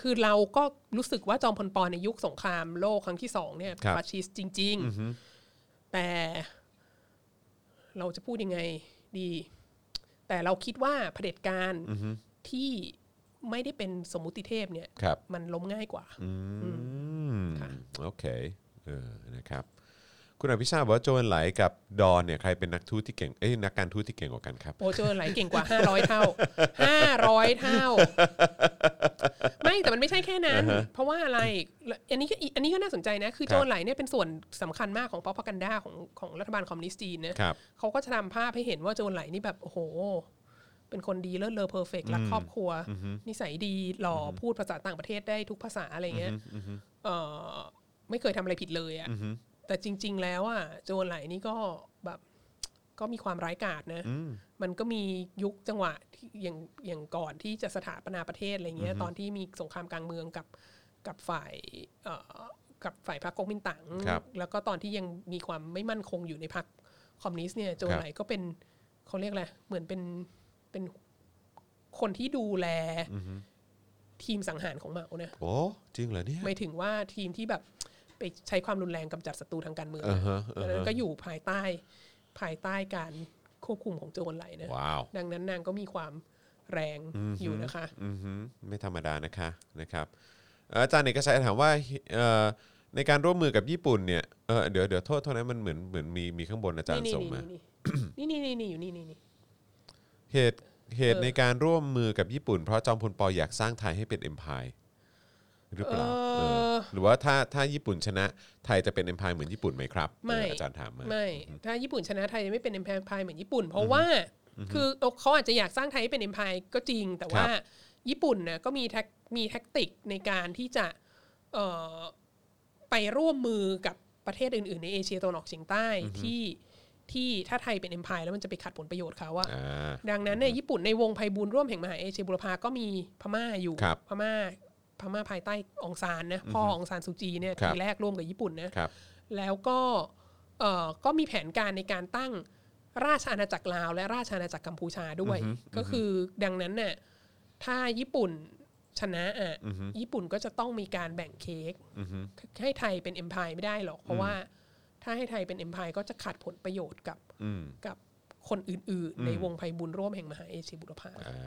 C: คือเราก็รู้สึกว่าจอมพลปอในยุคสงครามโลกครั้งที่สองเนี่ย
B: ครับ
C: ฟาสชิสต์จริง ๆ แต่เราจะพูดยังไงดี แต่เราคิดว่าเผด็จการที่ไม่ได้เป็นสมมุติเทพเนี่ย
B: ครับ
C: มันล้มง่ายกว่า
B: อืม
C: ค่ะ
B: โอเคเออนะครับ คุณอภิชาติบอกว่าโจนไหลกับดอนเนี่ยใครเป็นนักทูตที่เก่งเอ้ยนักการทูตที่เก่งกว่ากันครับ
C: โปเจอไหลเก่งกว่า 500 เท่า 500 เท่า ไม่แต่มันไม่ใช่แค่นั้น เพราะว่าอะไร อันนี้ก็อีอันนี้ก็น่าสนใจนะ คือ
B: ครับ
C: โจรไหลเนี่ยเป็นส่วนสำคัญมากของ propaganda ของของรัฐบาลคอมมิวนิสต์จีนนะครับ เขาก็จะทำภาพให้เห็นว่าโจรไหลนี่แบบ โอ้โห เป็นคนดีเลิศเลอเพอร์เฟกรักครอบครัว นิสัยดีหล่ออพูดภาษาต่างประเทศได้ทุกภาษาอะไรเงี้ยเอ่อไม่เคยทำอะไรผิดเลยอะแต่จริง ๆ แล้วอะโจรไหลนี่ก็แบบ ก็มีความร้ายกาจนะ มันก็มียุคจังหวะที่อย่างอย่างก่อนที่จะสถาปนาประเทศอะไรเงี้ย ตอนที่มีสงครามกลางเมืองกับกับฝ่ายเอ่อกับฝ่ายพรรคก๊กมินตั๋ง
B: ครับ
C: แล้วก็ตอนที่ยังมีความไม่มั่นคงอยู่ในพรรคคอมมิวนิสต์เนี่ยโจรไหลก็เป็น เขาเรียกอะไรเหมือนเป็นเป็นคนที่ดูแลทีมสังหารของเหมานะ
B: โอ้จริงเหรอเนี่ย
C: หมายถึงว่าทีมที่แบบไปใช้ความรุนแรงกำจัดศัตรูทางการเมือง
B: อ่าฮะอ่าฮะ
C: ดังนั้นก็อยู่ภายใต้ภายใต้การควบคุมของโจรไหลนะ
B: ว้าว
C: ดังนั้นนางก็มีความแรงอยู่นะคะ
B: อือหือไม่ธรรมดานะคะนะครับเอ่ออาจารย์เอกชัยถามว่าเอ่อในการร่วมมือกับญี่ปุ่นเนี่ยเอ่อเดี๋ยวเดี๋ยวโทษโทษนะมันเหมือนเหมือนมีมีข้างบนอาจารย์ส่งมา
C: นี่นี่นี่นี่นี่นี่อยู่นี่นี่นี่
B: เหตุเหตุในการร่วมมือกับญี่ปุ่น เพราะจอมพลปออยากสร้างไทยให้เป็นเอ็มพายหรือเปล่า
C: เอ่อ
B: เออหรือว่าถ้าถ้าญี่ปุ่นชนะไทยจะเป็นเอ็มพายเหมือนญี่ปุ่นไหมครับ
C: ไม่
B: เอออาจารย์ถามมา
C: ไม่ ถ้าญี่ปุ่นชนะไทยไม่เป็นเอ็มพายเหมือนญี่ปุ่น เพราะว่าคือเขาอาจจะอยากสร้างไทยให้เป็นเอ็มพายก็จริง แต่ว่าญี่ปุ่นนะก็มีแท็กมีแท็กติกในการที่จะเอ่อไปร่วมมือกับประเทศอื่น ๆ ในเอเชียตะวันออกเฉียงใต้ที่ที่ถ้าไทยเป็นเอ็มพายแล้วมันจะไปขัดผลประโยชน์เขาอะ
B: อ่า
C: ดังนั้นเนี่ยญี่ปุ่นในวงไพบูลย์ร่วมแห่งมหาเอเชียบุรพาก็มีพม่าอยู่
B: ครับ
C: พม่าพม่าภายใต้องซานนะพ่อองซานซูจีเนี่ย
B: ครับ
C: ทีแรกร่วมกับญี่ปุ่นนะครับ แล้วก็เอ่อก็มีแผนการในการตั้งราชอาณาจักรลาว และราชอาณาจักรกัมพูชาด้วย ก็คือดังนั้นเนี่ยถ้าญี่ปุ่นชนะอ่ะญี่ปุ่นก็จะต้องมีการแบ่งเค้กให้ไทยเป็นเอ็มพายไม่ได้หรอก เพราะว่าถ้าให้ไทยเป็นเอ็มพายก็จะขาดผลประโยชน์กับ
B: อืม
C: กับคนอื่นๆ ในวงไพบุญร่วมแห่งมหาเอเชียบุรพา
B: อ่า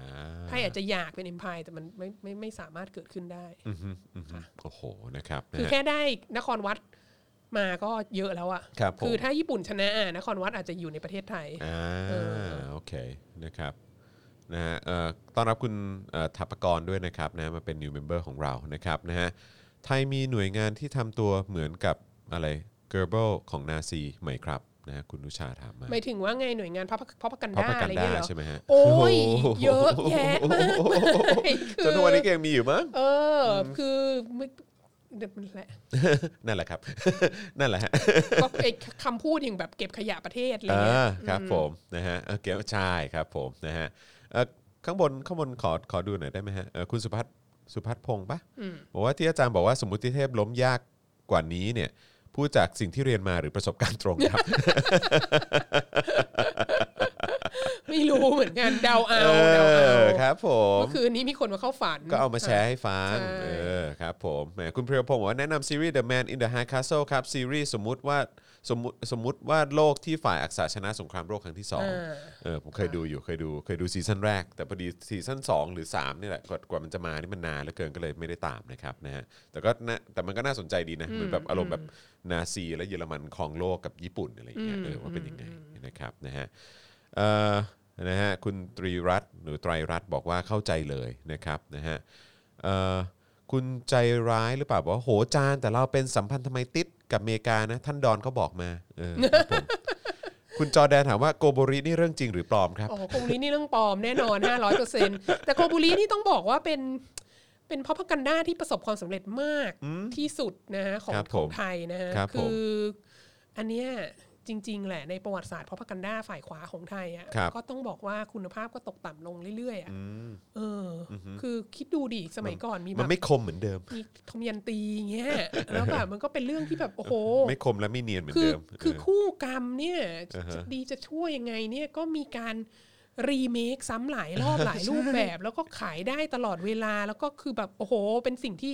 C: ไทยอาจจะอยากเป็น e m มพ r e แต่มันไม่ไม่ไม่สามารถเกิดขึ้นได้
B: อือฮึอือฮึโอ้โหนะครับนะ
C: คือ
B: ฮะ
C: แค่ได้นครวัดมาก็เยอะแล้วอะ
B: ครับผม
C: คือถ้าญี่ปุ่นชนะอะนครวัดอาจจะอยู่ในประเทศไทย
B: อ่า
C: เออ
B: โอเคนะครับนะฮะเอ่อต้อนรับคุณเอ่อถัปกรด้วยนะครับนะมาเป็น new member ของเรานะครับนะฮะไทยมีหน่วยงานที่ทำตัวเหมือนกับอะไรเกอร์เบลของนาซีไหมครับนะฮะคุณนุชาถามมา
C: หมายถึงว่าไงหน่วยงานพระพระประกัน
B: พราะ
C: ด้า
B: ประกั
C: อะ
B: น
C: ไร
B: ด้า
C: เงี้ยเหรอ
B: ใช่ไหมฮะ
C: โอ้ยเยอะแยะมากมาย
B: จนทุกวันนี้ก็ยังมีอยู่มั้ง
C: เออคือไม่เดี๋ยวมันแหละ
B: นั่นแหละครับ นั่นแหละฮะ
C: ก็ไอ้คำพูดอย่างแบบเก็บขยะประเทศอะไร
B: อ่
C: เงี้ย
B: าครับผมนะฮะเออเกียวใช่ครับผมนะฮะเอ่อข้างบนข้างบนขอขอดูหน่อยได้ไหมฮะเอ่อคุณสุพัฒน์สุพัฒน์พงศ์ปะบอกว่าที่อาจารย์บอกว่าสมมติเทพล้มยากกว่านี้เนี่ยพูดจากสิ่งที่เรียนมาหรือประสบการณ์ตรงครับ
C: ไม่รู้เหมือนกันเดาเอา
B: เอ
C: เดาเอา
B: อครับผม
C: เมื่อคืนนี้มีคนมาเข้าฝัน
B: ก็เอามาแชร์ให้ฟัง
C: ใช่
B: เออครับผมแหมคุณเพรียวพงศ์บอกว่าแนะนำซีรีส์ The Man in the High Castle ครับซีรีส์สมมติว่าสมมติสมมติว่าโลกที่ฝ่ายอักษาชนะสงครามโลกครั้งที่สอง
C: อ่า
B: เออผมเคยดูอยู่เคยดูเคยดูซีซั่นแรก แต่พอดีซีซั่น2 หรือ3เนี่ยแหละกว่ากว่ามันจะมานี่มันนานเหลือเกินก็เลยไม่ได้ตามนะครับนะฮะแต่ก็น่าแต่มันก็น่าสนใจดีนะเหมือนแบบอารมณ์แบบนาซีและเยอรมันครองโลกกับญี่ปุ่นอะไรอย่างเงี้ยเออว่าเป็นยังไงนะครับนะฮะเอ่อนะฮะคุณตรีรัตน์หรือไตรรัตน์บอกว่าเข้าใจเลยนะครับนะฮะเอ่อคุณใจร้ายหรือเปล่าบอกว่าโหจานแต่เราเป็นสัมพันธไมตริดกับอเมริกานะท่านดอนเขาบอกมาเออครับผม คุณจอแดนถามว่าโกโบรินี่เรื่องจริงหรือปลอมครับ
C: อ๋อโคบุรีนี่เรื่องปลอมแน่นอนห้าร้อยเปอร์เซ็นแต่โคบุรีนี่ต้องบอกว่าเป็น เป็นพ่อพักันด้าที่ประสบความสำเร็จมากที่สุดนะฮะของ
B: ครับผม
C: ของไทยนะฮะ
B: ครับผม
C: ออันเนี้ยจริง ๆ แหละในประวัติศาสตร์พ่อพักันด้าฝ่ายขวาของไทยอ่ะ
B: ครับ
C: ก็ต้องบอกว่าคุณภาพก็ตกต่ำลงเรื่อยๆอ่ะเอออ คือคิดดูดิสมัยก่อนมีแบ
B: มัน
C: บ
B: ไม่คมเหมือนเดิม
C: มีทมยันตีอย่างเงี้ยแล้วแบบมันก็เป็นเรื่องที่แบบโอ้โห
B: ไม่คมและไม่เนียนเหมือน
C: คือ
B: เดิม
C: คือ
B: เอ
C: คู่กรรมเนี่ย
B: อ่าฮะ
C: จะดีจะช่วยยังไงเนี่ยก็มีการรีเมคซ้ำหลายรอบ หลายรูปแบบ แล้วก็ขายได้ตลอดเวลาแล้วก็คือแบบโอ้โห เป็นสิ่งที่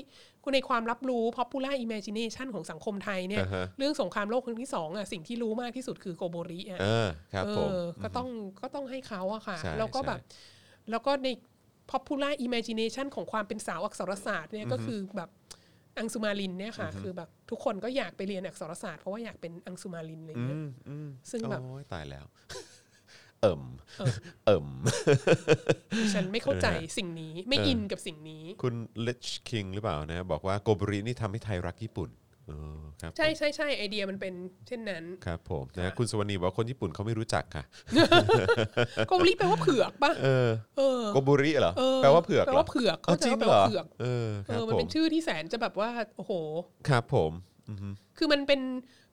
C: ในความรับรู้ popular imagination ของสังคมไทยเนี่ย
B: อ่าฮะ
C: เรื่องสงครามโลกครั้งที่สองอ่ะสิ่งที่รู้มากที่สุดคือโกโบริอ่ะ
B: เออครับผม
C: เออก็ต้องก็ต้องให้เขาอะค่ะ
B: ใช่
C: แล้วก็
B: ใช่
C: แบบ แล้วก็ใน popular imagination ของความเป็นสาวอักษรศาสตร์เนี่ยก็คือแบบอังสุมาลินเนี่ยค่ะ คือแบบทุกคนก็อยากไปเรียนอักษรศาสตร์เพราะว่าอยากเป็นอังสุมาลินอะไรเงี้ย
B: มอืม
C: ซึ่งแบบ
B: โอ้ยตายแล้ว เอิ่ม
C: เออ
B: เอิ่ม
C: ฉันไม่เข้าใจ
B: เออฮะ
C: สิ่งนี้ไม่
B: เออิ
C: อินกับสิ่งนี้
B: คุณลิชคิงหรือเปล่านะ บอกว่าโกโบรินี่ทำให้ไทยรักญี่ปุ่นเออครับ
C: ใช่ใช่ใช่ไอเดียมันเป็นเช่นนั้น
B: ครับผมนะคุณสวนีบอกว่าคนญี่ปุ่นเขาไม่รู้จักค่ะ
C: โกบุรีแปลว่าเผือกปะ
B: เออ
C: เออ
B: โกโบริเหรอ
C: เออ
B: แปลว่าเผือก
C: แปล
B: เหรอ
C: ว่าเผือก
B: เอา
C: เขาใจ
B: จริง
C: ว่าแปล
B: เหรอ
C: ว่าเผือก
B: เออค
C: เอ
B: รับ
C: อมัน
B: ผ
C: เป็
B: ม
C: นชื่อที่แสนจะแบบว่าโอ้โห
B: ครับผมอืม
C: คือมันเป็น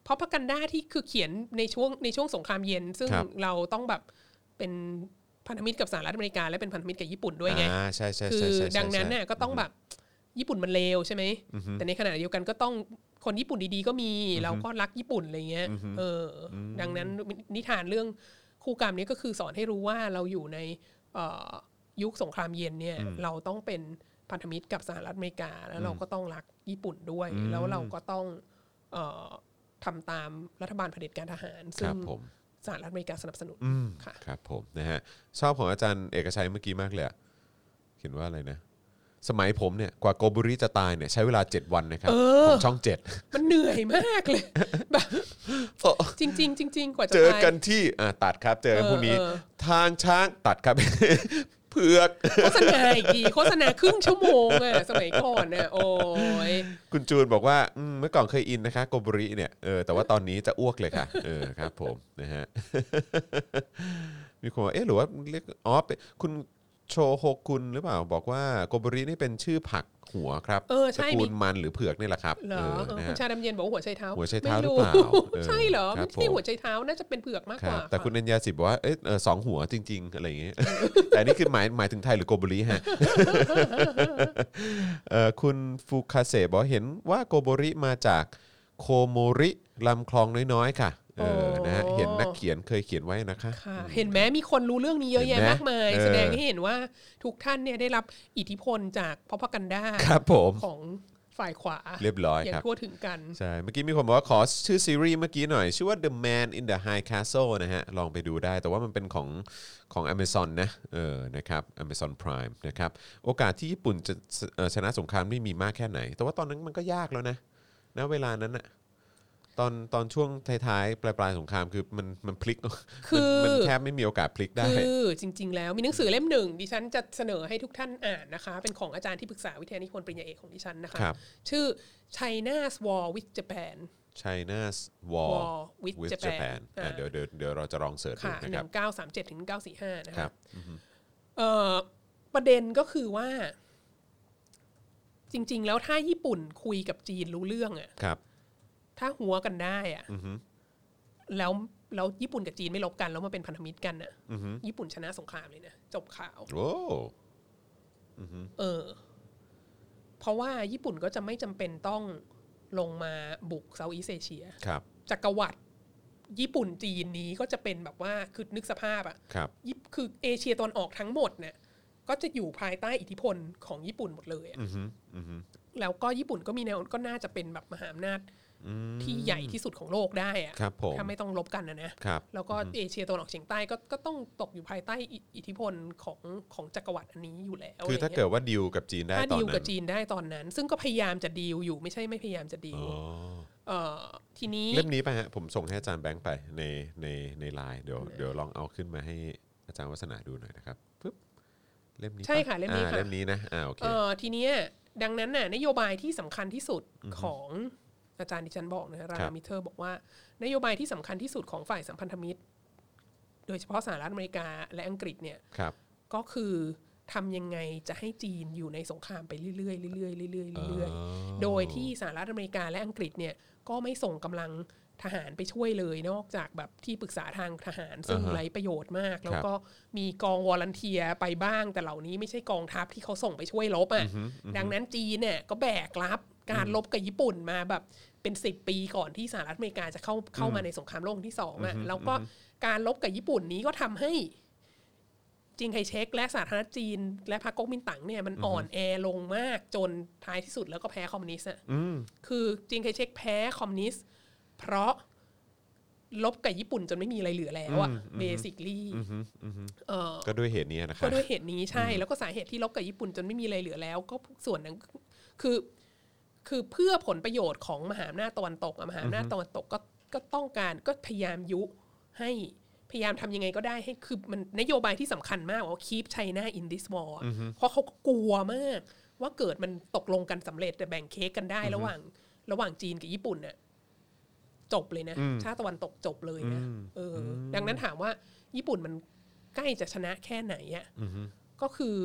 C: พ r อพกันด้าที่คือเขียนในช่วงในช่วงสงครามเย็น ซึ่ง
B: ครับ
C: เราต้องแบบเป็นพันธมิตรกับสหรัฐอเมริกา และเป็นพันธมิตรกับญี่ปุ่นด้วยไง
B: อ่าใช่ใช่
C: คื
B: ใช่
C: อ
B: ใช่
C: ดังนั้น
B: ใช่
C: น่ะก็ต้องแบบญี่ปุ่นมันเลวใช่ไหมแต่ในขณะเดียวกันก็ต้องคนญี่ปุ่นดีๆ ก็มีเราก็รักญี่ปุ่นอะไรเงี้ยเอออดังนั้นนิทานเรื่องโค คู่กรรมนี้ก็คือสอนให้รู้ว่าเราอยู่ในเอ่อยุคสงครามเย็นเนี่ยเราต้องเป็นพันธมิตรกับสหรัฐอเมริกา แล้วเราก็ต้องรักญี่ปุ่นด้วย แล้วเราก็ต้องเอ่อทำตามรัฐบาลเผด็จการทหาร
B: ค
C: ซึ่
B: รั
C: ง
B: บผม
C: สหรัฐอเมริกาสนับสนุน
B: อืม
C: ค่ะ
B: ครับผมนะฮะชอบของอาจารย์เอกชัยเมื่อกี้มากเลยอะเขียนว่าอะไรนะ สมัยผมเนี่ยกว่าโกบุริจะตายเนี่ยใช้เวลา 7 วันนะครับ
C: เออ
B: ของช่องเจ็ด
C: มันเหนื่อยมากเลยแบบจริง ๆ จริง ๆ กว่าจะ
B: เจอ
C: ตาย
B: กันที่อ่ะตัดครับ เจอกันพรุ่งนี้
C: เออเออ
B: ทางช้างตัดครับ เผือก
C: โฆษณาอีกทีโฆษณาครึ่งชั่วโมงอะสมัยก่อนเนี่ยโอ้ย
B: คุณจูนบอกว่าอืมเมื่อก่อนเคยอินนะคะโกบุริเนี่ยเออแต่ว่าตอนนี้จะอ้วกเลยค่ะ เออครับผมนะฮ ะ มีคนบอกเอ๊ะหรือว่าเรียกอ๋อเป็นคุณโชโฮกุนหรือเปล่า บอกว่าโกบุรินี่เป็นชื่อผักหัวครับ
C: เออใช่
B: ตระกูล
C: มี
B: มันหรือเผือกนี่แหละครับ
C: เหรอเออ
B: นะ
C: คุ
B: ฮะ
C: ณชาดำเย็นบอกว่าหัวไชเท้า
B: หัวไชเท้าหรือ
C: ไม่
B: เปล่าเออ
C: ใช่เหรอ
B: ครับผม
C: ไม่ใช่หัวไชเท้าน่าจะเป็นเผือกมาก
B: ค
C: ก
B: รับ
C: ว่า
B: แต่คุณอัญญาสิบอกว่าเอ๊ะเออสองหัวจริง ๆ อะไรอย่างเงี้ย แต่อันนี่คือหมายหมายถึงไทยหรือโกบุริ ฮะ เอ่อคุณฟูคาเซบอกเห็นว่าโกโบริมาจากโคโมริลำคลองน้อยๆ ค่ะเออนะฮะเห็นนักเขียนเคยเขียนไว้นะคะ
C: ค่ะ เห็นไหมมีคนรู้เรื่องนี้เยอะแยะ
B: เห็นไหม
C: มากมาย
B: เออ
C: แสดงให้เห็นว่าทุกท่านเนี่ยได้รับอิทธิพลจากพ่อพักันด้า
B: ครับผม
C: ของฝ่ายขวา
B: เรียบร้อย
C: อ
B: ค
C: ย่าง
B: รับ
C: ทั่วถึงกัน
B: ใช่ เมื่อกี้มีคนบอกว่าขอชื่อซีรีส์เมื่อกี้หน่อย ชื่อว่า The Man in the High Castle นะฮะ ลองไปดูได้ แต่ว่ามันเป็นของของ Amazon นะ เออ นะครับ Amazon Prime นะครับ โอกาสที่ญี่ปุ่นจะเอ่อชนะสงครามนี่มีมากแค่ไหน แต่ว่าตอนนั้นมันก็ยากแล้วนะ ณ เวลานั้นอะตอนตอนช่วงท้ายๆ ปลายปลายๆสงครามคือมันมันพลิก
C: คื
B: มัน
C: อ
B: มันแทบไม่มีโอกาสพลิกได้
C: คือจริง ๆ แล้วมีหนังสือเล่มหนึ่งดิฉันจะเสนอให้ทุกท่านอ่านนะคะ เป็นของอาจารย์ที่ปรึกษาวิทยานิพนธ์ปริญญาเอกของดิฉันนะคะ
B: ครับ
C: ชื่อ China's War with Japan
B: China's War
C: War with
B: with
C: Japan
B: Japan อ่ะ
C: อ่า
B: เดี๋ยวเดี๋ยวเดี๋ยวเราจะลองเสิร์ชดู
C: ค่ะ
B: นะ
C: ห
B: ครับ
C: นึ่งเก้าสามเจ็ดถึงเก้าสี่ห้านะ
B: ครั
C: คะ
B: บ
C: เอ่อประเด็นก็คือว่า จริง ๆ แล้วถ้าญี่ปุ่นคุยกับจีนรู้เรื่องอะ
B: ครับ
C: ถ้าหัวกันได้อะแล้วแล้วญี่ปุ่นกับจีนไม่ลบกัน แล้วมาเป็นพันธมิตรกันอะญี่ปุ่นชนะสงครามเลยนะจบข่าว
B: โอ้
C: เออ เพราะว่าญี่ปุ่นก็จะไม่จำเป็นต้องลงมาบุกเซาท์อีสเอเชีย
B: ครับ
C: จักรวรรดิญี่ปุ่นจีนนี้ก็จะเป็นแบบว่าคือนึกสภาพอะ
B: ครับ
C: ญี่ปุ่นคือเอเชียตอนออกทั้งหมดเนี่ย ก็จะอยู่ภายใต้อิทธิพลของญี่ปุ่นหมดเลยอะ
B: อือฮึอือฮึ
C: แล้วก็ญี่ปุ่นก็มีแนวก็น่าจะเป็นแบบมหาอำนาจที่ใหญ่ที่สุดของโลกได้อะ
B: ครับผม
C: ถ้าไม่ต้องลบกันนะนะ
B: ครับ
C: แล้วก็เอเชียตะวันออกเฉียงใต้ก็ก็ต้องตกอยู่ภายใต้อิอิทธิพลของของจักรวรรดิอันนี้อยู่แล้ว
B: คือถ้า
C: ะไรงี้ย
B: เกิดว่าดีลกับจีนได้
C: ถ้า
B: ตอน
C: ดีล
B: นั้
C: กับ
B: น
C: จีนได้ตอนนั้น ซึ่งก็พยายามจะดีลอยู่ไม่ใช่ไม่พยายามจะดีล
B: อ๋อ
C: เอ่อทีนี้
B: เล่มนี้ไปฮะ ผมส่งให้อาจารย์แบงค์ไปในในในไลน์เดี๋ยวเดี๋ยวลองเอาขึ้นมาให้อาจารย์วัฒนาดูหน่อยนะครับปึ๊บเล่มนี้ป
C: ใช่ค่ะเล่มนี้
B: อ่า
C: ค่ะ
B: เล่มนี้นะ อ่าโอเค
C: เอ่อทีเนี้ยดังนั้นน่ะนโยบายที่สำคัญที่สุดของอาจารย์ดิฉันบอกนะรา
B: ครั
C: มา
B: บ
C: มิเตอร์บอกว่า นโยบายที่สำคัญที่สุดของฝ่ายสัมพันธมิตร โดยเฉพาะสหรัฐอเมริกาและอังกฤษเนี่ย
B: ครับ
C: ก็คือทำยังไงจะให้จีนอยู่ในสงครามไปเรื่อยๆเรื่อยๆเรื่อยๆเรื่อยๆเรื่อย
B: อ๋อ
C: ๆโดยที่สหรัฐอเมริกาและอังกฤษเนี่ยก็ไม่ส่งกำลังทหารไปช่วยเลยนอกจากแบบที่ปรึกษาทางทหารซึ่งไร้ประโยชน์มาก แล้วก็มีกองวอลันเทียไปบ้าง แต่เหล่านี้ไม่ใช่กองทัพที่เขาส่งไปช่วยรบอ่ะดังนั้นจีนเนี่ยก็แบกรับการรบกับญี่ปุ่นมาแบบเป็น 10 ปีก่อนที่สหรัฐอเมริกาจะเข้าเข้ามาในสงครามโลกครั้งที่สองอ่ะแล้วก็การรบกับญี่ปุ่นนี้ก็ทำให้ จีนไคเช็กและสาธารณรัฐจีน และพรรคก๊กมินตั๋งเนี่ยมันอ่อนแอลงมากจนท้ายที่สุดแล้วก็แพ้คอมมิวนิสต์อะคือจีนไคเช็กแพ้คอมมิวนิสต์เพราะลบกับญี่ปุ่นจนไม่มีอะไรเหลือแล้วอะเบสิคลี่เออ
B: ก็ด้วยเหตุนี้นะค
C: ก็
B: รับ
C: ด้วยเหตุนี้ใช่แล้วก็สาเหตุที่ลบกับญี่ปุ่นจนไม่มีอะไรเหลือแล้ว ก็ส่วนนั้นคือ คือเพื่อผลประโยชน์ของมหาอำนาจตะวันตกอะมหาอำนาจตะวันตกก็ก็ต้องการก็พยายามยุให้พยายามทำยังไงก็ได้ให้คือมันนโยบายที่สำคัญมากว่า keep China in this war อะเพราะเขาก็กลัวมาก ว่าเกิดมันตกลงกันสำเร็จแต่แบ่งเค้กกันได้ระหว่างระหว่างจีนกับญี่ปุ่นน่ะจบเลยนะ ชาติตะวันตกจบเลยนะเอออดังนั้นถามว่า ญี่ปุ่นมันใกล้จะชนะแค่ไหนอะก็คือ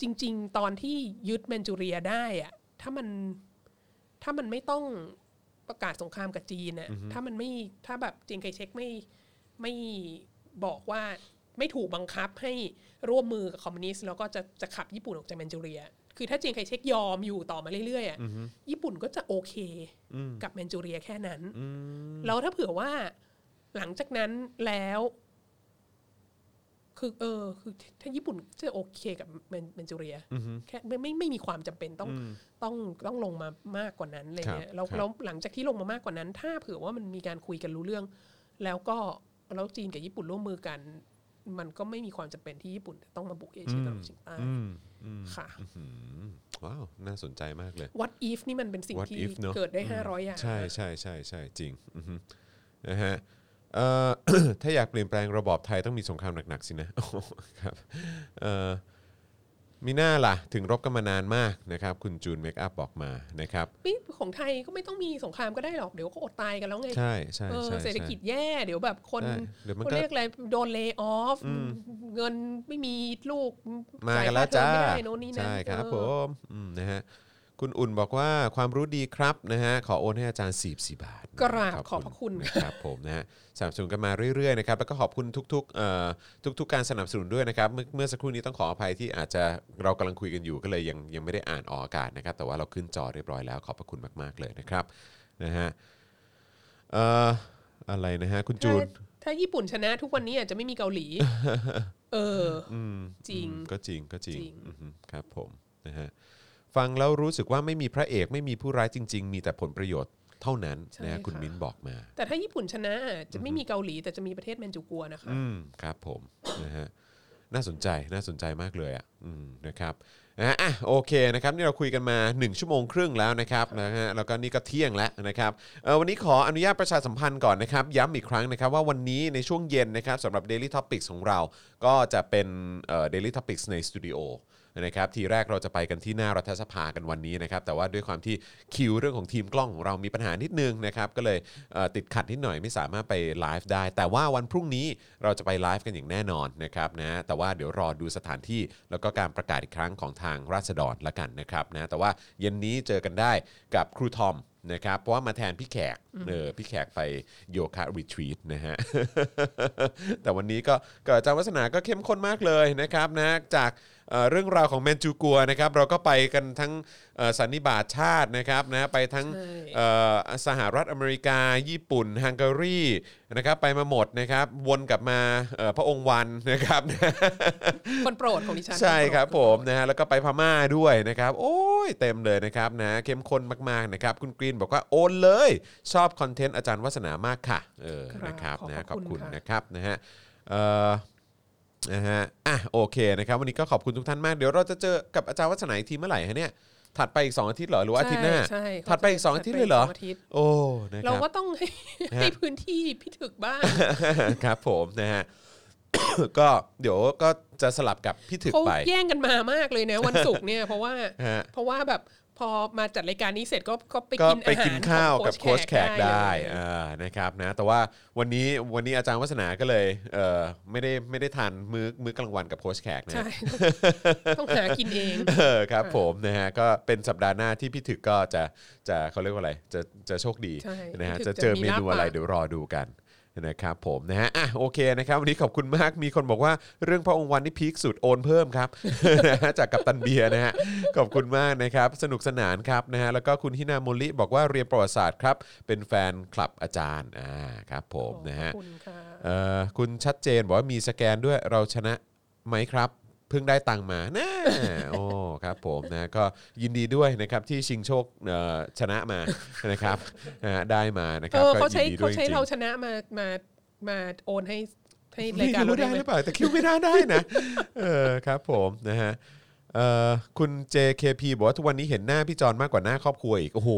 C: จริง ๆ ตอนที่ยึดแมนจูเรียได้อะถ้ามันถ้ามันไม่ต้องประกาศสงครามกับจีนน่ะถ้ามันไม่ถ้าแบบจีนไคเช็กไม่ไม่บอกว่าไม่ถูกบังคับให้ร่วมมือกับคอมมิวนิสต์แล้วก็จะจะขับญี่ปุ่นออกจากแมนจูเรีย คือถ้าจีนไคเช็กยอมอยู่ต่อมาเรื่อยๆอะญี่ปุ่นก็จะโอเคกับแมนจูเรียแล้วถ้าเผื่อว่า หลังจากนั้นแล้ว คือเออคือถ้าญี่ปุ่นจะโอเคกับเมนเมนจูเรียแค่ไม่ไม่ไม่มีความจำเป็นต้องต้องต้องลงมามากกว่านั้นอะไรเงี้
B: ครับ
C: ยแล้ว
B: ครับ
C: แล้วหลังจากที่ลงมามากกว่านั้น ถ้าเผื่อว่ามันมีการคุยกันรู้เรื่อง แล้วก็แล้วจีนกับญี่ปุ่นร่วมมือกัน มันก็ไม่มีความจำเป็นที่ญี่ปุ่นจะต้องมาบุกเอเชียตะวันออกเฉียงใต้ค่ะ
B: อืมว้าว น่าสนใจมากเลย
C: what if นี่มันเป็นสิ่ง
B: What
C: ที่
B: if เนอะ
C: เกิดได้ 500 อย่าง
B: ใช่ใช่ใช่ใช่จริงอือฮึนะฮะเอ่ อ ถ้าอยากเปลี่ยนแปลงระบอบไทยต้องมีสงครามหนักๆสินะ ครับเอ่อมีหน้าล่ะ ถึงรบกันมานานมากนะครับ คุณจูนเมคอัพบอกมานะครับ
C: ปีของไทยก็ไม่ต้องมีสงครามก็ได้หรอกเดี๋ยวก็อดตายกันแล้วไง
B: ใช่ใช่
C: เออ
B: ใช่
C: เศรษฐกิจ
B: ใช่
C: แย่เดี๋ยวแบบคน
B: ใช่เดี๋ยวมันก็
C: เขาเรียกอะไรโดนเล y o ออฟเงินไม่มีลูก
B: มา
C: จ่ย
B: กันแล้ว
C: ค่
B: จ้า
C: เทอไม่ได้โน่นนี่นั่น
B: ใช่ครับ
C: เออ
B: ผมอืมนะฮะคุณอุ่นบอกว่าความรู้ดีครับนะฮะขอโอนให้อาจารย์สีบสีบาท
C: กราบขอบพระคุณ
B: นะครับผมนะฮะสนับสนุนกันมาเรื่อยๆนะครับแล้วก็ขอบคุณทุกๆเอ่อทุกๆ การสนับสนุนด้วยนะครับเมื่อเมื่อสักครู่นี้ต้องขออภัยที่อาจจะเรากำลังคุยกันอยู่ก็เลยยังยังไม่ได้อ่านออกอากาศนะครับ แต่ว่าเราขึ้นจอเรียบร้อยแล้วขอบพระคุณมากๆเลยนะครับนะฮะเอ่ออะไรนะฮะคุณจูน
C: ถ้าถ้าญี่ปุ่นชนะทุกวันนี้อาจจะไม่มีเกา หลี เอออจริง
B: อืมก็จริงก็จริง
C: จริง
B: อือฮึครับผมนะฮะฟังแล้วรู้สึกว่าไม่มีพระเอกไม่มีผู้ร้ายจริง ๆ มีแต่ผลประโยชน์เท่านั้นนะฮะคุณมิ้นบอกมา
C: แต่ถ้าญี่ปุ่นชนะจะไม่มีเกาหลี แต่จะมีประเทศแมนจูกัวนะคะ
B: อืมครับผม นะฮะน่าสนใจน่าสนใจมากเลยอ่ะอืมนะครับนะฮะอ่ะโอเคนะครับนี่เราคุยกันมา 1 ชั่วโมงครึ่งแล้วนะครับนะฮะแล้วก็นี่ก็เที่ยงแล้วนะครับเอ่อวันนี้ขออนุญาตประชาสัมพันธ์ก่อนนะครับ ย้ำอีกครั้งนะครับว่าวันนี้ในช่วงเย็นนะครับสำหรับ Daily Topics ของเรา ก็จะเป็นเอ่อ Daily Topics ในสตูดิโอ นะครับทีแรกเราจะไปกันที่หน้ารัฐสภากันวันนี้นะครับแต่ว่าด้วยความที่คิวเรื่องของทีมกล้องของเรามีปัญหานิดนึงนะครับก็เลยเอ่อติดขัดนิดหน่อยไม่สามารถไปไลฟ์ได้ แต่ว่าวันพรุ่งนี้เราจะไปไลฟ์กันอย่างแน่นอนนะครับนะแต่ว่าเดี๋ยวรอดูสถานที่แล้วก็การประกาศอีกครั้งของทางราษฎรละกันนะครับนะแต่ว่าเย็นนี้เจอกันได้กับครูทอมนะครับเพราะว่ามาแทนพี่แขกเออพี่แขกไปโยคะรีทรีตนะฮะ แต่วันนี้ก็ก็อาจารย์วัฒนาก็เข้มข้นมากเลยนะครับนะจากเอ่อเรื่องราวของแมนจูกัวนะครับเราก็ไปกันทั้งเอ่อสันนิบาตชาตินะครับนะไปทั้ง
C: ใช่
B: เอ่อสหรัฐอเมริกา ญี่ปุ่นฮังการีนะครับไปมาหมดนะครับวนกลับมาเอ่อพระองค์วัน นะครับ
C: คนโปรดของดิฉัน
B: ใช่
C: นโปด
B: ครับผมนะฮะแล้วก็ไปพม่าด้วยนะครับ โอ้ยเต็มเลยนะครับนะเข้มข้นมากๆนะครับ คุณกรีนบอกว่าโอนเลย ชอบคอนเทนต์อาจารย์วัฒนามากค่ะเออนะครับนะขอบคุณนะครับนะฮะเอ่อนะฮะอ่ะโอเคนะครับ วันนี้ก็ขอบคุณทุกท่านมาก เดี๋ยวเราจะเจอกับอาจารย์วัฒนาอีกทีเมื่อไหร่ฮะเนี่ยถัดไปอีก 2 อาทิตย์เหรอหรือว่าอาทิตย์หน้า
C: ใช่ใช่
B: ถัดไปอีก 2 อาทิตย์เลยเหรอ
C: ถัดไปกสงาทิตย์
B: โอ้นะค
C: เรา
B: รับ
C: ก็ต้อง ให้ให้พื้นที่พิถึกบ้าง
B: ครับผมนะฮะ ก็เดี๋ยวก็จะสลับกับพี่ถึก
C: เขา
B: ไป
C: แย่งกันมามากเลยนะ วันศุกร์เนี่ย เพราะว่า
B: ฮะ
C: เพราะว่าแบบพอมาจัดรายการนี้เสร็จก็ก็ไป
B: ก็
C: กิน
B: ไปกินข้าวกับโค้ชแขกได้
C: เลย
B: อ่านะครับนะแต่ว่าวันนี้วันนี้อาจารย์วัฒนาก็เลยเออไม่ได้ไม่ได้ทานมื้อมื้อกลางวันกับโค้ชแขกนะ
C: ใช่ ต้องหากินเอง
B: เออครับผมนะฮะก็เป็นสัปดาห์หน้าที่พี่ถึกก็จะจะเขาเรียกว่าอะไรจะจะโชคดี
C: ใช่
B: นะฮะ
C: พี่ถึ
B: จะ
C: กจะ
B: เจอเมนูอะไร
C: มีลาบปาก
B: เดี๋ยวรอดูกันนะครับผมนะฮะอ่ะโอเคนะครับวันนี้ขอบคุณมากมีคนบอกว่าเรื่องพระองค์วันนี่พีคสุดโอนเพิ่มครับ นะฮะจากกัปตันเบียร์นะฮะขอบคุณมากนะครับสนุกสนานครับนะฮะแล้วก็คุณฮินาโมลิบอกว่าเรียนประวัติศาสตร์ครับเป็นแฟนคลับอาจารย์อ่าครับผมนะฮะ
C: ขอบคุณค่ะ
B: เอ่อคุณชัดเจนบอกว่ามีสแกนด้วยเราชนะไหมครับ เพิ่งได้ตังค์มาแน่ โอ้ครับผมนะก็ยินดีด้วยนะครับที่ชิงโชคเอ่อชนะมานะครับ นะฮะได้มานะค
C: เอ
B: รับ
C: อ
B: ก็
C: เขา
B: ยิ
C: ใช้
B: นดีด้
C: เขา
B: วยจ
C: ใช้
B: ริง
C: เรา
B: ๆ
C: ชนะมามามาโอนให้ให้ราย
B: ไม่
C: การ
B: รู้
C: เราได้
B: ได้
C: ไหม
B: หรือเปล่าแต่คิดไม่ได้ได้นะ เออครับผมนะฮะเอ่อคุณ JKP บอกว่าทุกวันนี้เห็นหน้าพี่จอนมากกว่าหน้าครอบครัวอีกโอ้โห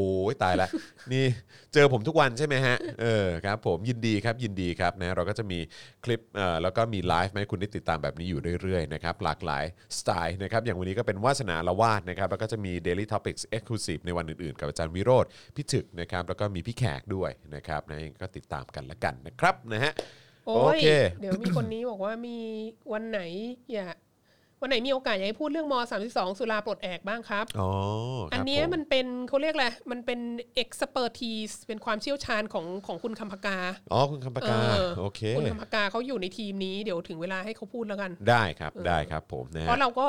B: ตายละ นี่เจอผมทุกวันใช่ไหมฮะเออครับผมยินดีครับยินดีครับนะเราก็จะมี คลิปเอ่อแล้วก็มีไลฟ์ให้คุณได้ติดตามแบบนี้อยู่เรื่อยๆนะครับหลากหลายสไตล์นะครับอย่างวันนี้ก็เป็นวาสนาละวาดนะครับแล้วก็จะมี Daily Topics Exclusive ในวันอื่นๆ กับอาจารย์วิโรธพิถึกนะครับแล้วก็มีพี่แขกด้วยนะครับนะยังไงก็ติดตามกันละกันนะครับนะฮะ
C: โอ้
B: โอย เค
C: เดี๋ยวมีคนนี้บอกว่ามีวันไหน อย่า วันไหนมีโอกาสอยากให้พูดเรื่องม .32 สุราปลดแอกบ้างครับ
B: อ๋อ
C: อันเนี้ยมันเป็นเขาเรียกอะไรมันเป็น expertise เป็นความเชี่ยวชาญของของคุณคำพกา
B: อ๋อคุณคำปากา
C: เออ
B: โอเค
C: คุณคำพกาเขาอยู่ในทีมนี้เดี๋ยวถึงเวลาให้เขาพูดแล้วกัน
B: ได้ครับได้ครับผมนะฮะ
C: เพราะเราก็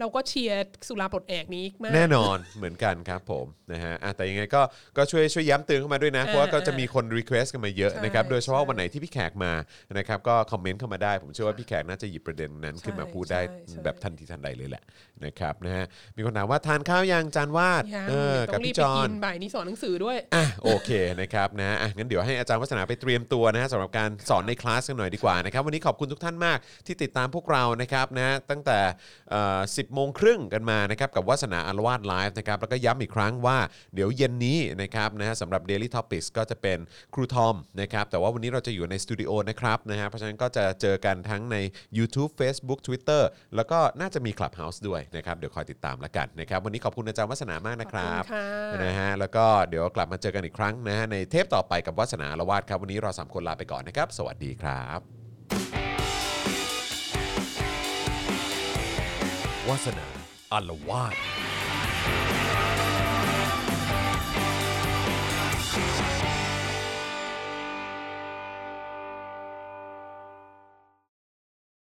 C: เราก็เชียร์สุราปลดแอกนี้มาก
B: แน่นอนเหมือนกันครับผมนะฮะอ่ะแต่ยังไงก็ก็ช่วยช่วยย้ำเตือนเข้ามาด้วยนะ เพราะว่าก็จะมีคนรีเควสกันมาเยอะนะครับ
C: ใช่
B: โดยเฉพาะ
C: ใช่
B: วันไหนที่พี่แขกมานะครับก็คอมเมนต์เข้ามาได้ ผมเชื่อว่าพี่แขกน่าจะหยิบประเด็นนั้นขึ้นมาพูดได้
C: ใช่ใช่
B: แบบทันทีทันใดเลยแหละนะครับนะฮะมีคนถามว่าทานข้าวยังจานวาด
C: ยัง
B: เออ
C: ต้
B: กับ
C: องรีบ
B: พี่จ
C: ไป
B: อ
C: กิ
B: น
C: นบ่ายนี้สอนหนังสือด้วย
B: อ่ะโอเคนะครับนะอ่ะงั้นเดี๋ยวให้อาจารย์วัฒนาไปเตรียมตัวนะฮะสำหรับการสอนในคลาสกันหน่อยดีกว่านะครับวันนี้ขอบคุณทุกท่านมากที่ติดตามพวกเรานะครับนะตั้งแต่เอ่อ10โมงครึ่งกันมานะครับกับวัฒนาอารวาสไลฟ์นะครับแล้วก็ย้ำอีกครั้งว่าเดี๋ยวเย็นนี้นะครับนะฮะสำหรับ Daily Topics ก็จะเป็นครูทอมนะครับแต่ว่าวันนี้เราจะอยู่ในสตูดิโอนะครับนะฮะเพราะฉะนั้นก็จะเจอกันทั้งใน YouTube Facebook Twitter แล้วก็น่าจะมี Clubhouse ด้วยนะครับเดี๋ยวคอยติดตามแล้วกันนะครับวันนี้ขอบคุณอาจารย์วัฒนามากนะครับ
C: ขอบคุณค่ะ
B: นะฮะแล้วก็เดี๋ยวกลับมาเจอกันอีกครั้งนะฮะในเทปต่อไปกับวาสนาละวาดครับ วันนี้เราสามคนลาไปก่อนนะครับ สวัสดีครับ
A: วาสนาอารวาส